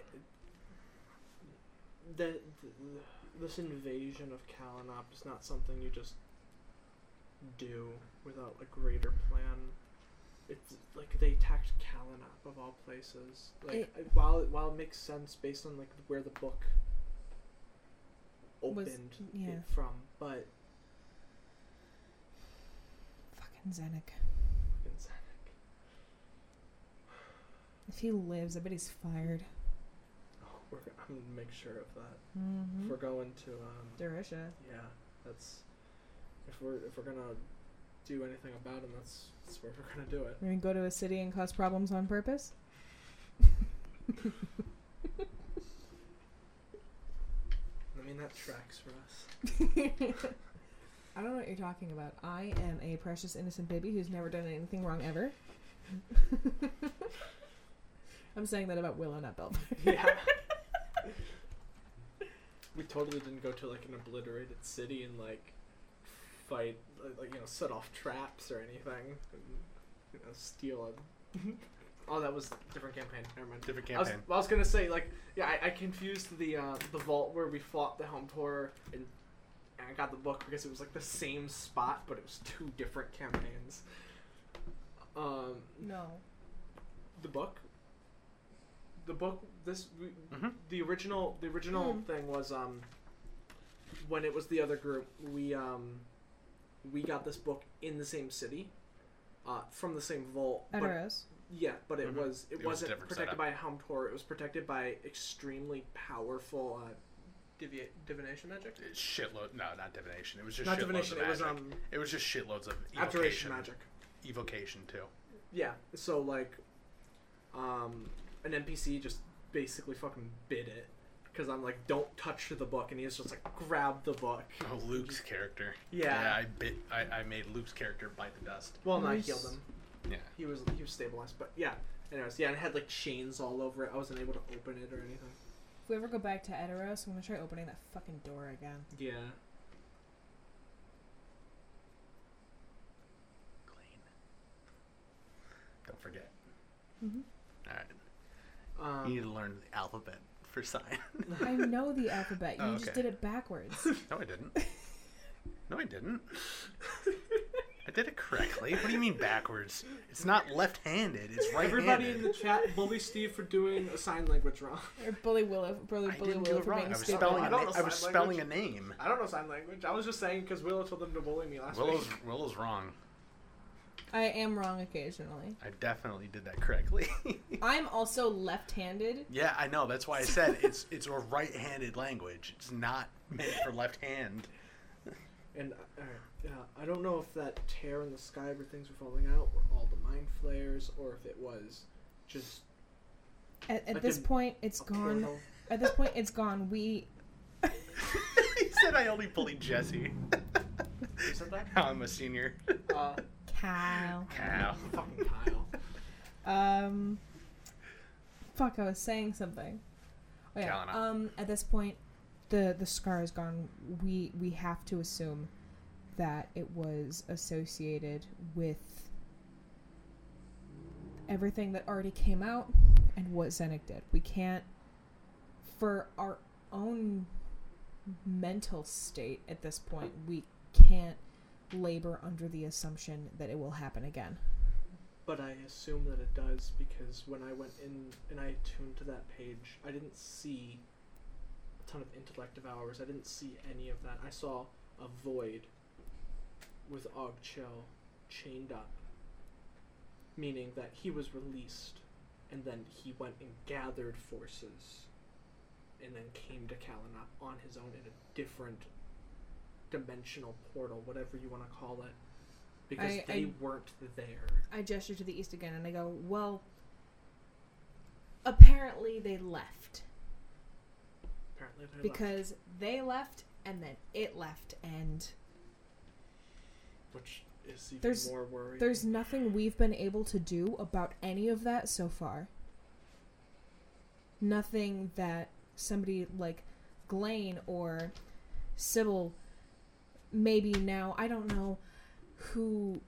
[SPEAKER 3] the, the this invasion of Kalanop is not something you just do without a greater plan. It's like they attacked Kalanop of all places. Like
[SPEAKER 1] It-
[SPEAKER 3] I- while it, while it makes sense based on like where the book
[SPEAKER 1] Was-
[SPEAKER 3] opened
[SPEAKER 1] yeah.
[SPEAKER 3] it from, but
[SPEAKER 1] Fucking Zenik.
[SPEAKER 3] fucking Zenic.
[SPEAKER 1] If he lives, I bet he's fired.
[SPEAKER 3] *laughs* Oh, we're, gonna- I'm gonna make sure of that. If
[SPEAKER 1] Mm-hmm.
[SPEAKER 3] we're going to um,
[SPEAKER 1] Derisha.
[SPEAKER 3] Yeah, that's if we're if we're gonna do anything about him, that's that's where we're gonna do it.
[SPEAKER 1] *laughs* We're gonna go to a city and cause problems on purpose?
[SPEAKER 3] mean, that tracks for us.
[SPEAKER 1] *laughs* I don't know what you're talking about. I am a precious innocent baby who's never done anything wrong ever. *laughs* I'm saying that about Willow, not Belva.
[SPEAKER 3] yeah.
[SPEAKER 1] *laughs*
[SPEAKER 3] We totally didn't go to like an obliterated city and like fight, like, like you know, set off traps or anything. And, you know, steal
[SPEAKER 1] *laughs*
[SPEAKER 3] a. oh, that was a different campaign. Never mind.
[SPEAKER 2] Different
[SPEAKER 3] I was,
[SPEAKER 2] campaign.
[SPEAKER 3] I was gonna say like yeah, I, I confused the uh, the vault where we fought the home horror and, and I got the book because it was like the same spot but it was two different campaigns. Um,
[SPEAKER 1] No.
[SPEAKER 3] the book. The book. This we,
[SPEAKER 2] Mhm.
[SPEAKER 3] the original the original
[SPEAKER 1] Mm.
[SPEAKER 3] thing was um when it was the other group we um we got this book in the same city uh from the same vault
[SPEAKER 1] At
[SPEAKER 3] but-
[SPEAKER 1] Rose.
[SPEAKER 3] yeah, but it
[SPEAKER 2] Mhm.
[SPEAKER 3] was it,
[SPEAKER 2] It was
[SPEAKER 3] wasn't
[SPEAKER 2] different
[SPEAKER 3] protected
[SPEAKER 2] setup.
[SPEAKER 3] by a helm Tor. It was protected by extremely powerful uh, divi- divination magic.
[SPEAKER 2] Shitload. No, not divination. It was just
[SPEAKER 3] Not
[SPEAKER 2] shitloads
[SPEAKER 3] divination.
[SPEAKER 2] Of
[SPEAKER 3] It was
[SPEAKER 2] magic.
[SPEAKER 3] um
[SPEAKER 2] It was just shitloads of evocation.
[SPEAKER 3] abjuration magic.
[SPEAKER 2] Evocation too.
[SPEAKER 3] Yeah. So like, um, an NPC just basically fucking bit it because I'm like, don't touch the book, and he's just like, grab the book.
[SPEAKER 2] Oh, Luke's character.
[SPEAKER 3] Yeah.
[SPEAKER 2] I bit. I, I made Luke's character bite the dust.
[SPEAKER 3] Well, no, I
[SPEAKER 1] Nice.
[SPEAKER 3] healed him.
[SPEAKER 2] Yeah.
[SPEAKER 3] He was he was stabilized, but yeah. Anyways, yeah, and it had like chains all over it. I wasn't able to open it or anything.
[SPEAKER 1] If we ever go back to Edoros, I'm gonna try opening that fucking door again.
[SPEAKER 3] Yeah.
[SPEAKER 2] Clean. Don't forget.
[SPEAKER 1] Mhm.
[SPEAKER 2] All right.
[SPEAKER 3] Um,
[SPEAKER 2] you need to learn the alphabet for sign.
[SPEAKER 1] I know the alphabet. You
[SPEAKER 2] *laughs* Oh,
[SPEAKER 1] just
[SPEAKER 2] okay.
[SPEAKER 1] did it
[SPEAKER 2] *laughs*
[SPEAKER 1] backwards.
[SPEAKER 2] no, I didn't. No, I didn't. I did it correctly. What do you mean backwards? It's not left-handed. It's right-handed.
[SPEAKER 3] Everybody in the chat bully Steve for doing a sign language wrong.
[SPEAKER 1] or bully Willow. Bully,
[SPEAKER 2] I
[SPEAKER 1] bully
[SPEAKER 2] didn't do
[SPEAKER 1] Willow
[SPEAKER 2] it
[SPEAKER 1] for
[SPEAKER 2] wrong.
[SPEAKER 1] being
[SPEAKER 2] I was
[SPEAKER 1] stupid.
[SPEAKER 2] spelling.
[SPEAKER 3] I
[SPEAKER 2] A
[SPEAKER 3] don't
[SPEAKER 2] na-
[SPEAKER 3] know
[SPEAKER 2] I was
[SPEAKER 3] sign
[SPEAKER 2] spelling a
[SPEAKER 3] language.
[SPEAKER 2] name.
[SPEAKER 3] I don't know sign language. I was just saying because Willow told them to bully me last
[SPEAKER 2] Willow's
[SPEAKER 3] week.
[SPEAKER 2] Willow's wrong.
[SPEAKER 1] I am wrong
[SPEAKER 2] *laughs*
[SPEAKER 1] occasionally.
[SPEAKER 2] I definitely did that correctly. *laughs*
[SPEAKER 1] I'm also left-handed.
[SPEAKER 2] yeah, I know. That's why I
[SPEAKER 3] *laughs*
[SPEAKER 2] said it's it's a right-handed language. It's not meant for left hand. *laughs*
[SPEAKER 3] And uh, alright, yeah, I don't know if that tear in the sky where things were falling out were all the mind flares or if it was just
[SPEAKER 1] At, at
[SPEAKER 3] Like
[SPEAKER 1] this
[SPEAKER 3] a-
[SPEAKER 1] point, it's
[SPEAKER 3] a
[SPEAKER 1] gone.
[SPEAKER 3] portal.
[SPEAKER 1] At this point, it's gone. We.
[SPEAKER 2] *laughs* he said I only bullied Jesse.
[SPEAKER 3] You said that?
[SPEAKER 2] How I'm a senior.
[SPEAKER 3] Uh,
[SPEAKER 1] Kyle.
[SPEAKER 2] Cow.
[SPEAKER 3] fucking Kyle.
[SPEAKER 1] Um. Fuck, I was saying something. Oh yeah.
[SPEAKER 2] Calina.
[SPEAKER 1] Um. At this point, the the scar is gone. We we have to assume that it was associated with everything that already came out and what Zenic did. We can't, for our own mental state at this point, we can't labor under the assumption that it will happen again.
[SPEAKER 3] But I assume that it does because when I went in and I tuned to that page, I didn't see a ton of intellect of hours. I didn't see any of that. I saw a void with Ogchel chained up, meaning that he was released and then he went and gathered forces and then came to Kalanop on his own in a different dimensional portal, whatever you want to call it, because
[SPEAKER 1] I-
[SPEAKER 3] they
[SPEAKER 1] I-
[SPEAKER 3] weren't there.
[SPEAKER 1] I gesture to the east again and I go, Well, apparently they left.
[SPEAKER 3] Apparently, they're left,
[SPEAKER 1] Because they left and then it left, and
[SPEAKER 3] which is even
[SPEAKER 1] there's-
[SPEAKER 3] more worrying.
[SPEAKER 1] there's nothing we've been able to do about any of that so far. Nothing that somebody like Glane or Sybil, maybe now, I don't know who.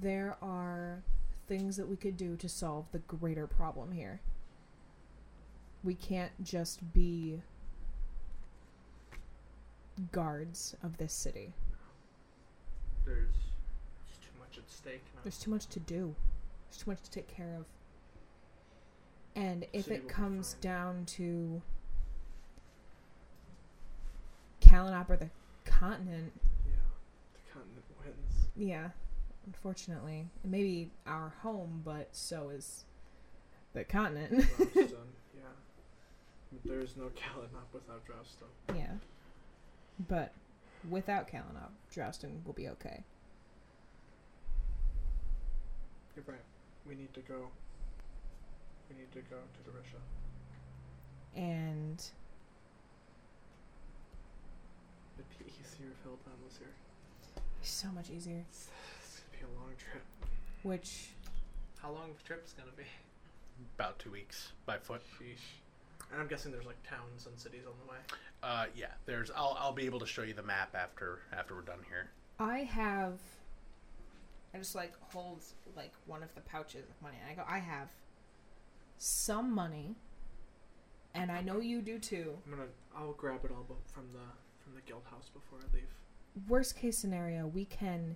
[SPEAKER 1] There are things that we could do to solve the greater problem here. We can't just be guards of this city.
[SPEAKER 3] there's just too much at stake now.
[SPEAKER 1] There's too much to do. There's too much to take care of. And if
[SPEAKER 3] City will
[SPEAKER 1] it
[SPEAKER 3] be
[SPEAKER 1] comes
[SPEAKER 3] fine.
[SPEAKER 1] down to Kalinop or the continent,
[SPEAKER 3] yeah, the continent wins.
[SPEAKER 1] yeah, unfortunately, maybe our home, but so is the continent. *laughs*
[SPEAKER 3] Dropstone, *laughs* yeah. But There is no Kalanop without Dropstone.
[SPEAKER 1] yeah. But without Kalinop, Drowston will be okay.
[SPEAKER 3] You're right. We need to go We need to go to the Risha.
[SPEAKER 1] and
[SPEAKER 3] The PEC of Hillbound was here.
[SPEAKER 1] so much easier.
[SPEAKER 3] It's, it's gonna be a long trip.
[SPEAKER 1] Which
[SPEAKER 3] How long of a trip is gonna be?
[SPEAKER 2] About two weeks by foot.
[SPEAKER 3] Sheesh. And I'm guessing there's like towns and cities on the way.
[SPEAKER 2] Uh, yeah, there's. I'll, I'll be able to show you the map after after we're done here.
[SPEAKER 1] I have
[SPEAKER 4] I just like hold like one of the pouches of money. And I go,
[SPEAKER 1] I have some money, and I know you do too.
[SPEAKER 3] I'm gonna. I'll grab it all bu- from the from the guild house before I leave.
[SPEAKER 1] Worst case scenario, we can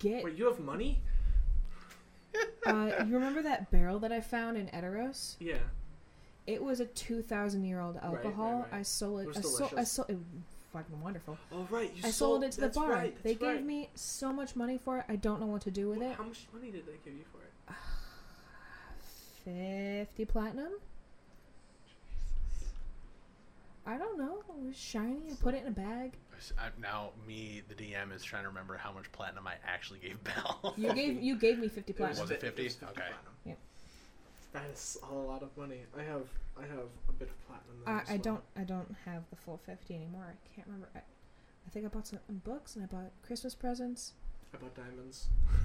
[SPEAKER 1] get.
[SPEAKER 3] Wait, you have money?
[SPEAKER 1] Uh, you remember that barrel that I found in Eteros?
[SPEAKER 3] Yeah.
[SPEAKER 1] It was a two thousand year old
[SPEAKER 3] right,
[SPEAKER 1] alcohol.
[SPEAKER 3] right.
[SPEAKER 1] I sold
[SPEAKER 3] It
[SPEAKER 1] it.
[SPEAKER 3] was
[SPEAKER 1] I sold. I
[SPEAKER 3] delicious.
[SPEAKER 1] sold. It was fucking wonderful.
[SPEAKER 3] Oh right, you
[SPEAKER 1] I sold it to the
[SPEAKER 3] that's
[SPEAKER 1] bar.
[SPEAKER 3] right,
[SPEAKER 1] they
[SPEAKER 3] that's right.
[SPEAKER 1] gave me so much money for it. I don't know what to do with
[SPEAKER 3] Wha-
[SPEAKER 1] it.
[SPEAKER 3] How much money did they give you for it?
[SPEAKER 1] Fifty platinum. I don't know. It was shiny. I put it in a bag.
[SPEAKER 2] I, now me, the DM, is trying to remember how much platinum I actually gave *laughs* Bell.
[SPEAKER 1] You gave you gave me fifty
[SPEAKER 3] was
[SPEAKER 1] platinum.
[SPEAKER 2] Was it
[SPEAKER 3] fif-
[SPEAKER 2] 50? Okay.
[SPEAKER 3] platinum.
[SPEAKER 1] Yeah.
[SPEAKER 3] That is a lot of money. I have I have a bit of platinum. then
[SPEAKER 1] I,
[SPEAKER 3] as
[SPEAKER 1] I
[SPEAKER 3] well.
[SPEAKER 1] don't I don't have the full fifty anymore. I can't remember. I, I think I bought some books and I bought Christmas presents.
[SPEAKER 3] I bought diamonds. *laughs*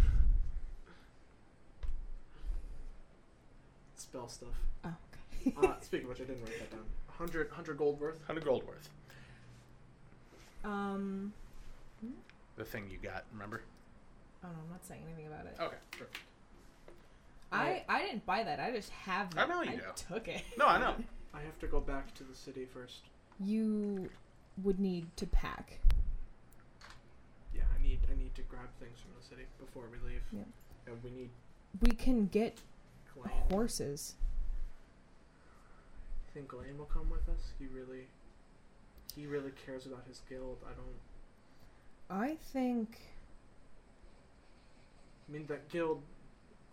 [SPEAKER 3] Spell stuff.
[SPEAKER 1] Oh, okay.
[SPEAKER 3] Uh, speaking of which, I didn't write that down. 100, 100 gold worth.
[SPEAKER 2] Hundred gold worth.
[SPEAKER 1] *laughs* Um,
[SPEAKER 2] The thing you got, remember?
[SPEAKER 1] oh no, I'm not saying anything about it.
[SPEAKER 2] Okay, sure.
[SPEAKER 1] I I didn't buy that. I just have.
[SPEAKER 2] oh. I
[SPEAKER 1] That.
[SPEAKER 2] know you do.
[SPEAKER 1] took it.
[SPEAKER 2] No, Oh, I know.
[SPEAKER 3] I have to go back to the city first.
[SPEAKER 1] *laughs* You would need to pack.
[SPEAKER 3] Yeah, I need I need to grab things from the city before we leave.
[SPEAKER 1] Yeah.
[SPEAKER 3] And we need
[SPEAKER 1] We can get
[SPEAKER 3] Glenn.
[SPEAKER 1] horses.
[SPEAKER 3] You think Glenn will come with us? He really he really cares about his guild. I don't
[SPEAKER 1] I think.
[SPEAKER 3] I mean, that guild,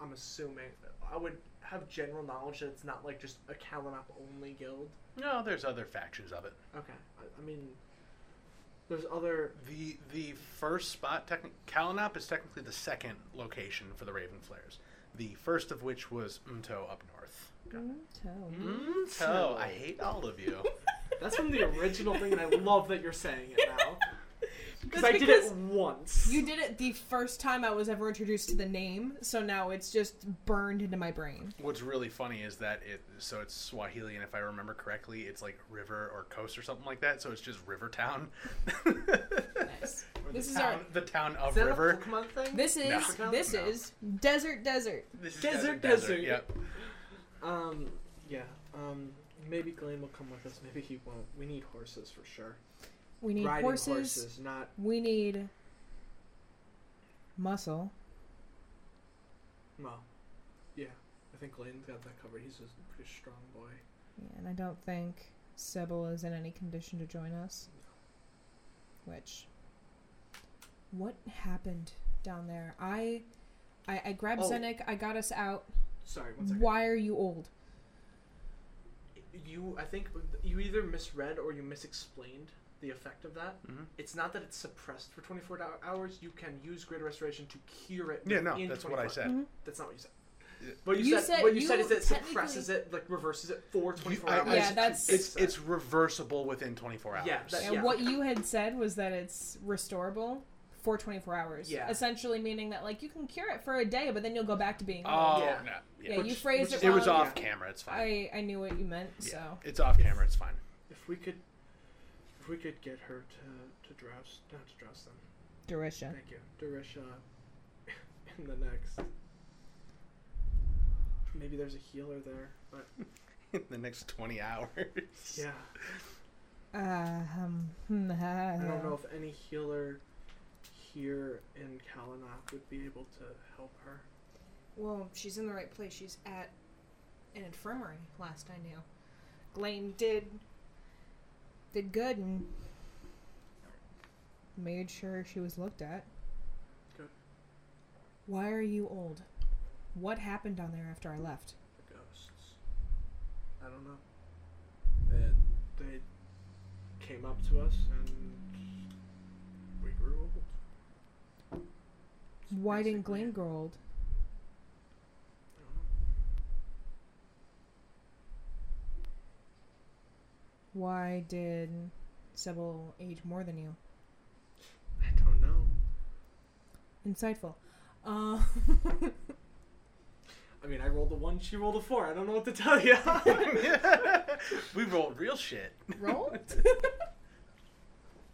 [SPEAKER 3] I'm assuming, I would have general knowledge that it's not like just a Kalanop only guild.
[SPEAKER 2] No, there's other factions of it.
[SPEAKER 3] Okay. I, I mean, there's other.
[SPEAKER 2] The the first spot, techni- Kalanop is technically the second location for the Raven Flares. The first of which was Mto up north.
[SPEAKER 1] Toe.
[SPEAKER 2] Mto, I hate all of you.
[SPEAKER 3] That's from the original thing, and I love that you're saying it now. Because
[SPEAKER 4] That's
[SPEAKER 3] I did
[SPEAKER 4] because
[SPEAKER 3] it once.
[SPEAKER 4] You did it the first time I was ever introduced to the name, so now it's just burned into my brain.
[SPEAKER 2] What's really funny is that it so it's Swahili, and if I remember correctly, it's like river or coast or something like that. So it's just River Town.
[SPEAKER 4] Nice. This
[SPEAKER 3] Or the
[SPEAKER 4] is
[SPEAKER 2] town,
[SPEAKER 4] our
[SPEAKER 2] the town of
[SPEAKER 3] Is that a
[SPEAKER 2] River.
[SPEAKER 3] Pokemon thing?
[SPEAKER 4] this is
[SPEAKER 2] No.
[SPEAKER 4] this
[SPEAKER 2] No.
[SPEAKER 4] is desert desert.
[SPEAKER 2] This is
[SPEAKER 3] Desert, desert.
[SPEAKER 2] Yep.
[SPEAKER 3] Um, yeah. Um, maybe Glenn will come with us. Maybe he won't. We need horses for sure.
[SPEAKER 1] We need
[SPEAKER 3] Riding
[SPEAKER 1] horses.
[SPEAKER 3] horses, not.
[SPEAKER 1] We need muscle.
[SPEAKER 3] Well, yeah. I think Glenn's got that covered. He's a pretty strong boy.
[SPEAKER 1] Yeah, and I don't think Sybil is in any condition to join us. Which what happened down there? I I, I grabbed
[SPEAKER 3] Oh.
[SPEAKER 1] Zenik, I got us out.
[SPEAKER 3] Sorry, one second.
[SPEAKER 1] Why are you old?
[SPEAKER 3] you i think you either misread or you misexplained the effect of that
[SPEAKER 2] Mhm.
[SPEAKER 3] it's not that it's suppressed for 24 dou- hours you can use greater restoration to cure it
[SPEAKER 2] Yeah, no,
[SPEAKER 3] within
[SPEAKER 2] that's what I
[SPEAKER 3] 24
[SPEAKER 2] said.
[SPEAKER 1] Mhm.
[SPEAKER 3] that's not what you said
[SPEAKER 2] Yeah.
[SPEAKER 3] but you,
[SPEAKER 1] You
[SPEAKER 3] said,
[SPEAKER 1] said-
[SPEAKER 3] what you,
[SPEAKER 1] you
[SPEAKER 3] said is that it suppresses
[SPEAKER 1] technically-
[SPEAKER 3] it like reverses it for 24
[SPEAKER 2] I-
[SPEAKER 3] hours
[SPEAKER 2] I- Yeah,
[SPEAKER 3] to
[SPEAKER 4] that's-
[SPEAKER 3] fix
[SPEAKER 2] It's
[SPEAKER 3] that.
[SPEAKER 2] it's reversible within 24 hours.
[SPEAKER 3] Yeah, that-
[SPEAKER 4] And
[SPEAKER 3] yeah.
[SPEAKER 4] what you had said was that it's restorable for 24 hours.
[SPEAKER 3] Yeah.
[SPEAKER 4] Essentially meaning that like you can cure it for a day, but then you'll go back to being old.
[SPEAKER 2] Oh
[SPEAKER 3] Yeah.
[SPEAKER 2] no.
[SPEAKER 4] yeah,
[SPEAKER 2] Yeah.
[SPEAKER 4] you
[SPEAKER 3] Which-
[SPEAKER 4] phrased
[SPEAKER 3] which
[SPEAKER 4] it
[SPEAKER 2] it
[SPEAKER 4] wrong.
[SPEAKER 2] was off
[SPEAKER 3] yeah.
[SPEAKER 2] camera. It's fine.
[SPEAKER 4] I I knew what you meant,
[SPEAKER 2] Yeah.
[SPEAKER 4] so
[SPEAKER 2] It's off camera. It's fine. *laughs*
[SPEAKER 3] if we could if we could get her to to dress not to dress them
[SPEAKER 1] Dorisha.
[SPEAKER 3] thank you Dorisha *laughs* in the next maybe there's a healer there but
[SPEAKER 2] In the next 20 hours. *laughs*
[SPEAKER 3] yeah
[SPEAKER 1] Uh, um,
[SPEAKER 4] uh,
[SPEAKER 1] hmm, I
[SPEAKER 3] I don't know if any healer here in Kalanok would be able to help her.
[SPEAKER 4] Well, she's in the right place. She's at an infirmary. Last I knew, Glane did
[SPEAKER 1] did good and made sure she was looked at.
[SPEAKER 3] Good.
[SPEAKER 1] Why are you old? What happened down there after I left?
[SPEAKER 3] The ghosts. I don't know. They, they came up to us and we grew old.
[SPEAKER 1] Why didn't
[SPEAKER 3] Basically,
[SPEAKER 1] Glenn grow old?
[SPEAKER 3] I don't know.
[SPEAKER 1] Why did Sybil age more than you?
[SPEAKER 3] I don't know.
[SPEAKER 1] Insightful. Uh,
[SPEAKER 3] I mean, I rolled a one, she rolled a four. I don't know what to tell you.
[SPEAKER 2] we rolled real shit.
[SPEAKER 1] roll?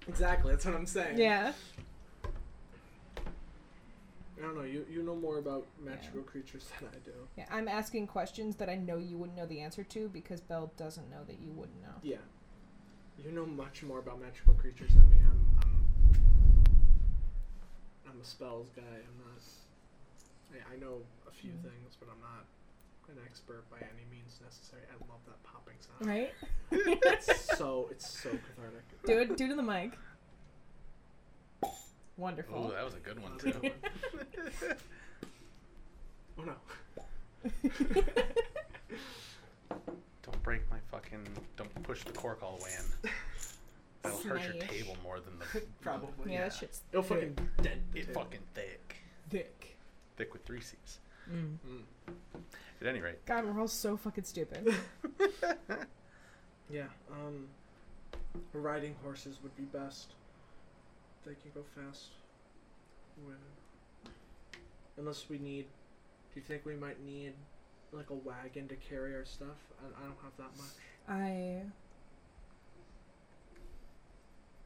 [SPEAKER 3] exactly, that's what I'm saying.
[SPEAKER 1] yeah.
[SPEAKER 3] I don't know. You you know more about magical creatures than I do.
[SPEAKER 1] yeah. I'm asking questions that I know you wouldn't know the answer to because Belle doesn't know that you wouldn't know.
[SPEAKER 3] Yeah. You know much more about magical creatures than me. I'm I'm I'm a spells guy. I'm not. I, I know a few
[SPEAKER 1] Mm.
[SPEAKER 3] things, but I'm not an expert by any means necessary. I love that popping sound.
[SPEAKER 1] Right?
[SPEAKER 3] It's so it's so cathartic.
[SPEAKER 1] do it. Do to the mic. Wonderful.
[SPEAKER 2] Ooh, that was a good
[SPEAKER 3] *laughs*
[SPEAKER 2] one
[SPEAKER 3] That was a
[SPEAKER 2] too.
[SPEAKER 3] good
[SPEAKER 1] *laughs*
[SPEAKER 3] Oh no.
[SPEAKER 2] don't break my fucking. Don't push the cork all the way in. That'll hurt your
[SPEAKER 1] Snaggish.
[SPEAKER 2] table more than the.
[SPEAKER 3] Probably.
[SPEAKER 1] yeah,
[SPEAKER 2] yeah.
[SPEAKER 1] that shit's
[SPEAKER 3] It'll fucking dent the
[SPEAKER 2] It
[SPEAKER 3] table.
[SPEAKER 2] fucking thick,
[SPEAKER 1] thick.
[SPEAKER 2] thick with three C's.
[SPEAKER 1] Mm.
[SPEAKER 3] Mm.
[SPEAKER 2] At any rate,
[SPEAKER 1] God, we're all so fucking stupid.
[SPEAKER 3] Yeah. Um. Riding horses would be best. They can go fast. With. Unless we need. Do you think we might need, like a wagon to carry our stuff? I, I don't have that much.
[SPEAKER 1] I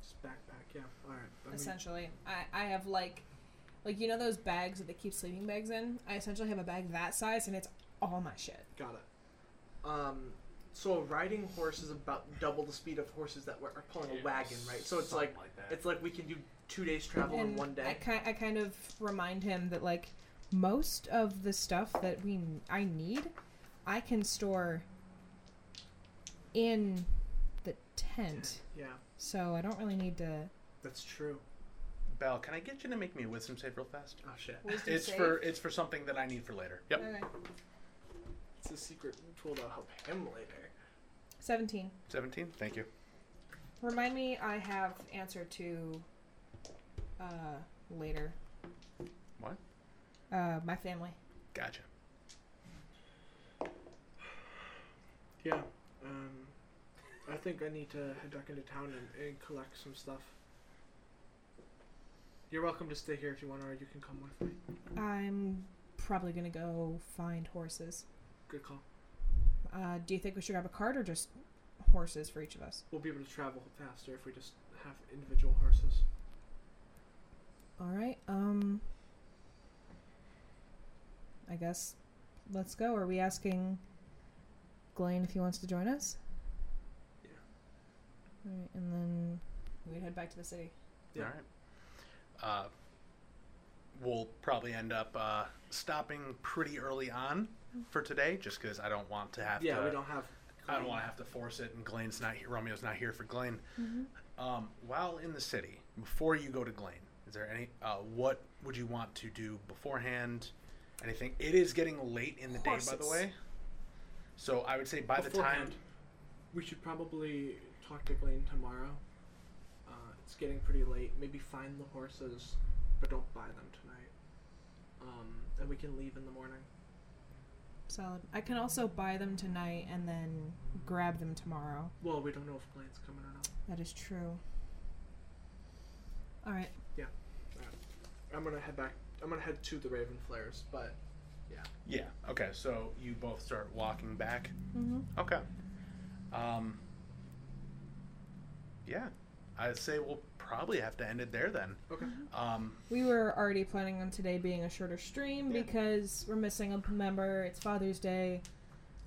[SPEAKER 3] Just backpack. Yeah. All right. I mean,
[SPEAKER 4] essentially. I, I have like like you know those bags that they keep sleeping bags in? I essentially have a bag that size and it's
[SPEAKER 1] all my shit.
[SPEAKER 3] Got it. Um. So a riding horse is about double the speed of horses that we're are pulling a wagon, right? So it's like, it's like we can do two days travel in
[SPEAKER 1] And
[SPEAKER 3] one
[SPEAKER 1] I
[SPEAKER 3] day.
[SPEAKER 1] kind, I kind of remind him that like most of the stuff that we I need, I can store in the tent,
[SPEAKER 3] Yeah,
[SPEAKER 1] so I don't really need to.
[SPEAKER 3] that's true.
[SPEAKER 2] Belle, can I get you to make me a wisdom save real fast?
[SPEAKER 3] Oh shit.
[SPEAKER 4] wisdom
[SPEAKER 2] It's
[SPEAKER 4] save.
[SPEAKER 2] for it's for something that I need for later. Yep.
[SPEAKER 4] Okay.
[SPEAKER 3] It's a secret tool that'll help him later.
[SPEAKER 1] Seventeen.
[SPEAKER 2] 17. Thank you.
[SPEAKER 1] Remind me, I have answer to uh, later.
[SPEAKER 2] What?
[SPEAKER 1] Uh, my family.
[SPEAKER 2] Gotcha.
[SPEAKER 3] Yeah. Um, I think I need to head back into town and, and collect some stuff. You're welcome to stay here if you want, or you can come with me.
[SPEAKER 1] I'm probably gonna go find horses.
[SPEAKER 3] Good call.
[SPEAKER 1] Uh, do you think we should grab a cart or just horses for each of us?
[SPEAKER 3] We'll be able to travel faster if we just have individual horses.
[SPEAKER 1] All right. Um. I guess let's go. Are we asking Glane if he wants to join us?
[SPEAKER 3] Yeah.
[SPEAKER 1] All right, and then we head back to the city.
[SPEAKER 3] Yeah.
[SPEAKER 2] All right. Uh, we'll probably end up uh, stopping pretty early on for today, just because I don't want to have
[SPEAKER 3] yeah,
[SPEAKER 2] to.
[SPEAKER 3] we don't have.
[SPEAKER 2] I don't want to have to force it, and Glenn's not here. Romeo's not here for Glenn.
[SPEAKER 1] Mm-hmm.
[SPEAKER 2] Um, while in the city, before you go to Glen, is there any? Uh, what would you want to do beforehand? Anything? It is getting late in the day, by
[SPEAKER 4] Horses.
[SPEAKER 2] the way. So I would say by the
[SPEAKER 3] Beforehand. We should probably talk to Blaine tomorrow. Uh, it's getting pretty late. Maybe find the horses, but don't buy them tonight. Um, and we can leave in the morning.
[SPEAKER 1] Solid. I can also buy them tonight and then grab them tomorrow.
[SPEAKER 3] Well, we don't know if Blaine's coming or not.
[SPEAKER 1] That is true. All right.
[SPEAKER 3] I'm gonna head back. I'm gonna head to the Raven Flares, but
[SPEAKER 2] time, yeah. Okay, so you both start walking back.
[SPEAKER 1] Mm-hmm.
[SPEAKER 2] Okay. Um, yeah, I'd say we'll probably have to end it there then.
[SPEAKER 3] okay.
[SPEAKER 2] Um,
[SPEAKER 1] We were already planning on today being a shorter stream
[SPEAKER 2] Yeah.
[SPEAKER 1] because we're missing a member. It's Father's Day.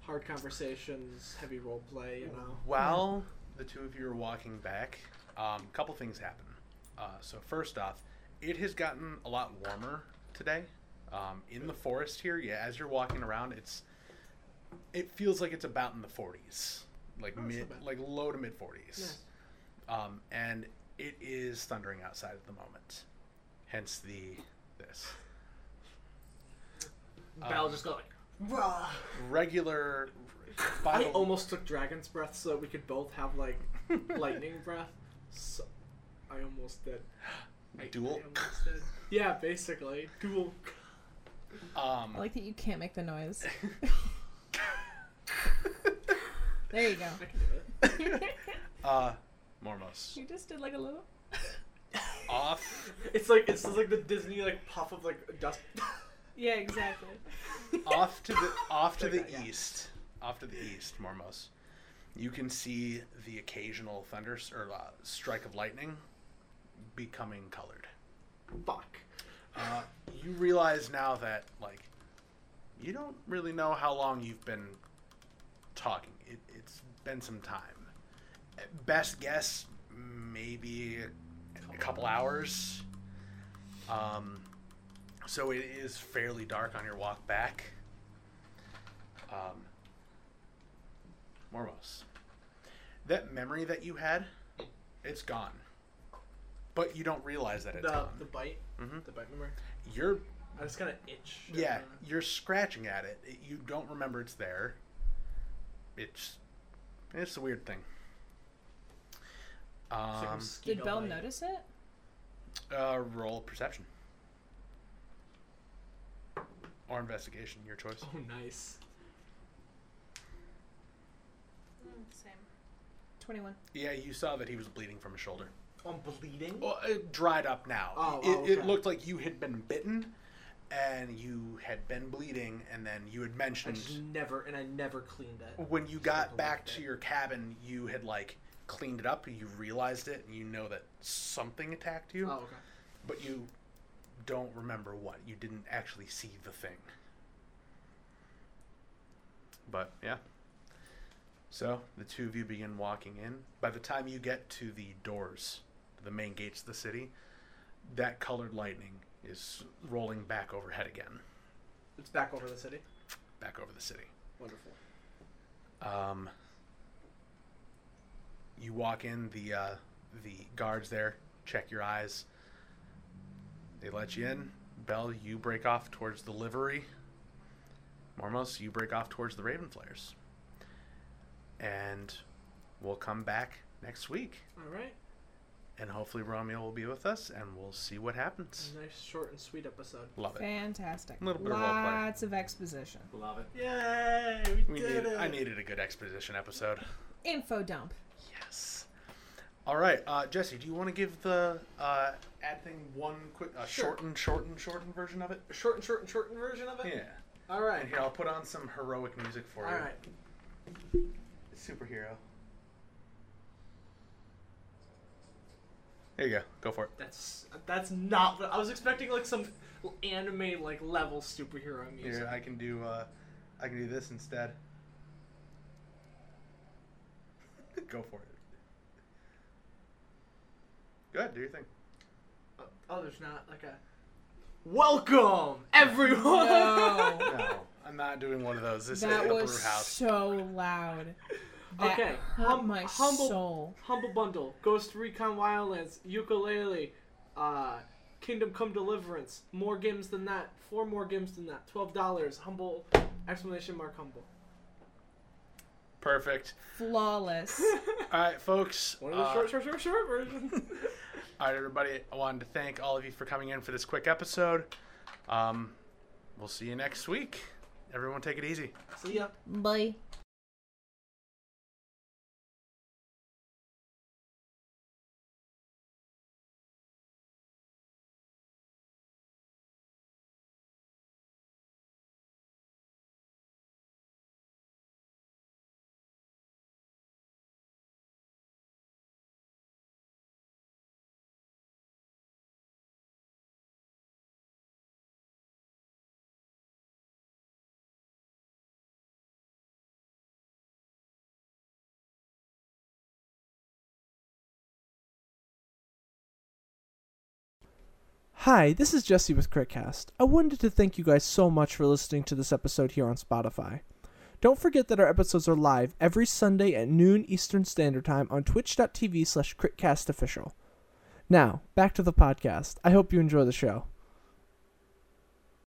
[SPEAKER 3] Hard conversations, heavy role play. You know.
[SPEAKER 2] while the two of you are walking back, um, a couple things happen. Uh, so first off, it has gotten a lot warmer today. Um, in the forest here, yeah, as you're walking around, it's it feels like it's about in the 40s, like
[SPEAKER 3] Oh, it's
[SPEAKER 2] mid,
[SPEAKER 3] not bad.
[SPEAKER 2] like low to mid 40s.
[SPEAKER 3] Nice.
[SPEAKER 2] Um, and it is thundering outside at the moment. Hence the this. Um,
[SPEAKER 3] Val just going. Rah!
[SPEAKER 2] regular
[SPEAKER 3] I
[SPEAKER 2] by the,
[SPEAKER 3] almost took dragon's breath so that we could both
[SPEAKER 2] *laughs*
[SPEAKER 3] have like lightning breath. So, I almost did. I,
[SPEAKER 2] Dual.
[SPEAKER 3] I almost did. Yeah, basically dual.
[SPEAKER 2] um
[SPEAKER 1] I like that you can't make the noise. There you go.
[SPEAKER 3] *laughs* I can do it.
[SPEAKER 2] uh, Mormos.
[SPEAKER 1] You just did like a little.
[SPEAKER 2] Off,
[SPEAKER 3] It's like it's just like the Disney like puff of like dust. *laughs*
[SPEAKER 4] Yeah, exactly.
[SPEAKER 2] off to the off to
[SPEAKER 3] Like
[SPEAKER 2] the
[SPEAKER 3] that, yeah.
[SPEAKER 2] east, off to the east, Mormos. You can see the occasional thunder s- or uh, strike of lightning becoming colored.
[SPEAKER 3] Fuck.
[SPEAKER 2] Uh, you realize now that like you don't really know how long you've been talking. It, it's been some time. At Best guess, maybe a couple hours. Um, so it is fairly dark on your walk back. Um, Mormos, that memory that you had, it's gone. But you don't realize that it's
[SPEAKER 3] The
[SPEAKER 2] gone.
[SPEAKER 3] the bite.
[SPEAKER 2] Mhm.
[SPEAKER 3] The bite memory.
[SPEAKER 2] You're
[SPEAKER 3] I just kind of itch.
[SPEAKER 2] yeah, you're scratching at it. It- You don't remember it's there. It's it's a weird thing.
[SPEAKER 3] It's like a
[SPEAKER 2] Um,
[SPEAKER 3] mosquito
[SPEAKER 1] Did Bell
[SPEAKER 3] bite.
[SPEAKER 1] notice it?
[SPEAKER 2] uh, roll perception or investigation, your choice.
[SPEAKER 3] Oh, nice.
[SPEAKER 4] Same.
[SPEAKER 1] Twenty-one.
[SPEAKER 2] Yeah, you saw that he was bleeding from his shoulder.
[SPEAKER 3] I'm bleeding.
[SPEAKER 2] Well, it dried up now.
[SPEAKER 3] Oh,
[SPEAKER 2] it,
[SPEAKER 3] oh,
[SPEAKER 2] it
[SPEAKER 3] okay.
[SPEAKER 2] looked like you had been bitten, and you had been bleeding, and then you had
[SPEAKER 3] I
[SPEAKER 2] mentioned.
[SPEAKER 3] just never and I never cleaned it.
[SPEAKER 2] when you
[SPEAKER 3] Circle
[SPEAKER 2] got
[SPEAKER 3] like
[SPEAKER 2] back
[SPEAKER 3] that.
[SPEAKER 2] to your cabin, you had like cleaned it up, you realized it, and you know that something attacked you,
[SPEAKER 3] Oh, okay.
[SPEAKER 2] but you don't remember what. You didn't actually see the thing. But yeah. So the two of you begin walking in. By the time you get to the doors, the main gates of the city, that colored lightning is rolling back overhead again,
[SPEAKER 3] It's back over the city.
[SPEAKER 2] back over the city.
[SPEAKER 3] Wonderful.
[SPEAKER 2] Um, you walk in. The uh, the guards there check your eyes. They let you in. Bell, you break off towards the livery. Mormos, you break off towards the Raven Flares. And we'll come back next week,
[SPEAKER 3] All right.
[SPEAKER 2] and hopefully Romeo will be with us, and we'll see what happens.
[SPEAKER 3] Nice short and sweet episode.
[SPEAKER 2] Love it.
[SPEAKER 1] Fantastic.
[SPEAKER 2] Little bit of role play.
[SPEAKER 1] Lots of exposition.
[SPEAKER 7] Love it.
[SPEAKER 3] Yay!
[SPEAKER 2] We need, I needed a good exposition episode.
[SPEAKER 1] Info dump.
[SPEAKER 2] Yes. All right, uh, Jesse. Do you want to give the uh, ad thing one quick, uh,
[SPEAKER 3] Sure.
[SPEAKER 2] shortened, shortened, shortened version of it?
[SPEAKER 3] Short and short and shortened version of it.
[SPEAKER 2] Yeah.
[SPEAKER 3] All
[SPEAKER 2] And
[SPEAKER 3] right.
[SPEAKER 2] here, I'll put on some heroic music for
[SPEAKER 3] All
[SPEAKER 2] you.
[SPEAKER 3] right.
[SPEAKER 2] Superhero. There you go. Go for it.
[SPEAKER 3] That's that's not what I was expecting. Like some anime like level superhero music.
[SPEAKER 2] Here, I can do. Uh, I can do this instead. *laughs* go for it. Go ahead. Do your thing.
[SPEAKER 3] Oh, Oh, there's not like a. Welcome
[SPEAKER 2] *laughs*
[SPEAKER 3] everyone.
[SPEAKER 1] No.
[SPEAKER 2] No, I'm not doing one of those. This is
[SPEAKER 1] that
[SPEAKER 2] the
[SPEAKER 1] was
[SPEAKER 2] brew house.
[SPEAKER 1] so loud. That
[SPEAKER 3] *laughs* Okay,
[SPEAKER 1] hurt
[SPEAKER 3] hum-
[SPEAKER 1] my
[SPEAKER 3] humble-
[SPEAKER 1] soul.
[SPEAKER 3] Humble Bundle, Ghost Recon Wildlands, Ukulele, uh, Kingdom Come Deliverance. More games than that. Four more games than that. Twelve dollars. Humble. Exclamation mark. Humble.
[SPEAKER 2] Perfect.
[SPEAKER 1] Flawless.
[SPEAKER 3] *laughs*
[SPEAKER 2] All right, folks.
[SPEAKER 3] One of the
[SPEAKER 2] uh,
[SPEAKER 3] short, short, short, short versions.
[SPEAKER 2] All right, everybody. I wanted to thank all of you for coming in for this quick episode. Um, we'll see you next week. Everyone, take it easy.
[SPEAKER 3] See ya.
[SPEAKER 1] Bye.
[SPEAKER 8] Hi, this is Jesse with Critcast. I wanted to thank you guys so much for listening to this episode here on Spotify. Don't forget that our episodes are live every Sunday at noon Eastern Standard Time on twitch.tv slash critcastofficial. Now, back to the podcast. I hope you enjoy the show.